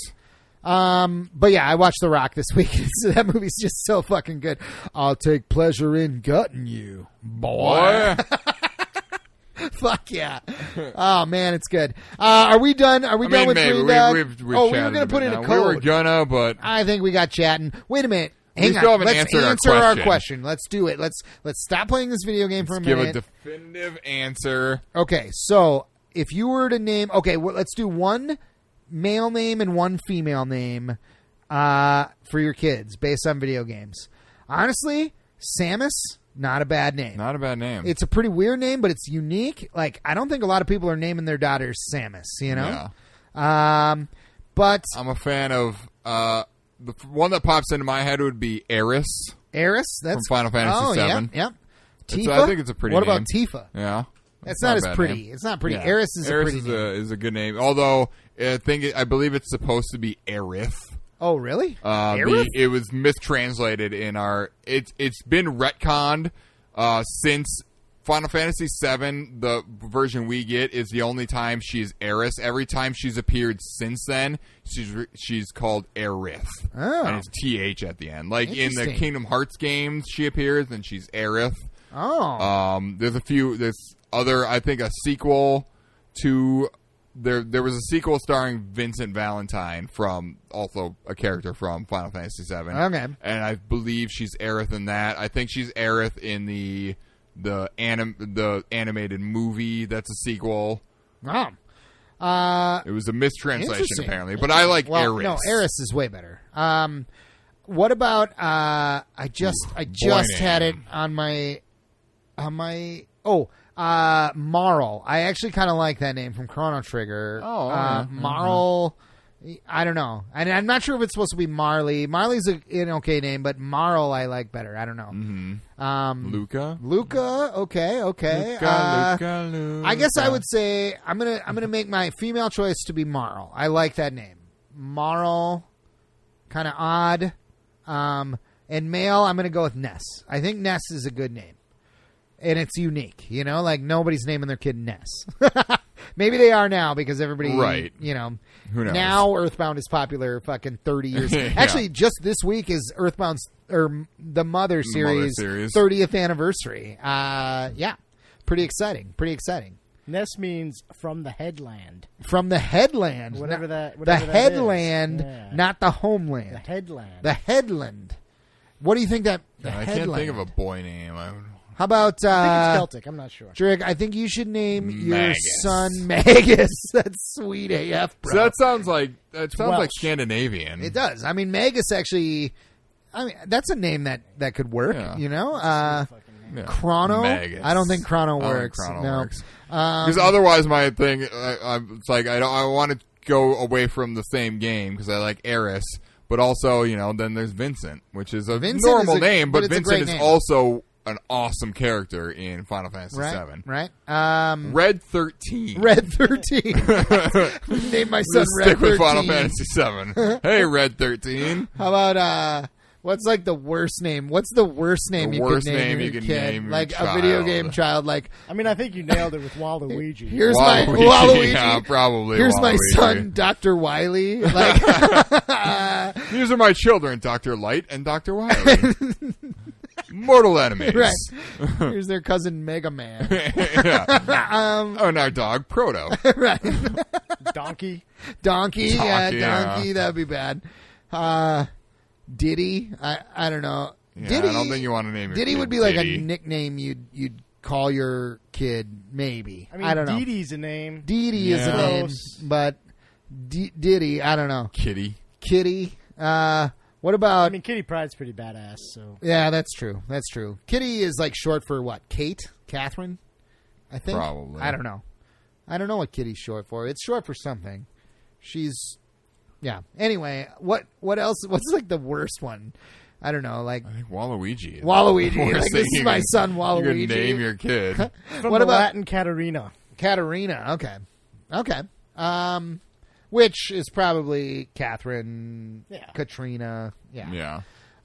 [SPEAKER 1] Um, but yeah, I watched The Rock this week. so that movie's just so fucking good. I'll take pleasure in gutting you, boy.
[SPEAKER 2] Boy.
[SPEAKER 1] Fuck yeah. Oh man, it's good. Uh, are we done? Are we
[SPEAKER 2] I
[SPEAKER 1] done
[SPEAKER 2] mean,
[SPEAKER 1] with
[SPEAKER 2] maybe
[SPEAKER 1] three
[SPEAKER 2] we,
[SPEAKER 1] dog?
[SPEAKER 2] we've, we've
[SPEAKER 1] oh, we were
[SPEAKER 2] chatted
[SPEAKER 1] gonna
[SPEAKER 2] bit
[SPEAKER 1] put in
[SPEAKER 2] now.
[SPEAKER 1] a
[SPEAKER 2] We were
[SPEAKER 1] code.
[SPEAKER 2] gonna, but
[SPEAKER 1] I think we got chatting. Wait a minute. Hang
[SPEAKER 2] still
[SPEAKER 1] on.
[SPEAKER 2] haven't
[SPEAKER 1] Let's
[SPEAKER 2] answered our
[SPEAKER 1] answer our
[SPEAKER 2] question.
[SPEAKER 1] question. Let's do it. Let's let's stop playing this video game for a
[SPEAKER 2] give
[SPEAKER 1] minute.
[SPEAKER 2] a definitive answer.
[SPEAKER 1] Okay, so if you were to name, okay, well, let's do one male name and one female name uh, for your kids based on video games. Honestly, Samus, not a bad name.
[SPEAKER 2] Not a bad name.
[SPEAKER 1] it's a pretty weird name, but it's unique. Like, I don't think a lot of people are naming their daughters Samus, you know? Um, but
[SPEAKER 2] I'm a fan of uh, the f- one that pops into my head would be Eris.
[SPEAKER 1] Eris, that's
[SPEAKER 2] Final Fantasy
[SPEAKER 1] oh, yeah,
[SPEAKER 2] VII.
[SPEAKER 1] Yep.
[SPEAKER 2] It's-
[SPEAKER 1] Tifa.
[SPEAKER 2] I think it's a pretty
[SPEAKER 1] What about
[SPEAKER 2] name.
[SPEAKER 1] Tifa?
[SPEAKER 2] Yeah,
[SPEAKER 1] That's
[SPEAKER 2] It's
[SPEAKER 1] not,
[SPEAKER 2] a
[SPEAKER 1] as
[SPEAKER 2] bad
[SPEAKER 1] pretty.
[SPEAKER 2] name.
[SPEAKER 1] It's not pretty.
[SPEAKER 2] Yeah.
[SPEAKER 1] Eris is
[SPEAKER 2] Eris
[SPEAKER 1] a
[SPEAKER 2] is
[SPEAKER 1] pretty name.
[SPEAKER 2] a is a good name. Although I think it, I believe it's supposed to be Aerith.
[SPEAKER 1] Oh, really?
[SPEAKER 2] Uh,
[SPEAKER 1] Aerith?
[SPEAKER 2] the, it was mistranslated in our. It's it's been retconned uh, since Final Fantasy VII. The version we get is the only time she's Eris. Every time she's appeared since then, she's re- she's called Aerith,
[SPEAKER 1] Oh.
[SPEAKER 2] and it's th at the end. Like in the
[SPEAKER 1] Interesting.
[SPEAKER 2] Kingdom Hearts games, she appears and she's Aerith.
[SPEAKER 1] oh.
[SPEAKER 2] Um, there's a few. There's other. I think a sequel to there. There was a sequel starring Vincent Valentine from also a character from Final Fantasy VII.
[SPEAKER 1] Okay.
[SPEAKER 2] and I believe she's Aerith in that. I think she's Aerith in the the anim the animated movie. That's a sequel.
[SPEAKER 1] Wow. Uh,
[SPEAKER 2] It was a mistranslation
[SPEAKER 1] Interesting.
[SPEAKER 2] apparently, but I like
[SPEAKER 1] well,
[SPEAKER 2] Aerith.
[SPEAKER 1] no, Eris is way better. Um, what about uh, I just I just
[SPEAKER 2] name.
[SPEAKER 1] had it on my on my oh uh Marl. I actually kind of like that name from Chrono Trigger.
[SPEAKER 2] Oh,
[SPEAKER 1] uh,
[SPEAKER 2] yeah.
[SPEAKER 1] Marl. I don't know, and I'm not sure if it's supposed to be Marley. Marley's a, an okay name, but Marl I like better. I don't know.
[SPEAKER 2] Mm-hmm.
[SPEAKER 1] Um,
[SPEAKER 2] Luca.
[SPEAKER 1] Luca, okay, okay.
[SPEAKER 2] Luca,
[SPEAKER 1] Uh,
[SPEAKER 2] Luca, Luca.
[SPEAKER 1] I guess I would
[SPEAKER 2] Mm,
[SPEAKER 1] say I'm gonna I'm gonna make my female choice to be Marl. I like that name, Marl. Kind of odd. Um, and male, I'm gonna go with Ness. I think Ness is a good name, and it's unique. You know, like nobody's naming their kid Ness. Maybe they are now because everybody,
[SPEAKER 2] Right.
[SPEAKER 1] You know,
[SPEAKER 2] Who knows?
[SPEAKER 1] now Earthbound is popular. Fucking thirty years.
[SPEAKER 2] Yeah.
[SPEAKER 1] Actually, just this week is Earthbound's or the Mother series,
[SPEAKER 2] series.
[SPEAKER 1] 30th anniversary. Uh, yeah, pretty exciting. Pretty exciting.
[SPEAKER 4] Ness means from the headland.
[SPEAKER 1] From the headland,
[SPEAKER 4] Whatever
[SPEAKER 1] not-
[SPEAKER 4] that-
[SPEAKER 1] the
[SPEAKER 4] whatever that is.
[SPEAKER 1] headland,
[SPEAKER 4] Yeah.
[SPEAKER 1] not the
[SPEAKER 4] The
[SPEAKER 1] homeland.
[SPEAKER 4] headland.
[SPEAKER 1] The headland. What do you think that? The
[SPEAKER 2] I
[SPEAKER 1] headland.
[SPEAKER 2] can't think of a boy name. I would
[SPEAKER 1] How about
[SPEAKER 4] I think it's
[SPEAKER 1] uh,
[SPEAKER 4] Celtic. I'm not sure.
[SPEAKER 1] Drake? I think you should name your
[SPEAKER 2] Magus.
[SPEAKER 1] son Magus. That's sweet AF, bro.
[SPEAKER 2] So that sounds like that sounds like
[SPEAKER 4] Welsh.
[SPEAKER 2] Scandinavian.
[SPEAKER 1] It does. I mean, Magus actually. I mean, that's a name that that could work.
[SPEAKER 2] Yeah.
[SPEAKER 1] You know, uh,
[SPEAKER 2] Yeah.
[SPEAKER 1] Chrono.
[SPEAKER 2] Magus.
[SPEAKER 1] I don't think Chrono
[SPEAKER 2] I don't think
[SPEAKER 1] works.
[SPEAKER 2] Chrono
[SPEAKER 1] no.
[SPEAKER 2] works.
[SPEAKER 1] Um,
[SPEAKER 2] Because otherwise, my thing, I, I'm it's like I don't, I want to go away from the same game because I like Eris, but also you know then there's Vincent, which is a
[SPEAKER 1] Vincent
[SPEAKER 2] normal
[SPEAKER 1] is a-
[SPEAKER 2] name,
[SPEAKER 1] but
[SPEAKER 2] but,
[SPEAKER 1] it's a
[SPEAKER 2] Vincent
[SPEAKER 1] great
[SPEAKER 2] is
[SPEAKER 1] name.
[SPEAKER 2] also an awesome character in Final Fantasy
[SPEAKER 1] right.
[SPEAKER 2] VII.
[SPEAKER 1] Right. Um,
[SPEAKER 2] Red thirteen.
[SPEAKER 1] Red Thirteen. Name my son
[SPEAKER 2] Just
[SPEAKER 1] Red
[SPEAKER 2] stick
[SPEAKER 1] Thirteen.
[SPEAKER 2] with Final Fantasy VII. hey, Red thirteen.
[SPEAKER 1] How about uh? What's like the worst name? What's the worst name
[SPEAKER 2] The
[SPEAKER 1] you
[SPEAKER 2] worst
[SPEAKER 1] could name,
[SPEAKER 2] name
[SPEAKER 1] your
[SPEAKER 2] you could
[SPEAKER 1] kid?
[SPEAKER 2] name your
[SPEAKER 1] like a
[SPEAKER 2] child.
[SPEAKER 1] video game child. Like
[SPEAKER 4] I mean, I think you nailed it with Waluigi.
[SPEAKER 1] here's my Waluigi.
[SPEAKER 2] Waluigi. Yeah, probably.
[SPEAKER 1] Here's my
[SPEAKER 2] Waluigi.
[SPEAKER 1] son, Doctor Wiley. Like,
[SPEAKER 2] These are my children, Dr. Light and Dr. Wily. Mortal enemies.
[SPEAKER 1] right? Here's their cousin, Mega Man.
[SPEAKER 2] Oh, and our dog, Proto.
[SPEAKER 4] Donkey.
[SPEAKER 1] Donkey, yeah,
[SPEAKER 2] Donkey,
[SPEAKER 1] donkey,
[SPEAKER 2] yeah.
[SPEAKER 1] that'd be bad. Uh, Diddy, I, I don't know.
[SPEAKER 2] Yeah,
[SPEAKER 1] Diddy,
[SPEAKER 2] I don't think you want to name your
[SPEAKER 1] Diddy
[SPEAKER 2] kid
[SPEAKER 1] would be like
[SPEAKER 2] Diddy.
[SPEAKER 1] a nickname you'd you'd call your kid, maybe.
[SPEAKER 4] I mean,
[SPEAKER 1] don't
[SPEAKER 4] Dee
[SPEAKER 1] know.
[SPEAKER 4] Dee's a name.
[SPEAKER 1] Diddy is a
[SPEAKER 2] Yeah.
[SPEAKER 1] name,
[SPEAKER 4] Close.
[SPEAKER 1] but D- Diddy, I don't know.
[SPEAKER 2] kitty.
[SPEAKER 1] Kitty, uh, what about?
[SPEAKER 4] I mean, Kitty Pride's pretty badass. So
[SPEAKER 1] yeah, that's true. That's true. Kitty is like short for what? Kate, Catherine, I think.
[SPEAKER 2] Probably.
[SPEAKER 1] I don't know. I don't know what Kitty's short for. It's short for something. She's yeah. Anyway, what what else? What's like the worst one? I don't know. Like
[SPEAKER 2] I think Waluigi.
[SPEAKER 1] Waluigi.
[SPEAKER 2] Worst
[SPEAKER 1] Like,
[SPEAKER 2] thing
[SPEAKER 1] this is
[SPEAKER 2] you
[SPEAKER 1] my
[SPEAKER 2] can-
[SPEAKER 1] son,
[SPEAKER 2] You
[SPEAKER 1] Waluigi.
[SPEAKER 2] could name your kid.
[SPEAKER 4] from
[SPEAKER 1] What
[SPEAKER 4] the
[SPEAKER 1] about-
[SPEAKER 4] Latin Katerina?
[SPEAKER 1] Katerina. Okay. Okay. Um, which is probably Catherine,
[SPEAKER 4] Yeah.
[SPEAKER 1] Katrina. Yeah.
[SPEAKER 2] yeah.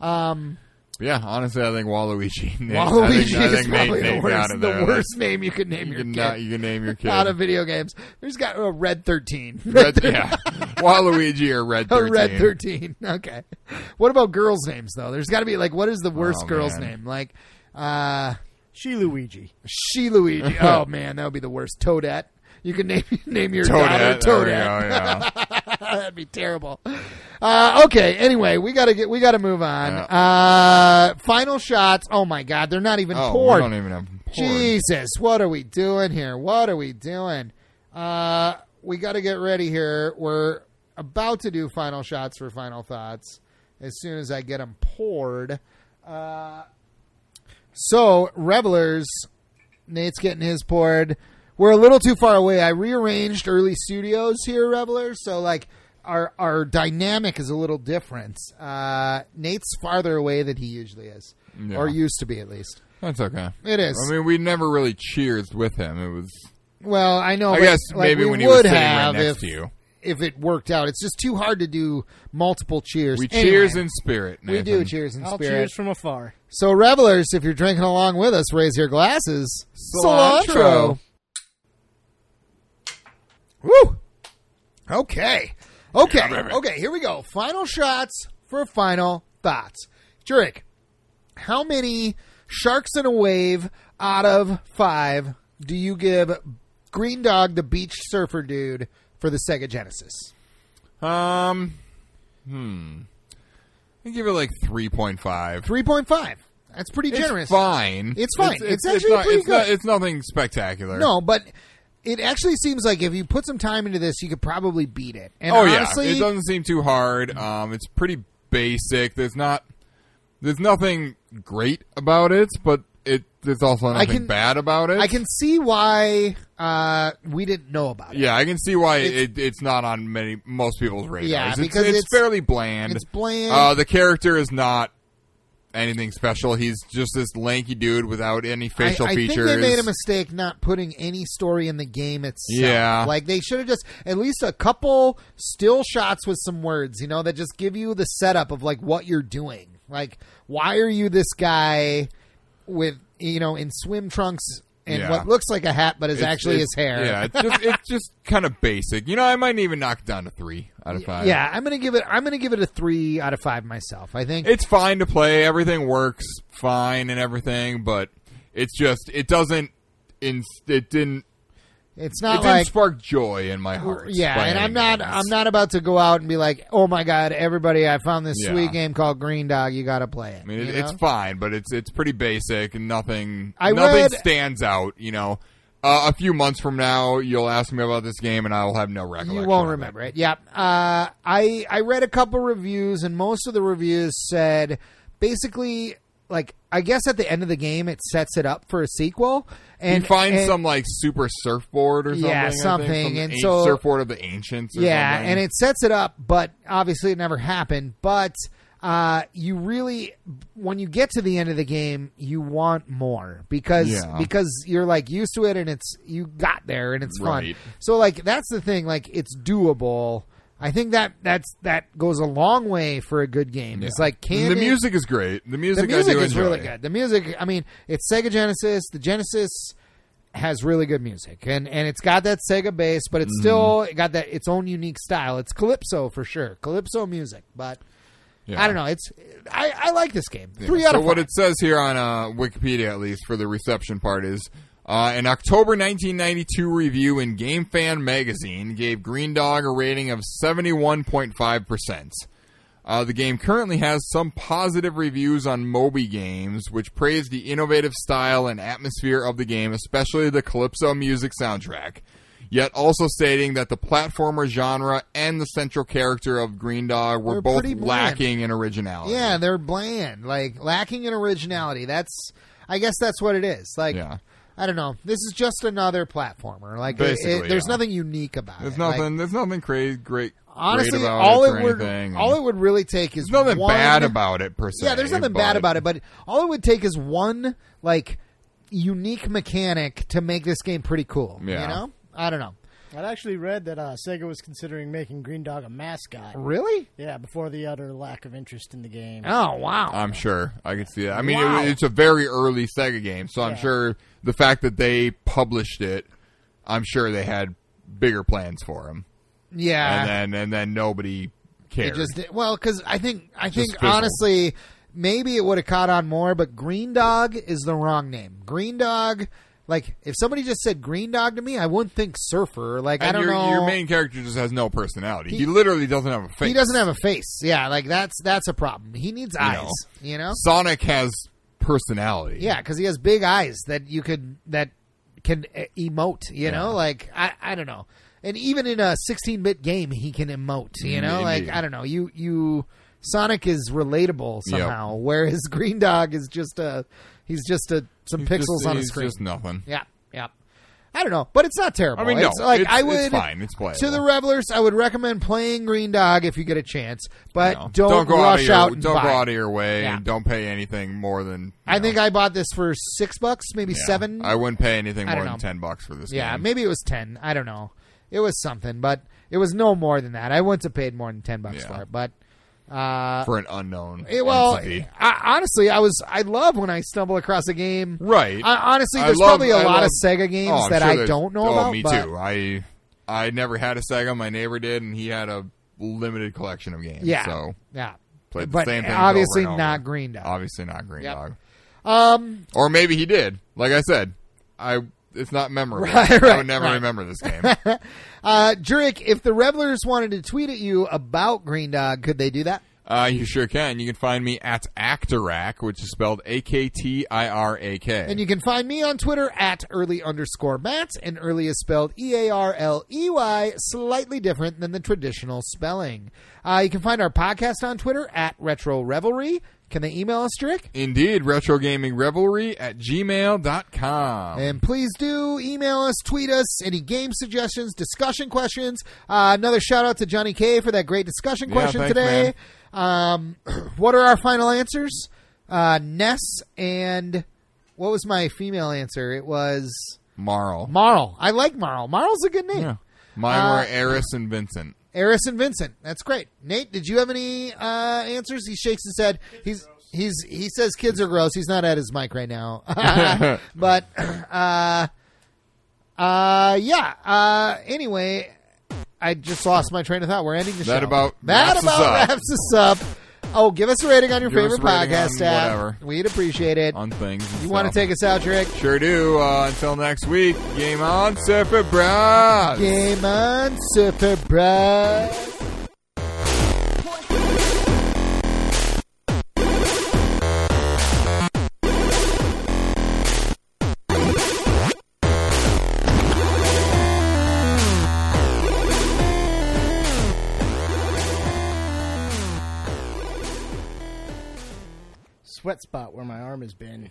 [SPEAKER 2] Um. Yeah, honestly, I think Waluigi. Name, I think,
[SPEAKER 1] Waluigi
[SPEAKER 2] I
[SPEAKER 1] is
[SPEAKER 2] think Nate,
[SPEAKER 1] probably the
[SPEAKER 2] Nate
[SPEAKER 1] worst,
[SPEAKER 2] got it
[SPEAKER 1] the
[SPEAKER 2] there.
[SPEAKER 1] worst name you could name
[SPEAKER 2] You
[SPEAKER 1] your
[SPEAKER 2] can,
[SPEAKER 1] kid
[SPEAKER 2] not, you can name your kid.
[SPEAKER 1] out of video games. There's got a Red 13.
[SPEAKER 2] Red, yeah, Waluigi or Red
[SPEAKER 1] A
[SPEAKER 2] Thirteen.
[SPEAKER 1] Red 13. Okay. What about girls' names, though? There's got to be, like, what is the worst
[SPEAKER 2] Oh,
[SPEAKER 1] girl's
[SPEAKER 2] man.
[SPEAKER 1] name? Like, uh,
[SPEAKER 4] She Luigi.
[SPEAKER 1] She Luigi. Oh man, that would be the worst. Toadette. You can name name your daughter
[SPEAKER 2] Toadette. There we go,
[SPEAKER 1] Toadette.
[SPEAKER 2] yeah.
[SPEAKER 1] That'd be terrible. Uh, okay. Anyway, we gotta get. We gotta move on.
[SPEAKER 2] Yeah.
[SPEAKER 1] Uh, final shots. Oh my God, they're not even
[SPEAKER 2] Oh, we
[SPEAKER 1] poured.
[SPEAKER 2] don't even have poured.
[SPEAKER 1] Jesus, what are we doing here? What are we doing? Uh, we got to get ready here. We're about to do final shots for final thoughts as soon as I get them poured. Uh, so, revelers, Nate's getting his poured. We're a little too far away. I rearranged early studios here, revelers. So, like, our our dynamic is a little different. Uh, Nate's farther away than he usually is,
[SPEAKER 2] Yeah.
[SPEAKER 1] or used to be at least.
[SPEAKER 2] That's okay.
[SPEAKER 1] It is.
[SPEAKER 2] I mean, we never really cheers with him. It was.
[SPEAKER 1] Well, I know.
[SPEAKER 2] I
[SPEAKER 1] but,
[SPEAKER 2] guess
[SPEAKER 1] like,
[SPEAKER 2] maybe
[SPEAKER 1] we
[SPEAKER 2] when he was
[SPEAKER 1] would
[SPEAKER 2] sitting right
[SPEAKER 1] have
[SPEAKER 2] next
[SPEAKER 1] if,
[SPEAKER 2] to you.
[SPEAKER 1] if it worked out. It's just too hard to do multiple cheers.
[SPEAKER 2] We
[SPEAKER 1] Anyway,
[SPEAKER 2] cheers in spirit.
[SPEAKER 1] we do
[SPEAKER 2] Nathan.
[SPEAKER 1] cheers in
[SPEAKER 4] I'll
[SPEAKER 1] spirit.
[SPEAKER 4] cheers from afar.
[SPEAKER 1] So revelers, if you're drinking along with us, raise your glasses.
[SPEAKER 2] Cilantro.
[SPEAKER 1] Woo. Okay. Okay. Okay. Here we go. Final shots for final thoughts. Jurek, how many sharks in a wave out of five do you give Green Dog, the beach surfer dude, for the Sega Genesis?
[SPEAKER 2] Um, hmm. I give it like three point five.
[SPEAKER 1] Three point five. That's pretty generous.
[SPEAKER 2] It's fine.
[SPEAKER 1] It's fine. It's actually
[SPEAKER 2] not,
[SPEAKER 1] pretty
[SPEAKER 2] it's Not,
[SPEAKER 1] good.
[SPEAKER 2] it's nothing spectacular.
[SPEAKER 1] No, but it actually seems like if you put some time into this, you could probably beat it. And
[SPEAKER 2] Oh
[SPEAKER 1] honestly,
[SPEAKER 2] yeah. It doesn't seem too hard. Um, it's pretty basic. There's not. There's nothing great about it, but it there's also nothing
[SPEAKER 1] can-
[SPEAKER 2] bad about it.
[SPEAKER 1] I can see why uh, we didn't know about it.
[SPEAKER 2] Yeah, I can see why
[SPEAKER 1] It's-
[SPEAKER 2] it, it's not on many most people's radars.
[SPEAKER 1] Yeah,
[SPEAKER 2] it's,
[SPEAKER 1] because
[SPEAKER 2] it's,
[SPEAKER 1] it's-
[SPEAKER 2] fairly bland.
[SPEAKER 1] it's bland.
[SPEAKER 2] Uh, the character is not anything special. He's just this lanky dude without any facial
[SPEAKER 1] I, I
[SPEAKER 2] features.
[SPEAKER 1] think they made a mistake not putting any story in the game itself.
[SPEAKER 2] Yeah.
[SPEAKER 1] like they should have just at least a couple still shots with some words, you know, that just give you the setup of like what you're doing. Like, why are you this guy with you know in swim trunks and
[SPEAKER 2] Yeah.
[SPEAKER 1] what looks like a hat, but is
[SPEAKER 2] It's-
[SPEAKER 1] actually
[SPEAKER 2] it's-
[SPEAKER 1] his hair?
[SPEAKER 2] Yeah, it's just, it's just kind of basic. You know, I might even knock it down to three out of five.
[SPEAKER 1] Yeah, I'm gonna give it. I'm gonna give it a three out of five myself. I think
[SPEAKER 2] it's fine to play. Everything works fine and everything, but it's just it doesn't. In, it didn't.
[SPEAKER 1] it's
[SPEAKER 2] It
[SPEAKER 1] not
[SPEAKER 2] didn't
[SPEAKER 1] like
[SPEAKER 2] spark joy in my heart.
[SPEAKER 1] yeah,
[SPEAKER 2] by
[SPEAKER 1] and
[SPEAKER 2] any
[SPEAKER 1] I'm not.
[SPEAKER 2] means.
[SPEAKER 1] I'm not about to go out and be like, oh my god, everybody, I found this
[SPEAKER 2] Yeah.
[SPEAKER 1] sweet game called Green Dog. You got to play it.
[SPEAKER 2] I mean,
[SPEAKER 1] you
[SPEAKER 2] it,
[SPEAKER 1] know?
[SPEAKER 2] it's fine, but it's it's pretty basic and nothing.
[SPEAKER 1] I
[SPEAKER 2] nothing
[SPEAKER 1] read-
[SPEAKER 2] stands out. You know, uh, a few months from now, you'll ask me about this game, and I will have no recollection.
[SPEAKER 1] You won't
[SPEAKER 2] of it.
[SPEAKER 1] remember it. Yeah. Uh, I I read a couple reviews, and most of the reviews said basically like I guess at the end of the game it sets it up for a sequel. And
[SPEAKER 2] you find
[SPEAKER 1] and-
[SPEAKER 2] some like super surfboard or something.
[SPEAKER 1] Yeah,
[SPEAKER 2] I think,
[SPEAKER 1] something,
[SPEAKER 2] some
[SPEAKER 1] and
[SPEAKER 2] an-
[SPEAKER 1] so-
[SPEAKER 2] surfboard of the ancients. Or
[SPEAKER 1] yeah,
[SPEAKER 2] something.
[SPEAKER 1] and it sets it up, but obviously it never happened. But uh, you really, when you get to the end of the game, you want more because
[SPEAKER 2] Yeah.
[SPEAKER 1] because you're like used to it, and it's you got there, and it's
[SPEAKER 2] Right.
[SPEAKER 1] fun. So like that's the thing, like it's doable. I think that that's that goes a long way for a good game.
[SPEAKER 2] Yeah.
[SPEAKER 1] It's like can
[SPEAKER 2] the
[SPEAKER 1] it-
[SPEAKER 2] music is great. The
[SPEAKER 1] the
[SPEAKER 2] music,
[SPEAKER 1] music
[SPEAKER 2] I do
[SPEAKER 1] is
[SPEAKER 2] enjoy.
[SPEAKER 1] really good. The music, I mean, it's Sega Genesis. The Genesis has really good music, and and it's got that Sega bass, but
[SPEAKER 2] Mm.
[SPEAKER 1] it's still got that its own unique style. It's calypso for sure, calypso music. But
[SPEAKER 2] Yeah.
[SPEAKER 1] I don't know. It's I, I like this game.
[SPEAKER 2] Yeah.
[SPEAKER 1] Three out
[SPEAKER 2] so
[SPEAKER 1] of
[SPEAKER 2] what
[SPEAKER 1] five.
[SPEAKER 2] it says here on uh, Wikipedia, at least for the reception part, is uh, an October 1992 review in Game Fan magazine gave Green Dog a rating of 71.5 percent. Uh, the game currently has some positive reviews on Moby Games, which praise the innovative style and atmosphere of the game, especially the Calypso music soundtrack. Yet also stating that the platformer genre and the central character of Green Dog were
[SPEAKER 1] Were
[SPEAKER 2] both
[SPEAKER 1] pretty bland.
[SPEAKER 2] lacking in originality.
[SPEAKER 1] yeah, they're bland, like lacking in originality. That's I guess that's what it is. Like
[SPEAKER 2] Yeah.
[SPEAKER 1] I don't know. This is just another platformer. Like it- it-
[SPEAKER 2] Basically,
[SPEAKER 1] there's
[SPEAKER 2] yeah.
[SPEAKER 1] nothing unique about
[SPEAKER 2] There's
[SPEAKER 1] it. Like,
[SPEAKER 2] nothing. there's nothing crazy, great.
[SPEAKER 1] honestly,
[SPEAKER 2] great about
[SPEAKER 1] all
[SPEAKER 2] it,
[SPEAKER 1] it
[SPEAKER 2] or
[SPEAKER 1] would
[SPEAKER 2] anything.
[SPEAKER 1] all it would really take is
[SPEAKER 2] there's nothing
[SPEAKER 1] one-
[SPEAKER 2] bad about it per se.
[SPEAKER 1] Yeah, there's nothing bad about it, but all it would take is one like unique mechanic to make this game pretty cool.
[SPEAKER 2] Yeah.
[SPEAKER 1] You know? I don't know.
[SPEAKER 4] I'd actually read that uh, Sega was considering making Green Dog a mascot.
[SPEAKER 1] Really?
[SPEAKER 4] Yeah, before the utter lack of interest in the game.
[SPEAKER 1] Oh wow.
[SPEAKER 2] I'm sure I could see that. I mean, it
[SPEAKER 4] Wow.
[SPEAKER 2] was it's a very early Sega game, so I'm
[SPEAKER 4] Yeah.
[SPEAKER 2] sure the fact that they published it, I'm sure they had bigger plans for him,
[SPEAKER 1] yeah.
[SPEAKER 2] and then and then nobody
[SPEAKER 1] Ah. it
[SPEAKER 2] cared.
[SPEAKER 1] just well, because I think I think
[SPEAKER 2] fizzled.
[SPEAKER 1] honestly maybe it would have caught on more, but Green Dog is the wrong name. Green Dog, like if somebody just said Green Dog to me, I wouldn't think surfer. Like I
[SPEAKER 2] and
[SPEAKER 1] don't
[SPEAKER 2] your,
[SPEAKER 1] know.
[SPEAKER 2] your main character just has no personality. He,
[SPEAKER 1] He-
[SPEAKER 2] literally doesn't have a face.
[SPEAKER 1] he doesn't have a face. Yeah, like that's that's a problem. He needs eyes. You know.
[SPEAKER 2] Sonic has personality.
[SPEAKER 1] Yeah, because he has big eyes that you could that can uh, emote. You know, like I I don't know. And even in a 16-bit game, he can emote. You know, like
[SPEAKER 2] Mm, Indeed.
[SPEAKER 1] I don't know. You you Sonic is relatable
[SPEAKER 2] Yep.
[SPEAKER 1] somehow, whereas Green Dog is just a he's just a some
[SPEAKER 2] He's
[SPEAKER 1] pixels
[SPEAKER 2] just-
[SPEAKER 1] on a
[SPEAKER 2] he's
[SPEAKER 1] screen.
[SPEAKER 2] Just nothing.
[SPEAKER 1] Yeah, yeah. I don't know, but it's not terrible.
[SPEAKER 2] I mean, no,
[SPEAKER 1] it's like
[SPEAKER 2] it's-
[SPEAKER 1] I
[SPEAKER 2] it's
[SPEAKER 1] would
[SPEAKER 2] fine, it's playable.
[SPEAKER 1] to the revelers. I would recommend playing Green Dog if you get a chance, but
[SPEAKER 2] No.
[SPEAKER 1] Uh, don't,
[SPEAKER 2] go
[SPEAKER 1] rush out.
[SPEAKER 2] out, of your,
[SPEAKER 1] and
[SPEAKER 2] Don't
[SPEAKER 1] buy.
[SPEAKER 2] go out of your way
[SPEAKER 1] Yeah.
[SPEAKER 2] and don't pay anything more than. you
[SPEAKER 1] I
[SPEAKER 2] know,
[SPEAKER 1] think I bought this for six bucks, maybe
[SPEAKER 2] yeah.
[SPEAKER 1] seven.
[SPEAKER 2] I wouldn't pay anything
[SPEAKER 1] I
[SPEAKER 2] more
[SPEAKER 1] don't
[SPEAKER 2] than
[SPEAKER 1] know.
[SPEAKER 2] ten bucks for this.
[SPEAKER 1] yeah,
[SPEAKER 2] game.
[SPEAKER 1] maybe it was ten. I don't know. It was something, but it was no more than that. I wouldn't have paid more than ten bucks
[SPEAKER 2] Yeah.
[SPEAKER 1] for it, but. Uh,
[SPEAKER 2] for an unknown.
[SPEAKER 1] it- well,
[SPEAKER 2] entity.
[SPEAKER 1] I, honestly, I was I love when I stumble across a game.
[SPEAKER 2] right.
[SPEAKER 1] I, honestly,
[SPEAKER 2] I
[SPEAKER 1] there's
[SPEAKER 2] love-
[SPEAKER 1] probably a
[SPEAKER 2] I
[SPEAKER 1] lot
[SPEAKER 2] love-
[SPEAKER 1] of Sega games
[SPEAKER 2] Oh, I'm
[SPEAKER 1] that
[SPEAKER 2] sure
[SPEAKER 1] I
[SPEAKER 2] there's-
[SPEAKER 1] don't know
[SPEAKER 2] oh,
[SPEAKER 1] about.
[SPEAKER 2] Me
[SPEAKER 1] but
[SPEAKER 2] too. I I never had a Sega. My neighbor did, and he had a limited collection of games.
[SPEAKER 1] Yeah,
[SPEAKER 2] So
[SPEAKER 1] yeah.
[SPEAKER 2] played the
[SPEAKER 1] but
[SPEAKER 2] same thing.
[SPEAKER 1] obviously not Green Dog.
[SPEAKER 2] Obviously not Green
[SPEAKER 1] Yep.
[SPEAKER 2] Dog.
[SPEAKER 1] Um,
[SPEAKER 2] Or maybe he did. Like I said, I it's not memorable.
[SPEAKER 1] Right,
[SPEAKER 2] I
[SPEAKER 1] right,
[SPEAKER 2] would never
[SPEAKER 1] right.
[SPEAKER 2] remember this game.
[SPEAKER 1] uh, Jurek, if the revelers wanted to tweet at you about Green Dog, could they do that?
[SPEAKER 2] uh, you sure can. You can find me at Actorac, which is spelled A K T I R A K.
[SPEAKER 1] And you can find me on Twitter at early underscore Matt, and early is spelled E A R L E Y, slightly different than the traditional spelling. Uh, you can find our podcast on Twitter at Retro Revelry. Can they email us, Jurek?
[SPEAKER 2] Indeed, retro gaming revelry at gmail.com.
[SPEAKER 1] And please do email us, tweet us, any game suggestions, discussion questions. Uh, another shout out to Johnny K for that great discussion
[SPEAKER 2] Yeah,
[SPEAKER 1] question
[SPEAKER 2] thanks,
[SPEAKER 1] today. Um, what are our final answers? Uh, Ness and what was my female answer? It was
[SPEAKER 2] Marl.
[SPEAKER 1] Marl. I like Marl. Marl's a good name.
[SPEAKER 2] yeah. Mine
[SPEAKER 1] Uh,
[SPEAKER 2] were Eris and Vincent.
[SPEAKER 1] Eris and Vincent. That's great. Nate, did you have any uh, answers? He shakes his head. He's he's he says kids are gross. He's not at his mic right now. but uh, uh, yeah. Uh, anyway, I just lost my train of thought. We're ending the show.
[SPEAKER 2] That about
[SPEAKER 1] that
[SPEAKER 2] wraps us
[SPEAKER 1] about
[SPEAKER 2] up.
[SPEAKER 1] wraps us up. Oh, give us a rating on your
[SPEAKER 2] Give us
[SPEAKER 1] favorite
[SPEAKER 2] a rating on
[SPEAKER 1] podcast app.
[SPEAKER 2] whatever.
[SPEAKER 1] We'd appreciate it.
[SPEAKER 2] on things. and
[SPEAKER 1] you want to
[SPEAKER 2] stuff.
[SPEAKER 1] take us out, Rick?
[SPEAKER 2] Sure do. Uh, until next week, game on, Surfer Bros.
[SPEAKER 1] Game on, Super Bros.
[SPEAKER 4] Sweat spot where my arm has been.